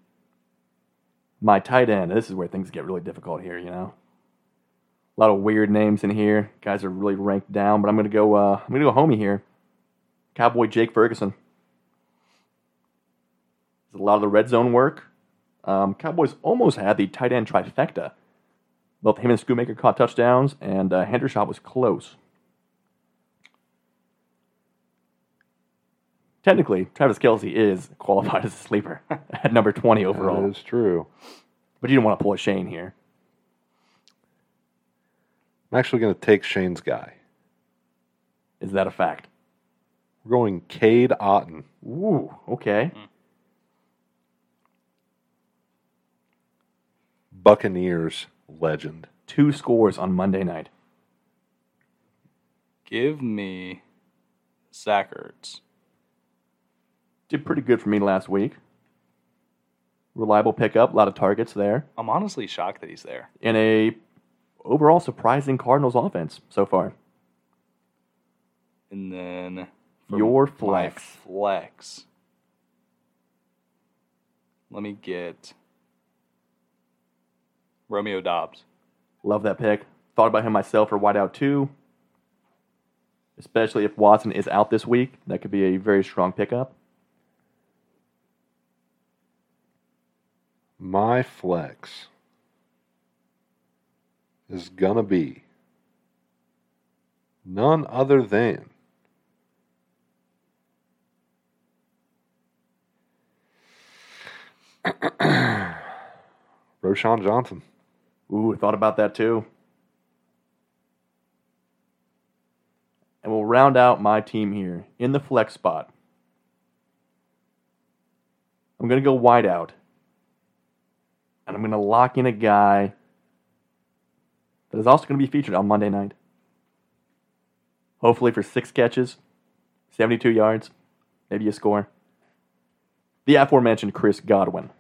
C: My tight end. This is where things get really difficult here, you know. A lot of weird names in here. Guys are really ranked down, but I'm gonna go. Uh, I'm gonna go homie here. Cowboy Jake Ferguson. There's a lot of the red zone work. Um, Cowboys almost had the tight end trifecta. Both him and Schoonmaker caught touchdowns, and uh, Hendershot was close. Technically, Travis Kelsey is qualified as a sleeper at number 20 overall.
B: That is true.
C: But you don't want to pull a Shane here.
B: I'm actually going to take Shane's guy.
C: Is that a fact?
B: We're going Cade Otten.
C: Ooh, okay.
B: Buccaneers legend.
C: Two scores on Monday night.
D: Give me Zach Ertz.
C: Did pretty good for me last week. reliable pickup, a lot of targets there,
D: I'm honestly shocked that he's there.
C: and a overall surprising Cardinals offense so far.
D: And then
C: Your
D: my
C: flex.
D: flex. Let me get Romeo Dobbs.
C: Love that pick. Thought about him myself for wideout two. Especially if Watson is out this week, that could be a very strong pickup.
B: My flex is going to be none other than Roshan Johnson.
C: Ooh, I thought about that too. And we'll round out my team here in the flex spot. I'm going to go wide out. And I'm going to lock in a guy that is also going to be featured on Monday night. Hopefully for six catches, 72 yards, maybe a score. The aforementioned Chris Godwin.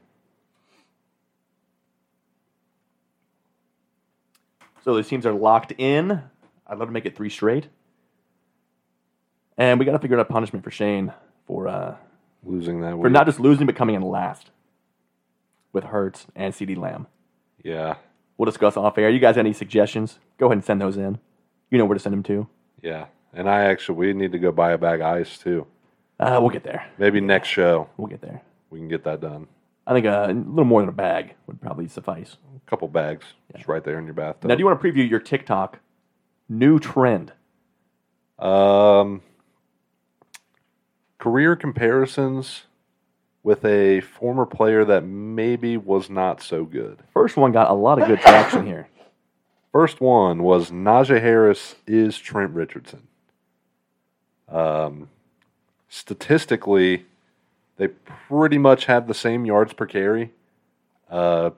C: So those teams are locked in. I'd love to make it three straight. And we got to figure out a punishment for Shane for uh,
B: Losing that
C: for
B: week.
C: not just losing but coming in last with Hertz and CD Lamb.
B: yeah.
C: We'll discuss off air. You guys got any suggestions? Go ahead and send those in. You know where to send them to.
B: Yeah. And I actually, we need to go buy a bag of ice too.
C: Uh, we'll get there.
B: Maybe next show
C: We'll get there.
B: we can get that done.
C: I think uh, a little more than a bag would probably suffice.
B: A couple bags. Just right there in your bathtub.
C: Now, do you want to preview your TikTok new trend?
B: Um, career comparisons with a former player that maybe was not so good.
C: First one got a lot of good traction here.
B: First one was Najee Harris is Trent Richardson. Um, statistically, they pretty much have the same yards per carry. Uh,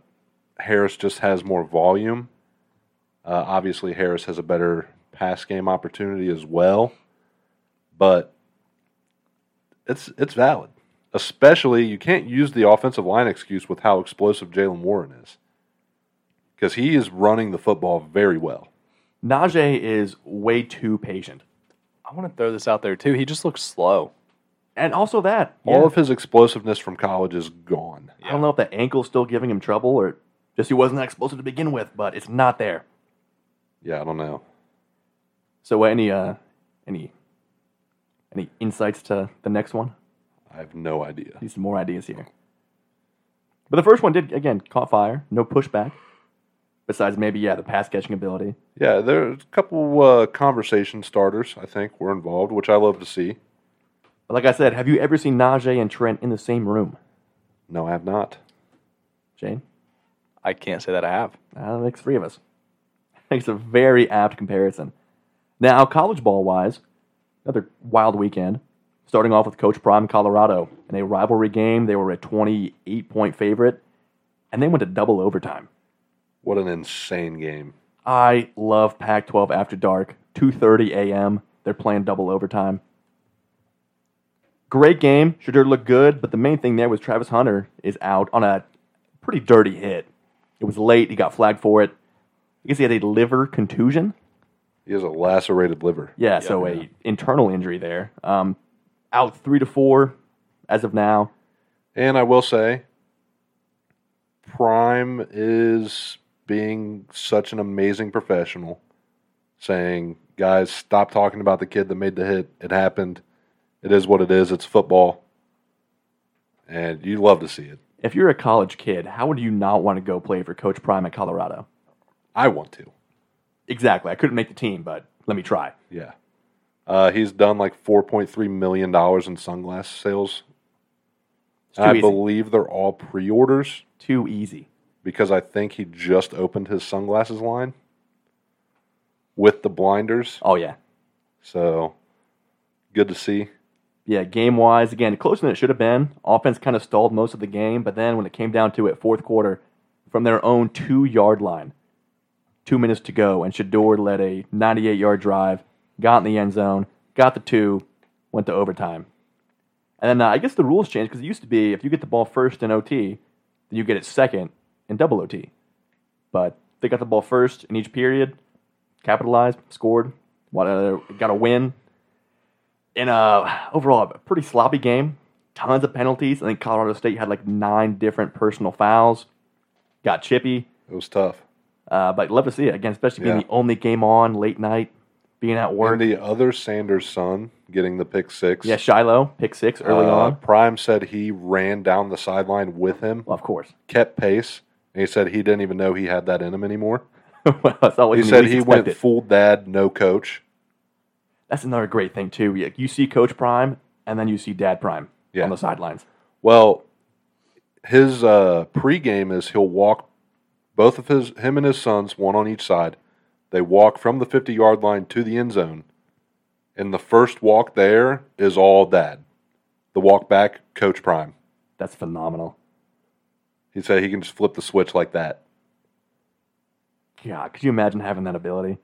B: Harris just has more volume. Uh, obviously, Harris has a better pass game opportunity as well, but it's it's valid. Especially, you can't use the offensive line excuse with how explosive Jalen Warren is because he is running the football very well.
C: Najee is way too patient.
D: I want to throw this out there too. He just looks slow.
C: And also that.
B: All of his explosiveness from college is gone.
C: I don't know if that ankle's still giving him trouble or just he wasn't that explosive to begin with, but it's not there.
B: Yeah, I don't know.
C: So uh, any uh any any insights to the next one?
B: I have no idea.
C: Need some more ideas here. But the first one did again caught fire, no pushback. Besides maybe yeah, the pass catching ability.
B: Yeah, there's a couple uh, conversation starters I think were involved, which I love to see.
C: But like I said, have you ever seen Najee and Trent in the same room,
B: No, I have not.
C: Shane?
D: I can't say that I have.
C: Uh, makes three of us. Makes a very apt comparison. Now, college ball wise, another wild weekend. Starting off with Coach Prime, Colorado. In a rivalry game, they were a 28 point favorite, and they went to double overtime.
B: What an insane game.
C: I love Pac 12 after dark, 2.30 a.m. They're playing double overtime. Great game. Shadur looked good, but the main thing there was Travis Hunter is out on a pretty dirty hit. It was late. He got flagged for it. I guess he had a liver contusion.
B: He has a lacerated liver.
C: Yeah, so a internal injury there. Um, out three to four as of now.
B: And I will say, Prime is being such an amazing professional, saying, guys, stop talking about the kid that made the hit. It happened. It is what it is. It's football. And you love to see it.
C: If you're a college kid, how would you not want to go play for Coach Prime at Colorado?
B: I want to.
C: Exactly. I couldn't make the team, but let me try.
B: Yeah. Uh, he's done like $4.3 million in sunglass sales.
C: It's too
B: I
C: easy.
B: believe they're all pre orders
C: too easy.
B: because I think he just opened his sunglasses line with the blinders.
C: Oh yeah,
B: So good to see.
C: yeah. Game wise, again, closer than it should have been. Offense kind of stalled most of the game, but then when it came down to it, fourth quarter, from their own two yard line, two minutes to go, and Shador led a 98 yard drive, got in the end zone, got the two, went to overtime. And then uh, I guess the rules changed because it used to be if you get the ball first in OT, then you get it second in double OT. But they got the ball first in each period, capitalized, scored, what- uh, got a win. In a overall a pretty sloppy game, tons of penalties. I think Colorado State had like nine different personal fouls. Got chippy.
B: It was tough.
C: Uh, but love to see it again, especially being
B: Yeah.
C: the only game on late night, being at work.
B: And the other Sanders son getting the pick six.
C: yeah, Shiloh pick six early
B: uh,
C: on.
B: Prime said he ran down the sideline with him,
C: Well, of course.
B: kept pace, and he said he didn't even know he had that in him anymore.
C: well, it's
B: He
C: always
B: said he went full dad, no coach.
C: That's another great thing too. You, you see Coach Prime, and then you see Dad Prime
B: Yeah.
C: on the sidelines.
B: Well, his uh, pregame is he'll walk both of his him and his sons, one on each side. They walk from the fifty yard line to the end zone, and the first walk there is all dad. The walk back, Coach Prime.
C: That's phenomenal.
B: He said he can just flip the switch like that.
C: God, could you imagine having that ability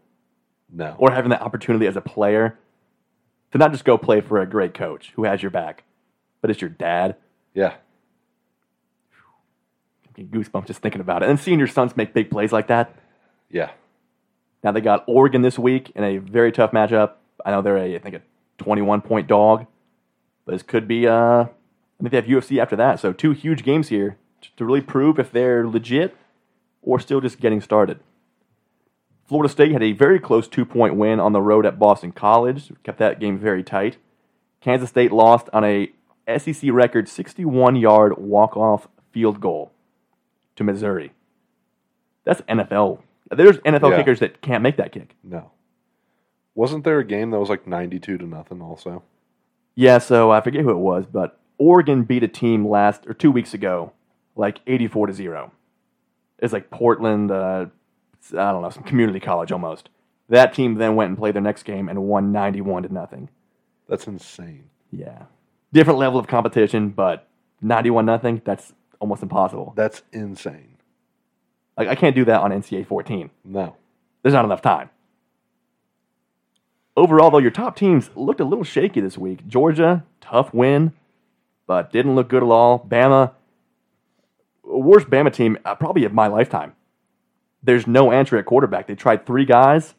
B: No,
C: or having that opportunity as a player to not just go play for a great coach who has your back, but it's your dad.
B: yeah,
C: I'm getting goosebumps just thinking about it. And seeing your sons make big plays like that.
B: yeah.
C: Now they got Oregon this week in a very tough matchup. I know they're a, I think a 21 point dog, but this could be. Uh, I think they have UFC after that, so two huge games here t- to really prove if they're legit or still just getting started. Florida State had a very close two point win on the road at Boston College, kept that game very tight. Kansas State lost on a SEC record 61 yard walk off field goal to Missouri. That's NFL. There's NFL
B: Yeah.
C: kickers that can't make that kick.
B: No. Wasn't there a game that was like 92 to nothing also?
C: Yeah, so I forget who it was, but Oregon beat a team last or two weeks ago, like eighty-four to zero. It's like Portland, uh, I don't know, some community college almost. That team then went and played their next game and won ninety-one to nothing.
B: That's insane.
C: Yeah, different level of competition, but ninety-one nothing. That's almost impossible.
B: That's insane.
C: Like I can't do that on NCAA fourteen.
B: No.
C: There's not enough time. Overall, though, your top teams looked a little shaky this week. Georgia, tough win, but didn't look good at all. Bama, worst Bama team uh, probably of my lifetime. There's no answer at quarterback. They tried three guys.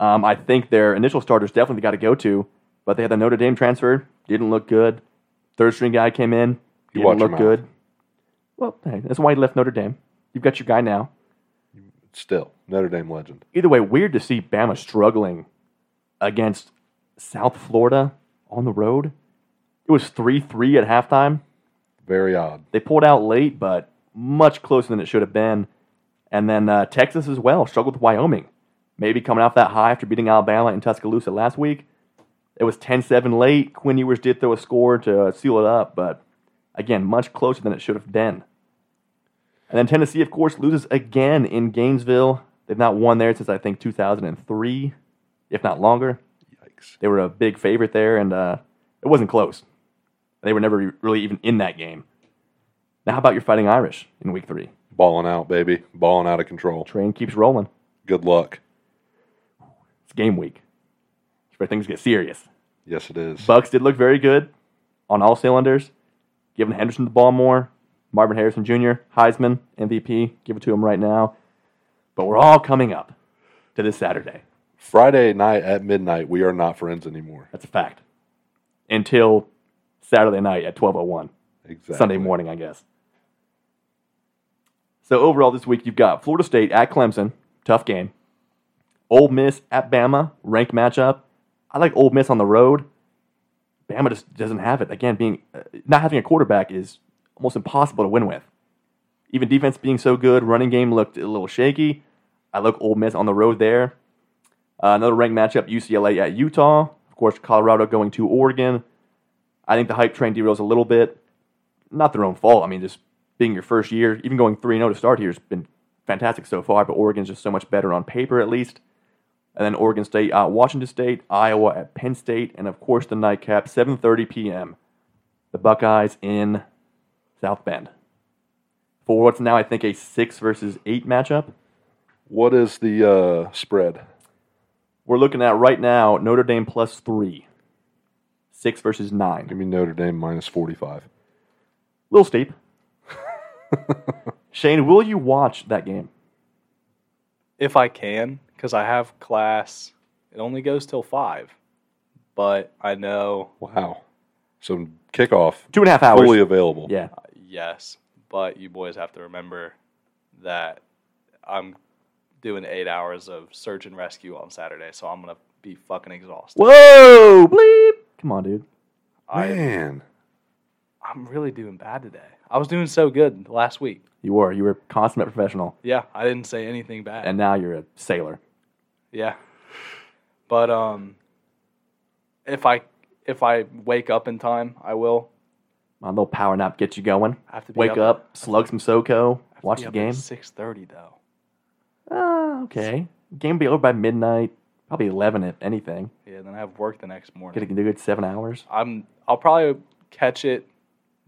C: Um, I think their initial starters definitely got to go to, but they had the Notre Dame transfer. Didn't look good. Third string guy came in.
B: You
C: Didn't
B: watch your
C: look
B: mouth.
C: good. Well, hey, that's why he left Notre Dame. You've got your guy now
B: Still, Notre Dame legend.
C: either way, weird to see Bama struggling against South Florida on the road. It was 3 3 at halftime.
B: Very odd.
C: They pulled out late, but much closer than it should have been. And then uh, Texas as well struggled with Wyoming. Maybe coming off that high after beating Alabama in Tuscaloosa last week. It was 10 7 late. Quinn Ewers did throw a score to seal it up, but again, much closer than it should have been. And then Tennessee, of course, loses again in Gainesville. They've not won there since I think 2003, if not longer.
B: Yikes.
C: They were a big favorite there, and uh, it wasn't close. They were never really even in that game. Now, how about your Fighting Irish in week three?
B: Balling out, baby. Balling out of control.
C: Train keeps rolling.
B: Good luck.
C: It's game week. It's where things get serious.
B: Yes, it is.
C: Bucks did look very good on all cylinders, giving Henderson the ball more. Marvin Harrison Jr., Heisman, MVP, give it to him right now. But we're all coming up to this Saturday.
B: Friday night at midnight, we are not friends anymore.
C: That's a fact. Until Saturday night at 1201.
B: Exactly.
C: Sunday morning, I guess. So overall, this week you've got Florida State at Clemson, tough game. Ole Miss at Bama, ranked matchup. I like Ole Miss on the road. Bama just doesn't have it. Again, being uh, not having a quarterback is almost impossible to win with. Even defense being so good, running game looked a little shaky. I like Ole Miss on the road there. Uh, another ranked matchup: UCLA at Utah. Of course, Colorado going to Oregon. I think the hype train derails a little bit not their own fault. I mean, just being your first year, even going 3 0 to start here has been fantastic so far, but Oregon's just so much better on paper, at least. And then Oregon State at Washington State, Iowa at Penn State, and of course the nightcap, 7.30 p.m. The Buckeyes in South Bend. For what's now, I think, a 6 versus 8 matchup.
B: What is the uh, spread?
C: We're looking at right now Notre Dame plus 3. 6 versus 9.
B: Give me Notre Dame minus 45.
C: little steep. Shane, will you watch that game?
D: if I can, because I have class. It only goes till five, but I know
B: Wow. So kickoff
C: Two and a half hours.
B: fully available.
C: Yeah.
D: yes. But you boys have to remember that I'm doing eight hours of search and rescue on Saturday, so I'm gonna be fucking exhausted.
C: Whoa, bleep. Come on, dude.
D: I,
B: Man,
D: I'm really doing bad today. I was doing so good last week.
C: You were. You were a consummate professional,
D: Yeah, I didn't say anything bad.
C: and now you're a sailor.
D: Yeah. But um if I if I wake up in time, I will.
C: A little power nap gets you going.
D: I have to be
C: Wake
D: up-
C: up, slug some SoCo, watch the game.
D: Six thirty though.
C: Ah, okay. Game will be over by midnight, probably 11 if anything.
D: Yeah, then I have work the next
C: Get a
D: morning.
C: good seven hours.
D: I'm I'll probably catch it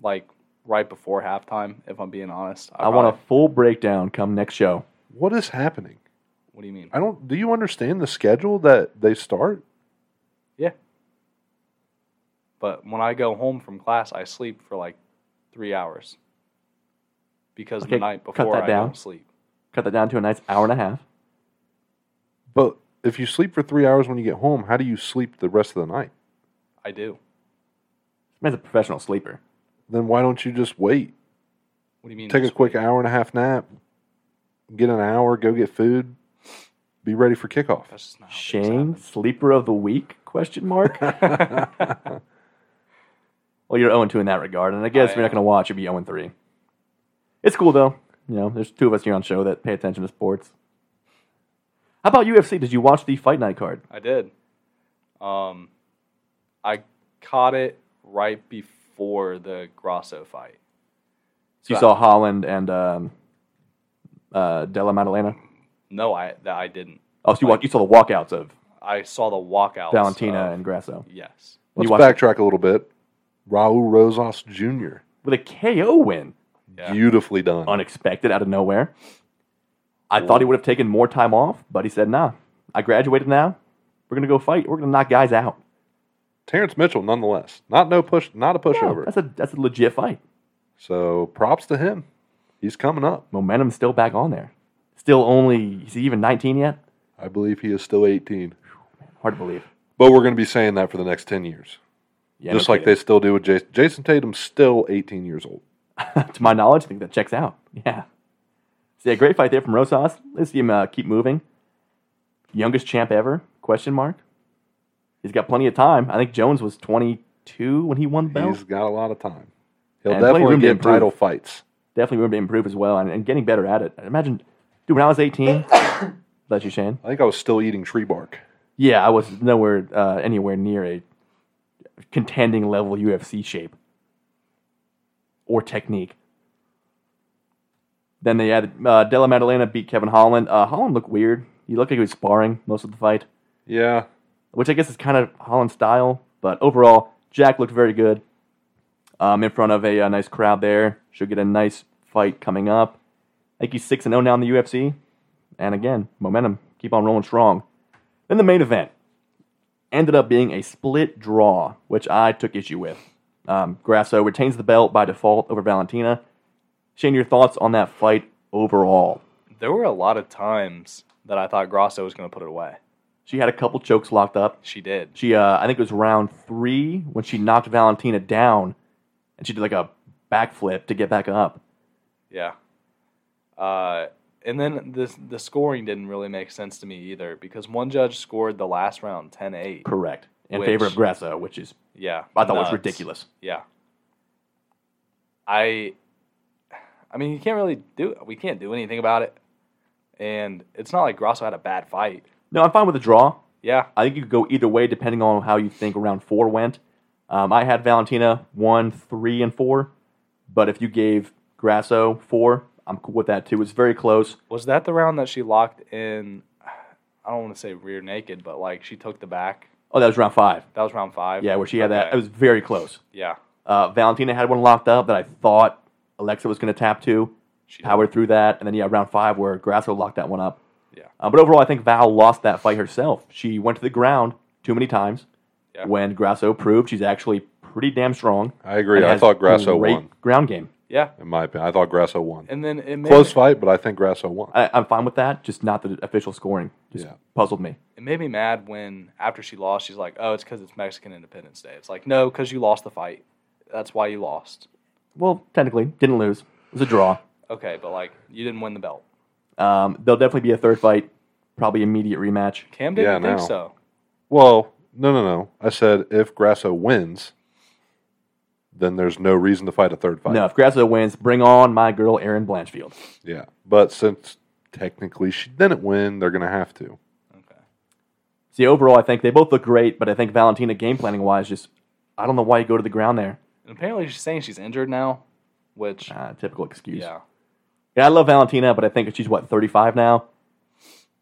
D: like right before halftime, if I'm being honest.
C: I want a full breakdown come next show.
B: what is happening?
D: What do you mean?
B: I don't. Do you understand the schedule that they start?
D: Yeah. But when I go home from class, I sleep for like three hours because the
C: Okay,
D: night
C: cut
D: before
C: that
D: I
C: down.
D: don't sleep.
C: Cut that down to a nice hour and a half.
B: But if you sleep for three hours when you get home, how do you sleep the rest of the night?
D: I do.
C: This man's a professional sleeper.
B: Then why don't you just wait?
D: What do you mean?
B: Take a
D: this
B: quick
D: week?
B: hour and a half nap, get an hour, go get food, be ready for kickoff.
D: That's just not how things happen.
C: Shane, sleeper of the week? Question mark. well, you're 0 2 in that regard, and I guess
D: I
C: if you're not
D: am.
C: going to watch, you'll be 0 3. It's cool though. You know, there's two of us here on show that pay attention to sports. How about UFC? Did you watch the fight night card?
D: I did. Um, I caught it right before the Grosso fight.
C: So you
D: So I-
C: saw Holland and um, uh, Della Maddalena.
D: No, I that I didn't.
C: Oh, so you, wa- you saw the walkouts of
D: I saw the walkout.
C: Valentina and Grasso
D: yes,
B: Let's
C: You watch-
B: backtrack a little bit. Raul Rosas Jr.
C: with a KO win,
D: Yeah.
B: Beautifully done.
C: unexpected out of nowhere. I thought he would have taken more time off, but he said, "Nah, I graduated now. We're gonna go fight. We're gonna knock guys out."
B: Terrence Mitchell, nonetheless, not no push, not a
C: Yeah,
B: pushover.
C: that's a that's a legit fight.
B: so props to him. He's coming up.
C: Momentum's still back on there. Still only is he even 19 yet?
B: I believe he is still 18.
C: Hard to believe.
B: But we're going to be saying that for the next 10 years,
C: Yeah,
B: just like they still do with Jason. Jason Tatum's still 18 years old.
C: they. to my knowledge, I think that checks out. Yeah. See, a great fight there from Rosas. Let's see him uh, keep moving. Youngest champ ever? Question mark. He's got plenty of time. I think Jones was 22 when he won the belt.
B: He's got a lot of time. He'll
C: And plenty
B: definitely
C: room to
B: get
C: improve.
B: title fights.
C: Definitely room to improve as well, and, and getting better at it. Imagine, dude. When I was 18, bless you, Shane.
B: I think I was still eating tree bark.
C: Yeah, I was nowhere uh, anywhere near a contending level UFC shape or technique. Then they added uh, Della Maddalena beat Kevin Holland. Uh, Holland looked weird. He looked like he was sparring most of the fight,
B: Yeah,
C: which I guess is kind of Holland's style. But overall, Jack looked very good um, in front of a, uh nice crowd there. Should get a nice fight coming up. I think he's 6 0 now in the UFC. And again, momentum. Keep on rolling strong. Then the main event ended up being a split draw, which I took issue with. Um, Grasso retains the belt by default over Valentina. Shane, your thoughts on that fight overall?
D: there were a lot of times that I thought Grosso was going to put it away.
C: She had a couple chokes locked up.
D: She did.
C: She, uh, I think it was round three when she knocked Valentina down, and she did like a backflip to get back up.
D: Yeah. Uh, and then this the scoring didn't really make sense to me either because one judge scored the last round 10-8.
C: Correct. In
D: Which-
C: favor of Grasso, which is
D: Yeah.
C: I thought was
D: nuts.
C: ridiculous.
D: Yeah. I I mean, you can't really do we can't do anything about it. And it's not like Grosso had a bad fight.
C: No, I'm fine with the draw.
D: Yeah.
C: I think you could go either way depending on how you think round four went. Um, I had Valentina one, three, and four, but if you gave Grasso four, I'm cool with that too. It's very close.
D: Was that the round that she locked in I don't want to say rear naked, but like she took the back.
C: Oh, that was round five.
D: That was round 5.
C: Yeah, where she had that.
D: Okay.
C: It was very close.
D: Yeah.
C: Uh, Valentina had one locked up that I thought Alexa was going to tap to.
D: She did.
C: Powered through that, and then yeah, round five where Grasso locked that one up.
D: Yeah.
C: Uh, but overall, I think Val lost that fight herself. She went to the ground too many times.
D: Yeah.
C: When Grasso proved she's actually pretty damn strong.
B: I agree.
C: and
B: I
C: has
B: thought Grasso
C: great
B: won.
C: Ground game.
D: Yeah.
B: in my opinion. I thought Grasso won.
D: And then it may,
B: Close fight, but I think Grasso won.
C: I, I'm fine with that. Just not the official scoring. Just
B: Yeah.
C: puzzled me.
D: it made me mad when after she lost, she's like, "Oh, it's because it's Mexican Independence Day." It's like, no, because you lost the fight. That's why you lost.
C: Well, technically, didn't lose. It was a draw.
D: Okay, but like you didn't win the belt.
C: Um, there'll definitely be a third fight, probably immediate rematch.
D: Cam didn't
B: Yeah,
D: think
B: no.
D: so.
B: Well, no, no, no. I said if Grasso wins, then there's no reason to fight a third fight.
C: No, if Grasso wins, bring on my girl Erin Blanchfield.
B: Yeah. But since technically she didn't win, they're going to have to.
D: Okay.
C: See, overall, I think they both look great, but I think Valentina game planning wise, just I don't know why you go to the ground there.
D: And apparently she's saying she's injured now, which
C: Uh, typical excuse.
D: yeah,
C: Yeah, I love Valentina, but I think she's what 35 now.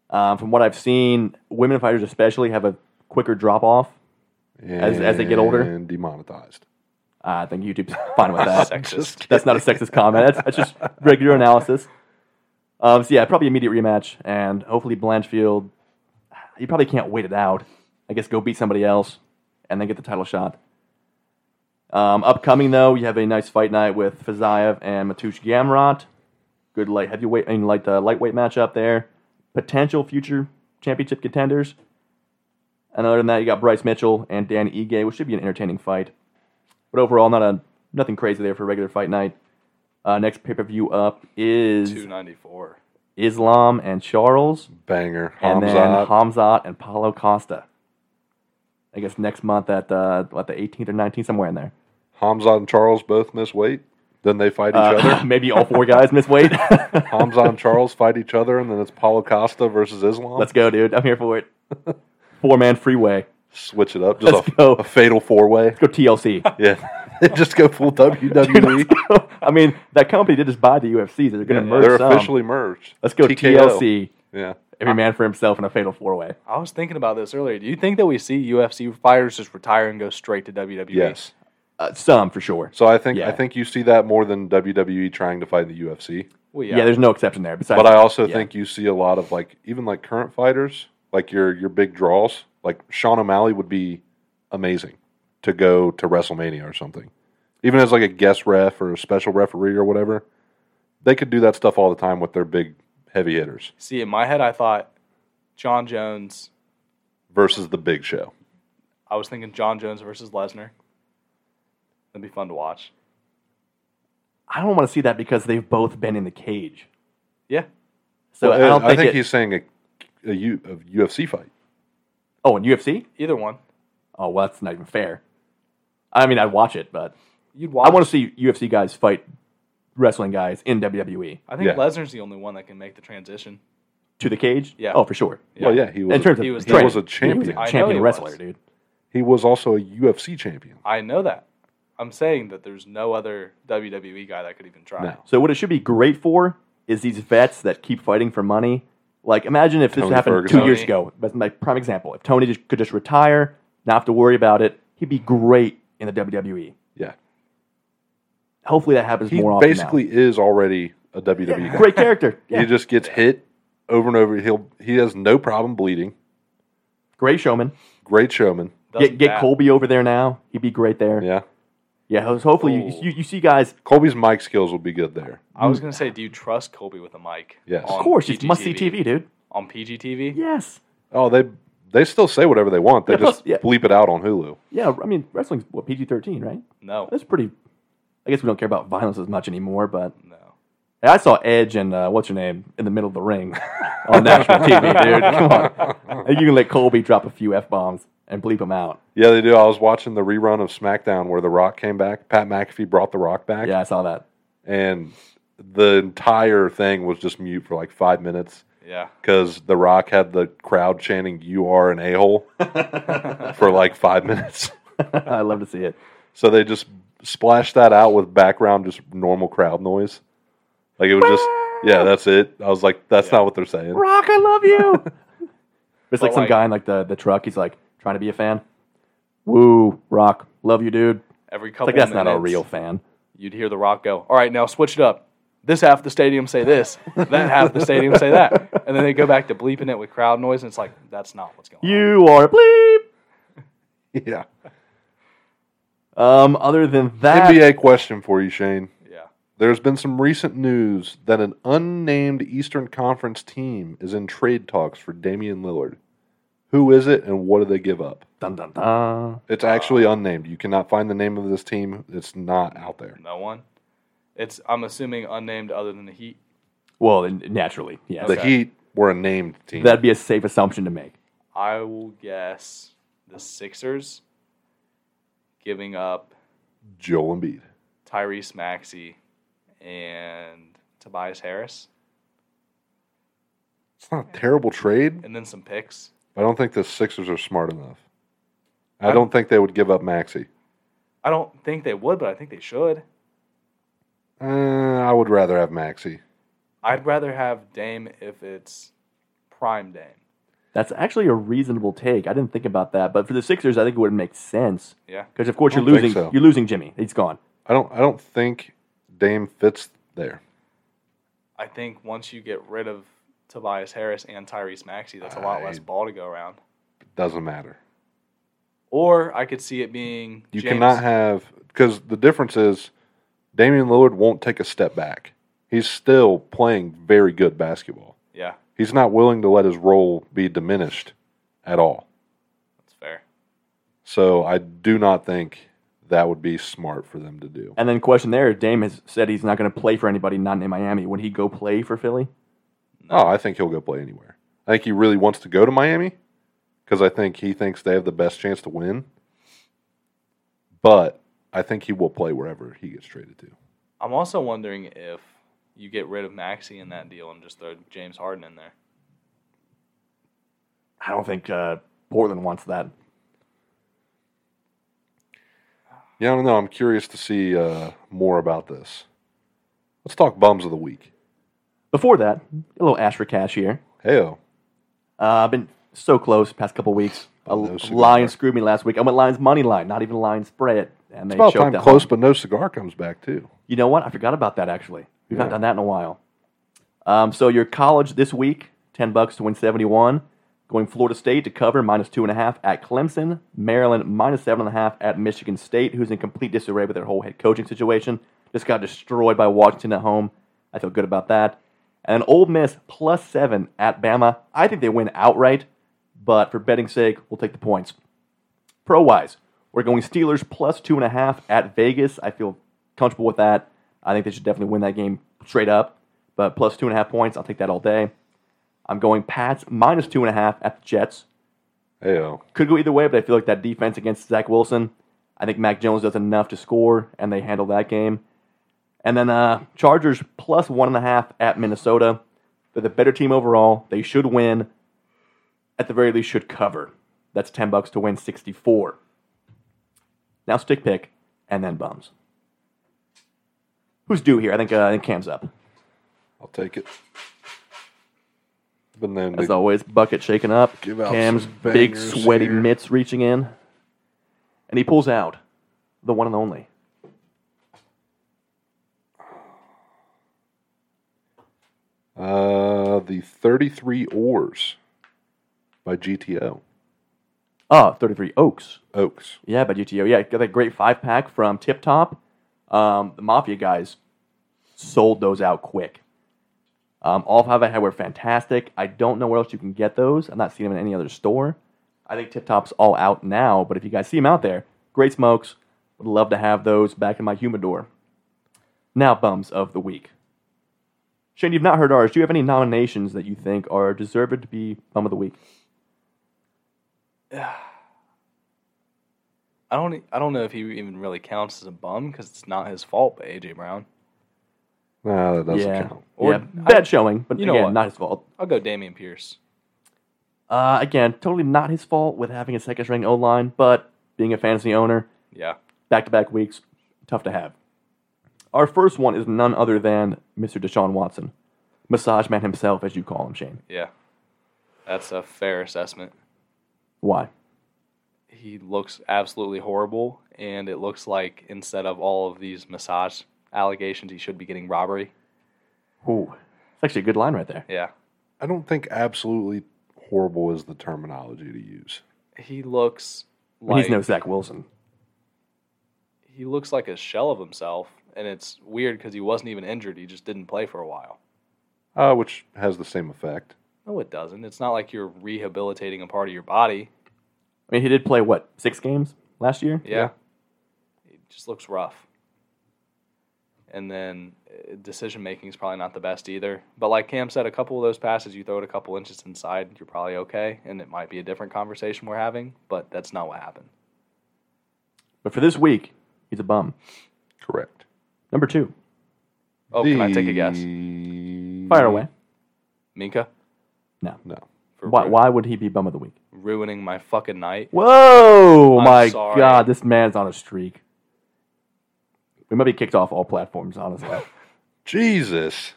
C: Um, from what I've seen, women fighters especially have a quicker drop off. As- as they get older?
B: And demonetized.
C: Uh, I think YouTube's fine with that.
D: sexist.
C: That's not a sexist comment. That's, that's just regular analysis. Um, so yeah, probably immediate rematch, and hopefully Blanchfield. You probably can't wait it out. I guess go beat somebody else, and then get the title shot. Um, upcoming though, you have a nice fight night with Fazayev and Matush Gamrot. Good light heavyweight, I mean light uh, lightweight matchup there. Potential future championship contenders. And other than that, you got Bryce Mitchell and Dan Ige, which should be an entertaining fight. But overall, not a nothing crazy there for regular fight night. Uh, next pay per view up is
D: Two ninety four.
C: Islam and Charles,
B: Banger.
C: and then
B: Hamzat.
C: Hamzat and Paulo Costa. I guess next month at uh, what the 18th or 19th, somewhere in there.
B: Hamzat and Charles both miss weight. Then they fight each
C: Uh,
B: other.
C: maybe all four guys miss weight.
B: Hamzat and Charles fight each other, and then it's Paulo Costa versus Islam.
C: Let's go, dude. I'm here for it. Four man freeway.
B: switch it up. Just
C: Let's
B: a,
C: go.
B: a fatal four way.
C: Let's go TLC.
B: Yeah. just go full E. WWE.
C: I mean, that company did just buy the UFC. They're going to merge
B: They're
C: some.
B: officially merged.
C: Let's go
B: TKO.
C: TLC.
B: Yeah.
C: Every man for himself in a fatal four way.
D: I was thinking about this earlier. Do you think that we see UFC fighters just retire and go straight to E? WWE?
B: Yes.
C: Uh, some for sure.
B: So I think
C: Yeah.
B: I think you see that more than WWE trying to fight the UFC.
D: Well,
C: Yeah,
D: yeah.
C: there's no exception there. Besides,
B: But I also
C: yeah.
B: think you see a lot of like even like current fighters, like your your big draws, like Sean O'Malley would be amazing to go to WrestleMania or something. Even as like a guest ref or a special referee or whatever. They could do that stuff all the time with their big heavy hitters
D: see, in my head, I thought John Jones.
B: versus the big show.
D: I was thinking John Jones versus Lesnar. That'd be fun to watch.
C: I don't want to see that because they've both been in the cage.
D: Yeah.
C: So
B: Well,
C: I don't
B: I
C: think,
B: think
C: it-
B: he's saying a, a, U, a UFC fight.
C: Oh, in UFC?
D: Either one.
C: Oh, well, that's not even fair. I mean, I'd watch it, but
D: You'd watch.
C: I want to see UFC guys fight wrestling guys in WWE
D: I think
B: Yeah.
D: Lesnar's the only one that can make the transition.
C: to the cage.
D: Yeah.
C: Oh, for sure.
D: Yeah.
B: Well, yeah, he was.
C: in terms of
D: he was- he
C: training,
B: was a
C: He
B: champion.
D: I
C: was
D: know
C: a champion
D: he
C: wrestler,
D: was.
C: dude.
B: He was also a UFC champion.
D: I know that. I'm saying that there's no other WWE guy that could even try.
B: No.
C: So what it should be great for is these vets that keep fighting for money. Like, imagine if this
B: Tony
C: happened
B: Ferguson.
C: two years
D: Tony.
C: ago. That's my prime example. If Tony just, could just retire, not have to worry about it, he'd be great in the WWE.
B: Yeah,
C: Hopefully, that happens
B: he
C: more often. now.
B: basically is already a WWE guy.
C: great character. Yeah.
B: He just gets hit over and over. He'll he has no problem bleeding.
C: Great showman.
B: Great showman.
D: Doesn't
C: Get get
D: that-
C: Colby over there now. He'd be great there. Yeah.
B: Yeah,
C: ho- hopefully you,
D: Ooh.
C: you, you see guys.
B: Colby's mic skills will be good there.
D: I
C: Mm.
D: was gonna say, do you trust Colby with a mic?
B: Yes.
D: on
B: Of
C: Of course, it's
D: PGTV?
C: must see TV, dude.
D: on PGTV.
C: Yes.
B: Oh, they they still say whatever they want. They
C: Yeah,
B: just
C: plus- yeah.
B: bleep it out on Hulu.
C: Yeah. I mean, wrestling's what PG thirteen, right?
D: No,
C: That's pretty. I guess we don't care about violence as much anymore, but
D: no.
C: Hey, I saw Edge and uh, what's your name in the middle of the ring on national TV, dude. Come on, you can let Colby drop a few f bombs and bleep him out.
B: Yeah, they do. I was watching the rerun of SmackDown where The Rock came back. Pat McAfee brought The Rock back.
C: Yeah, I saw that.
B: and the entire thing was just mute for like five minutes.
D: Yeah,
B: because The Rock had the crowd chanting "You are an a hole" for like five minutes.
C: I love to see it.
B: So they just splashed that out with background, just normal crowd noise. Like it was just, yeah, that's it. I was like, that's not what they're saying.
C: Rock, I love you. it's like
D: But,
C: some
D: like-
C: guy in like the, the truck. He's like trying to be a fan. Woo, Rock, love you, dude.
D: every
C: It's
D: couple.
C: like that's
D: minutes,
C: not a real fan.
D: You'd hear The Rock go, "All right, now switch it up. This half the stadium say this, that half the stadium say that," and then they go back to bleeping it with crowd noise, and it's like that's not what's going on.
C: You are bleep.
B: Yeah.
C: Um, other than that,
B: NBA question for you, Shane.
D: Yeah,
B: There's been some recent news that an unnamed Eastern Conference team is in trade talks for Damian Lillard. Who is it and what do they give up?
C: Dun dun dun.
B: It's actually unnamed. You cannot find the name of this team. It's not out there.
D: No one. It's I'm assuming unnamed other than the Heat.
C: Well, n- naturally, yes.
B: The
D: Okay.
B: Heat were a named team.
C: That'd be a safe assumption to make.
D: I will guess the Sixers giving up
B: Joel Embiid.
D: Tyrese Maxey and Tobias Harris
B: It's not a terrible trade.
D: and then some picks.
B: I don't think the Sixers are smart enough. I don't think they would give up Maxi.
D: I don't think they would, but I think they should.
B: Uh, I would rather have Maxi.
D: I'd rather have Dame if it's prime Dame.
C: That's actually a reasonable take. I didn't think about that, but for the Sixers, I think it would make sense
D: Yeah.
C: because, of course,
B: I
C: you're
B: don't think
C: losing.
B: so.
C: You're losing Jimmy. He's gone.
B: I don't. I don't think Dame fits there.
D: I think once you get rid of Tobias Harris and Tyrese Maxey, that's a lot
B: I-
D: less ball to go around.
B: Doesn't matter.
D: Or I could see it being
B: You
D: James.
B: cannot have because the difference is Damian Lillard won't take a step back. He's still playing very good basketball.
D: Yeah,
B: He's not willing to let his role be diminished at all.
D: that's fair.
B: So I do not think that would be smart for them to do.
C: And then question there: Dame has said he's not going to play for anybody not in Miami. Would he go play for Philly?
B: Oh, I think he'll go play anywhere. I think he really wants to go to Miami because I think he thinks they have the best chance to win. But I think he will play wherever he gets traded to.
D: I'm also wondering if you get rid of Maxey in that deal and just throw James Harden in there.
C: I don't think uh, Portland wants that.
B: Yeah, I don't know. I'm curious to see uh, more about this. Let's talk bums of the week.
C: Before that, a little ash for cash here.
B: Heyo,
C: Uh, I've been so close past couple weeks. A
B: Oh, no cigar.
C: lion screwed me last week. I went Lions money line, not even Lions spread, and they
B: it's about
C: choked
B: time
C: at
B: close,
C: home.
B: but no cigar comes back too.
C: You know what? I forgot about that actually. We've not done that in a while. Um, so your college this week, ten bucks to win seventy-one. Going Florida State to cover minus two and a half at Clemson. Maryland minus seven and a half at Michigan State, who's in complete disarray with their whole head coaching situation. Just got destroyed by Washington at home. I feel good about that. And then Ole Miss plus seven at Bama. I think they win outright, but for betting's sake, we'll take the points. Pro wise, we're going Steelers plus two and a half at Vegas. I feel comfortable with that. I think they should definitely win that game straight up. But plus two and a half points, I'll take that all day. I'm going Pats minus two and a half at the Jets.
B: Heyo,
C: Could go either way, but I feel like that defense against Zach Wilson, I think Mac Jones does enough to score, and they handle that game. And then uh, Chargers plus one and a half at Minnesota. They're the better team overall. They should win. At the very least, should cover. That's ten bucks to win sixty-four. Now stick pick, and then bums. Who's due here? I think uh, I think Cam's up.
B: I'll take it. Been known
C: As
B: to
C: always, bucket shaken up.
B: Give out
C: Cam's
B: some
C: big
B: bangers
C: sweaty
B: here.
C: mitts reaching in. And he pulls out the one and only.
B: Uh, the 33 Oars by GTO.
C: Oh, 33 Oaks.
B: Oaks.
C: Yeah, by GTO. Yeah, got that great five pack from Tip Top. Um, the Mafia guys sold those out quick. Um, all five I had were fantastic. I don't know where else you can get those. I'm not seeing them in any other store. I think Tip Top's all out now, but if you guys see them out there, great smokes. Would love to have those back in my humidor. Now, bums of the week. Shane, you've not heard ours. Do you have any nominations that you think are deserved to be bum of the week?
D: I don't. e, I don't know if he even really counts as a bum because it's not his fault. But AJ Brown,
B: No, that doesn't
C: yeah,
B: count.
D: Or-
C: yeah, bad showing, but
D: You know
C: again,
D: what?
C: not his fault.
D: I'll go Damian Pierce.
C: Uh, again, totally not his fault with having a second string O line, but being a fantasy owner,
D: Yeah,
C: back to back weeks, tough to have. Our first one is none other than Mr. Deshaun Watson, massage man himself, as you call him, Shane.
D: yeah, that's a fair assessment.
C: Why?
D: He looks absolutely horrible, and it looks like instead of all of these massage allegations, he should be getting robbery.
C: Ooh, it's actually a good line right there.
D: Yeah,
B: I don't think absolutely horrible is the terminology to use.
D: he looks
C: When
D: like
C: He's no Zach Wilson.
D: he looks like a shell of himself and it's weird because he wasn't even injured; he just didn't play for a while.
B: uh, which has the same effect.
D: No, it doesn't. It's not like you're rehabilitating a part of your body.
C: I mean, he did play what six games last year.
D: Yeah. It just looks rough. And then uh, decision making is probably not the best either. But like Cam said, a couple of those passes, you throw it a couple inches inside, you're probably okay. And it might be a different conversation we're having, but that's not what happened.
C: But for this week, he's a bum.
B: Correct.
C: Number two,
D: Oh, can I take a guess?
C: fire away.
D: Minka?
C: No.
B: No.
D: Mm-hmm. For
C: Why,
D: ru-
C: why would he be bum of the week?
D: ruining my fucking night.
C: Whoa,
D: I'm
C: my
D: sorry.
C: God, this man's on a streak. We might be kicked off all platforms, honestly. Can
B: Jesus.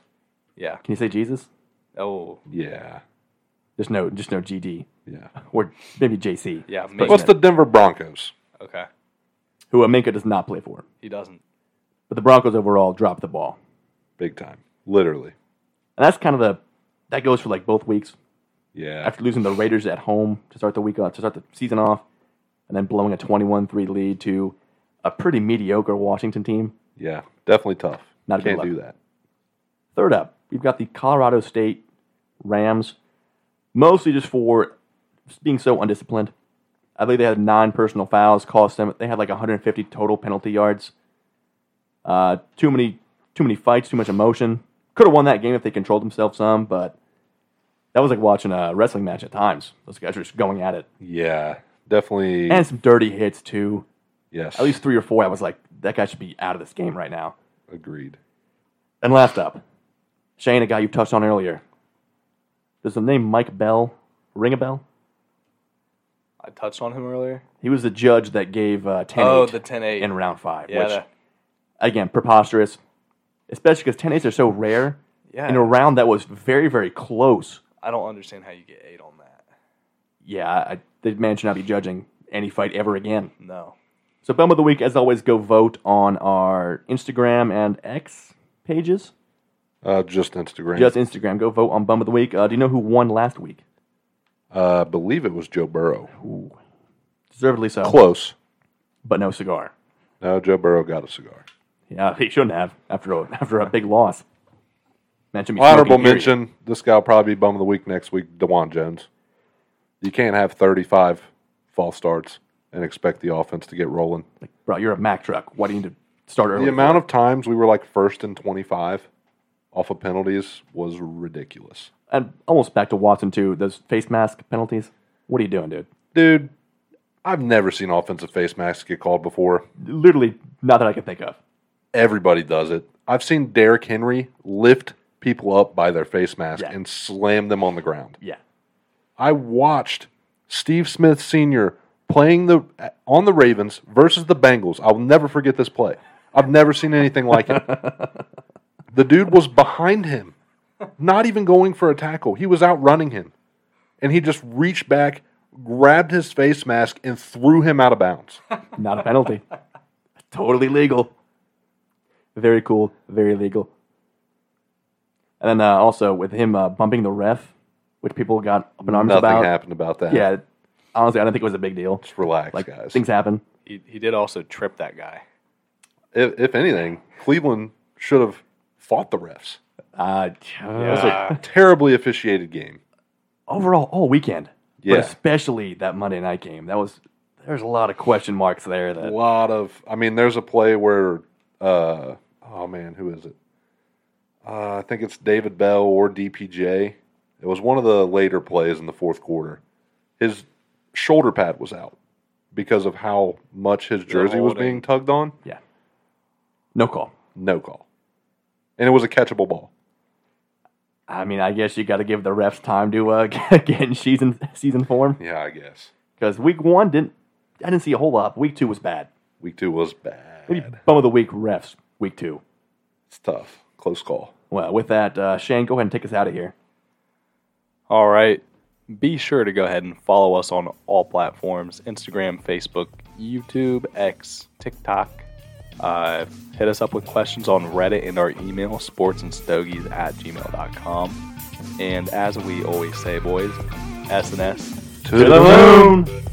D: Yeah.
C: you say Jesus?
D: Oh,
B: Yeah.
C: There's no, just no GD
B: Yeah.
C: or maybe JC,
D: yeah. Minka.
B: What's the Denver Broncos?
D: okay.
C: who Aminka does not play for.
D: He doesn't.
C: But the Broncos overall dropped the ball,
B: Big time. Literally.
C: and that's kind of the that goes for like both weeks.
B: Yeah.
C: After losing the Raiders at home to start the week off, to start the season off, and then blowing a 21-3 lead to a pretty mediocre Washington team.
B: Yeah. Definitely tough.
C: Not a good
B: Can't
C: look.
B: do that.
C: Third up, we've got the Colorado State Rams, mostly just for just being so undisciplined. I believe they had nine personal fouls, cost them. They had like 150 total penalty yards. Uh, too many, too many fights, too much emotion. Could have won that game if they controlled themselves some, but that was like watching a wrestling match at times. Those guys were just going at it,
B: Yeah. Definitely.
C: and some dirty hits too.
B: yes.
C: At least three or four. I was like, that guy should be out of this game right now.
B: Agreed.
C: And last up, Shane, a guy you touched on earlier. Does the name Mike Bell ring a bell?
D: I touched on him earlier.
C: He was the judge that gave uh, 10
D: Oh, the 10 8.
C: in round five,
D: yeah.
C: which,
D: that-
C: again, preposterous, especially because 10 8s are so rare
D: yeah.
C: in a round that was very, very close.
D: I don't understand how you get 8 on that.
C: Yeah, I, the man should not be judging any fight ever again.
D: No.
C: So, Bum of the Week, as always, go vote on our Instagram and X pages.
B: Uh, just Instagram.
C: Just Instagram. Go vote on Bum of the Week. Uh, do you know who won last week?
B: Uh, I believe it was Joe Burrow.
C: Deservedly so,
B: Close.
C: but no cigar.
B: No, Joe Burrow got a cigar.
C: Yeah, he shouldn't have after a, after a big loss. Mention me
B: Honorable
C: smoking, period.
B: mention. This guy will probably be bum of the week next week. Dewan Jones. You can't have 35 false starts and expect the offense to get rolling.
C: Like, bro, you're a Mack truck. Why do you need to start early?
B: The amount of times we were like first and 25 off of penalties was ridiculous.
C: and almost back to Watson too. Those face mask penalties. What are you doing, dude?
B: Dude, I've never seen offensive face masks get called before.
C: Literally, not that I can think of.
B: Everybody does it. I've seen Derrick Henry lift people up by their face mask
C: Yeah.
B: and slam them on the ground.
C: Yeah,
B: I watched Steve Smith Sr. playing the on the Ravens versus the Bengals. I will never forget this play. I've never seen anything like it. the dude was behind him, not even going for a tackle. He was outrunning him. And he just reached back, grabbed his face mask, and threw him out of bounds.
C: not a penalty. totally legal. Very cool. Very legal. And then uh, also with him uh, bumping the ref, which people got up in arms
B: Nothing
C: about.
B: happened about that.
C: Yeah, honestly, I don't think it was a big deal.
B: Just relax,
C: Like
B: guys.
C: things happen.
D: He, he did also trip that guy.
B: If, if anything, Cleveland should have fought the refs.
C: Uh,
D: Uh,
B: Terribly officiated game.
C: overall all weekend.
B: Yeah.
C: But especially that Monday night game. That was there's a lot of question marks there
B: a
C: that
B: lot of I mean, there's a play where uh oh man, who is it? Uh, I think it's David Bell or DPJ. It was one of the later plays in the fourth quarter. His shoulder pad was out because of how much his jersey was
D: holding.
B: being tugged on.
C: yeah. No call.
B: No call. And it was a catchable ball.
C: I mean, I guess you got to give the refs time to uh, get in season season form
B: Yeah, I guess.
C: because week one didn't I didn't see a whole lot. Week two was bad.
B: Week two was
C: Maybe
B: bad.
C: bum of the week refs. Week two.
B: It's tough. Close call.
C: Well, with that, uh, Shane, go ahead and take us out of here.
D: All right. Be sure to go ahead and follow us on all platforms Instagram, Facebook, YouTube, X, TikTok. Uh, hit us up with questions on Reddit and our email, sportsandstogies at gmail.com. And as we always say, boys, S and S
B: To the moon!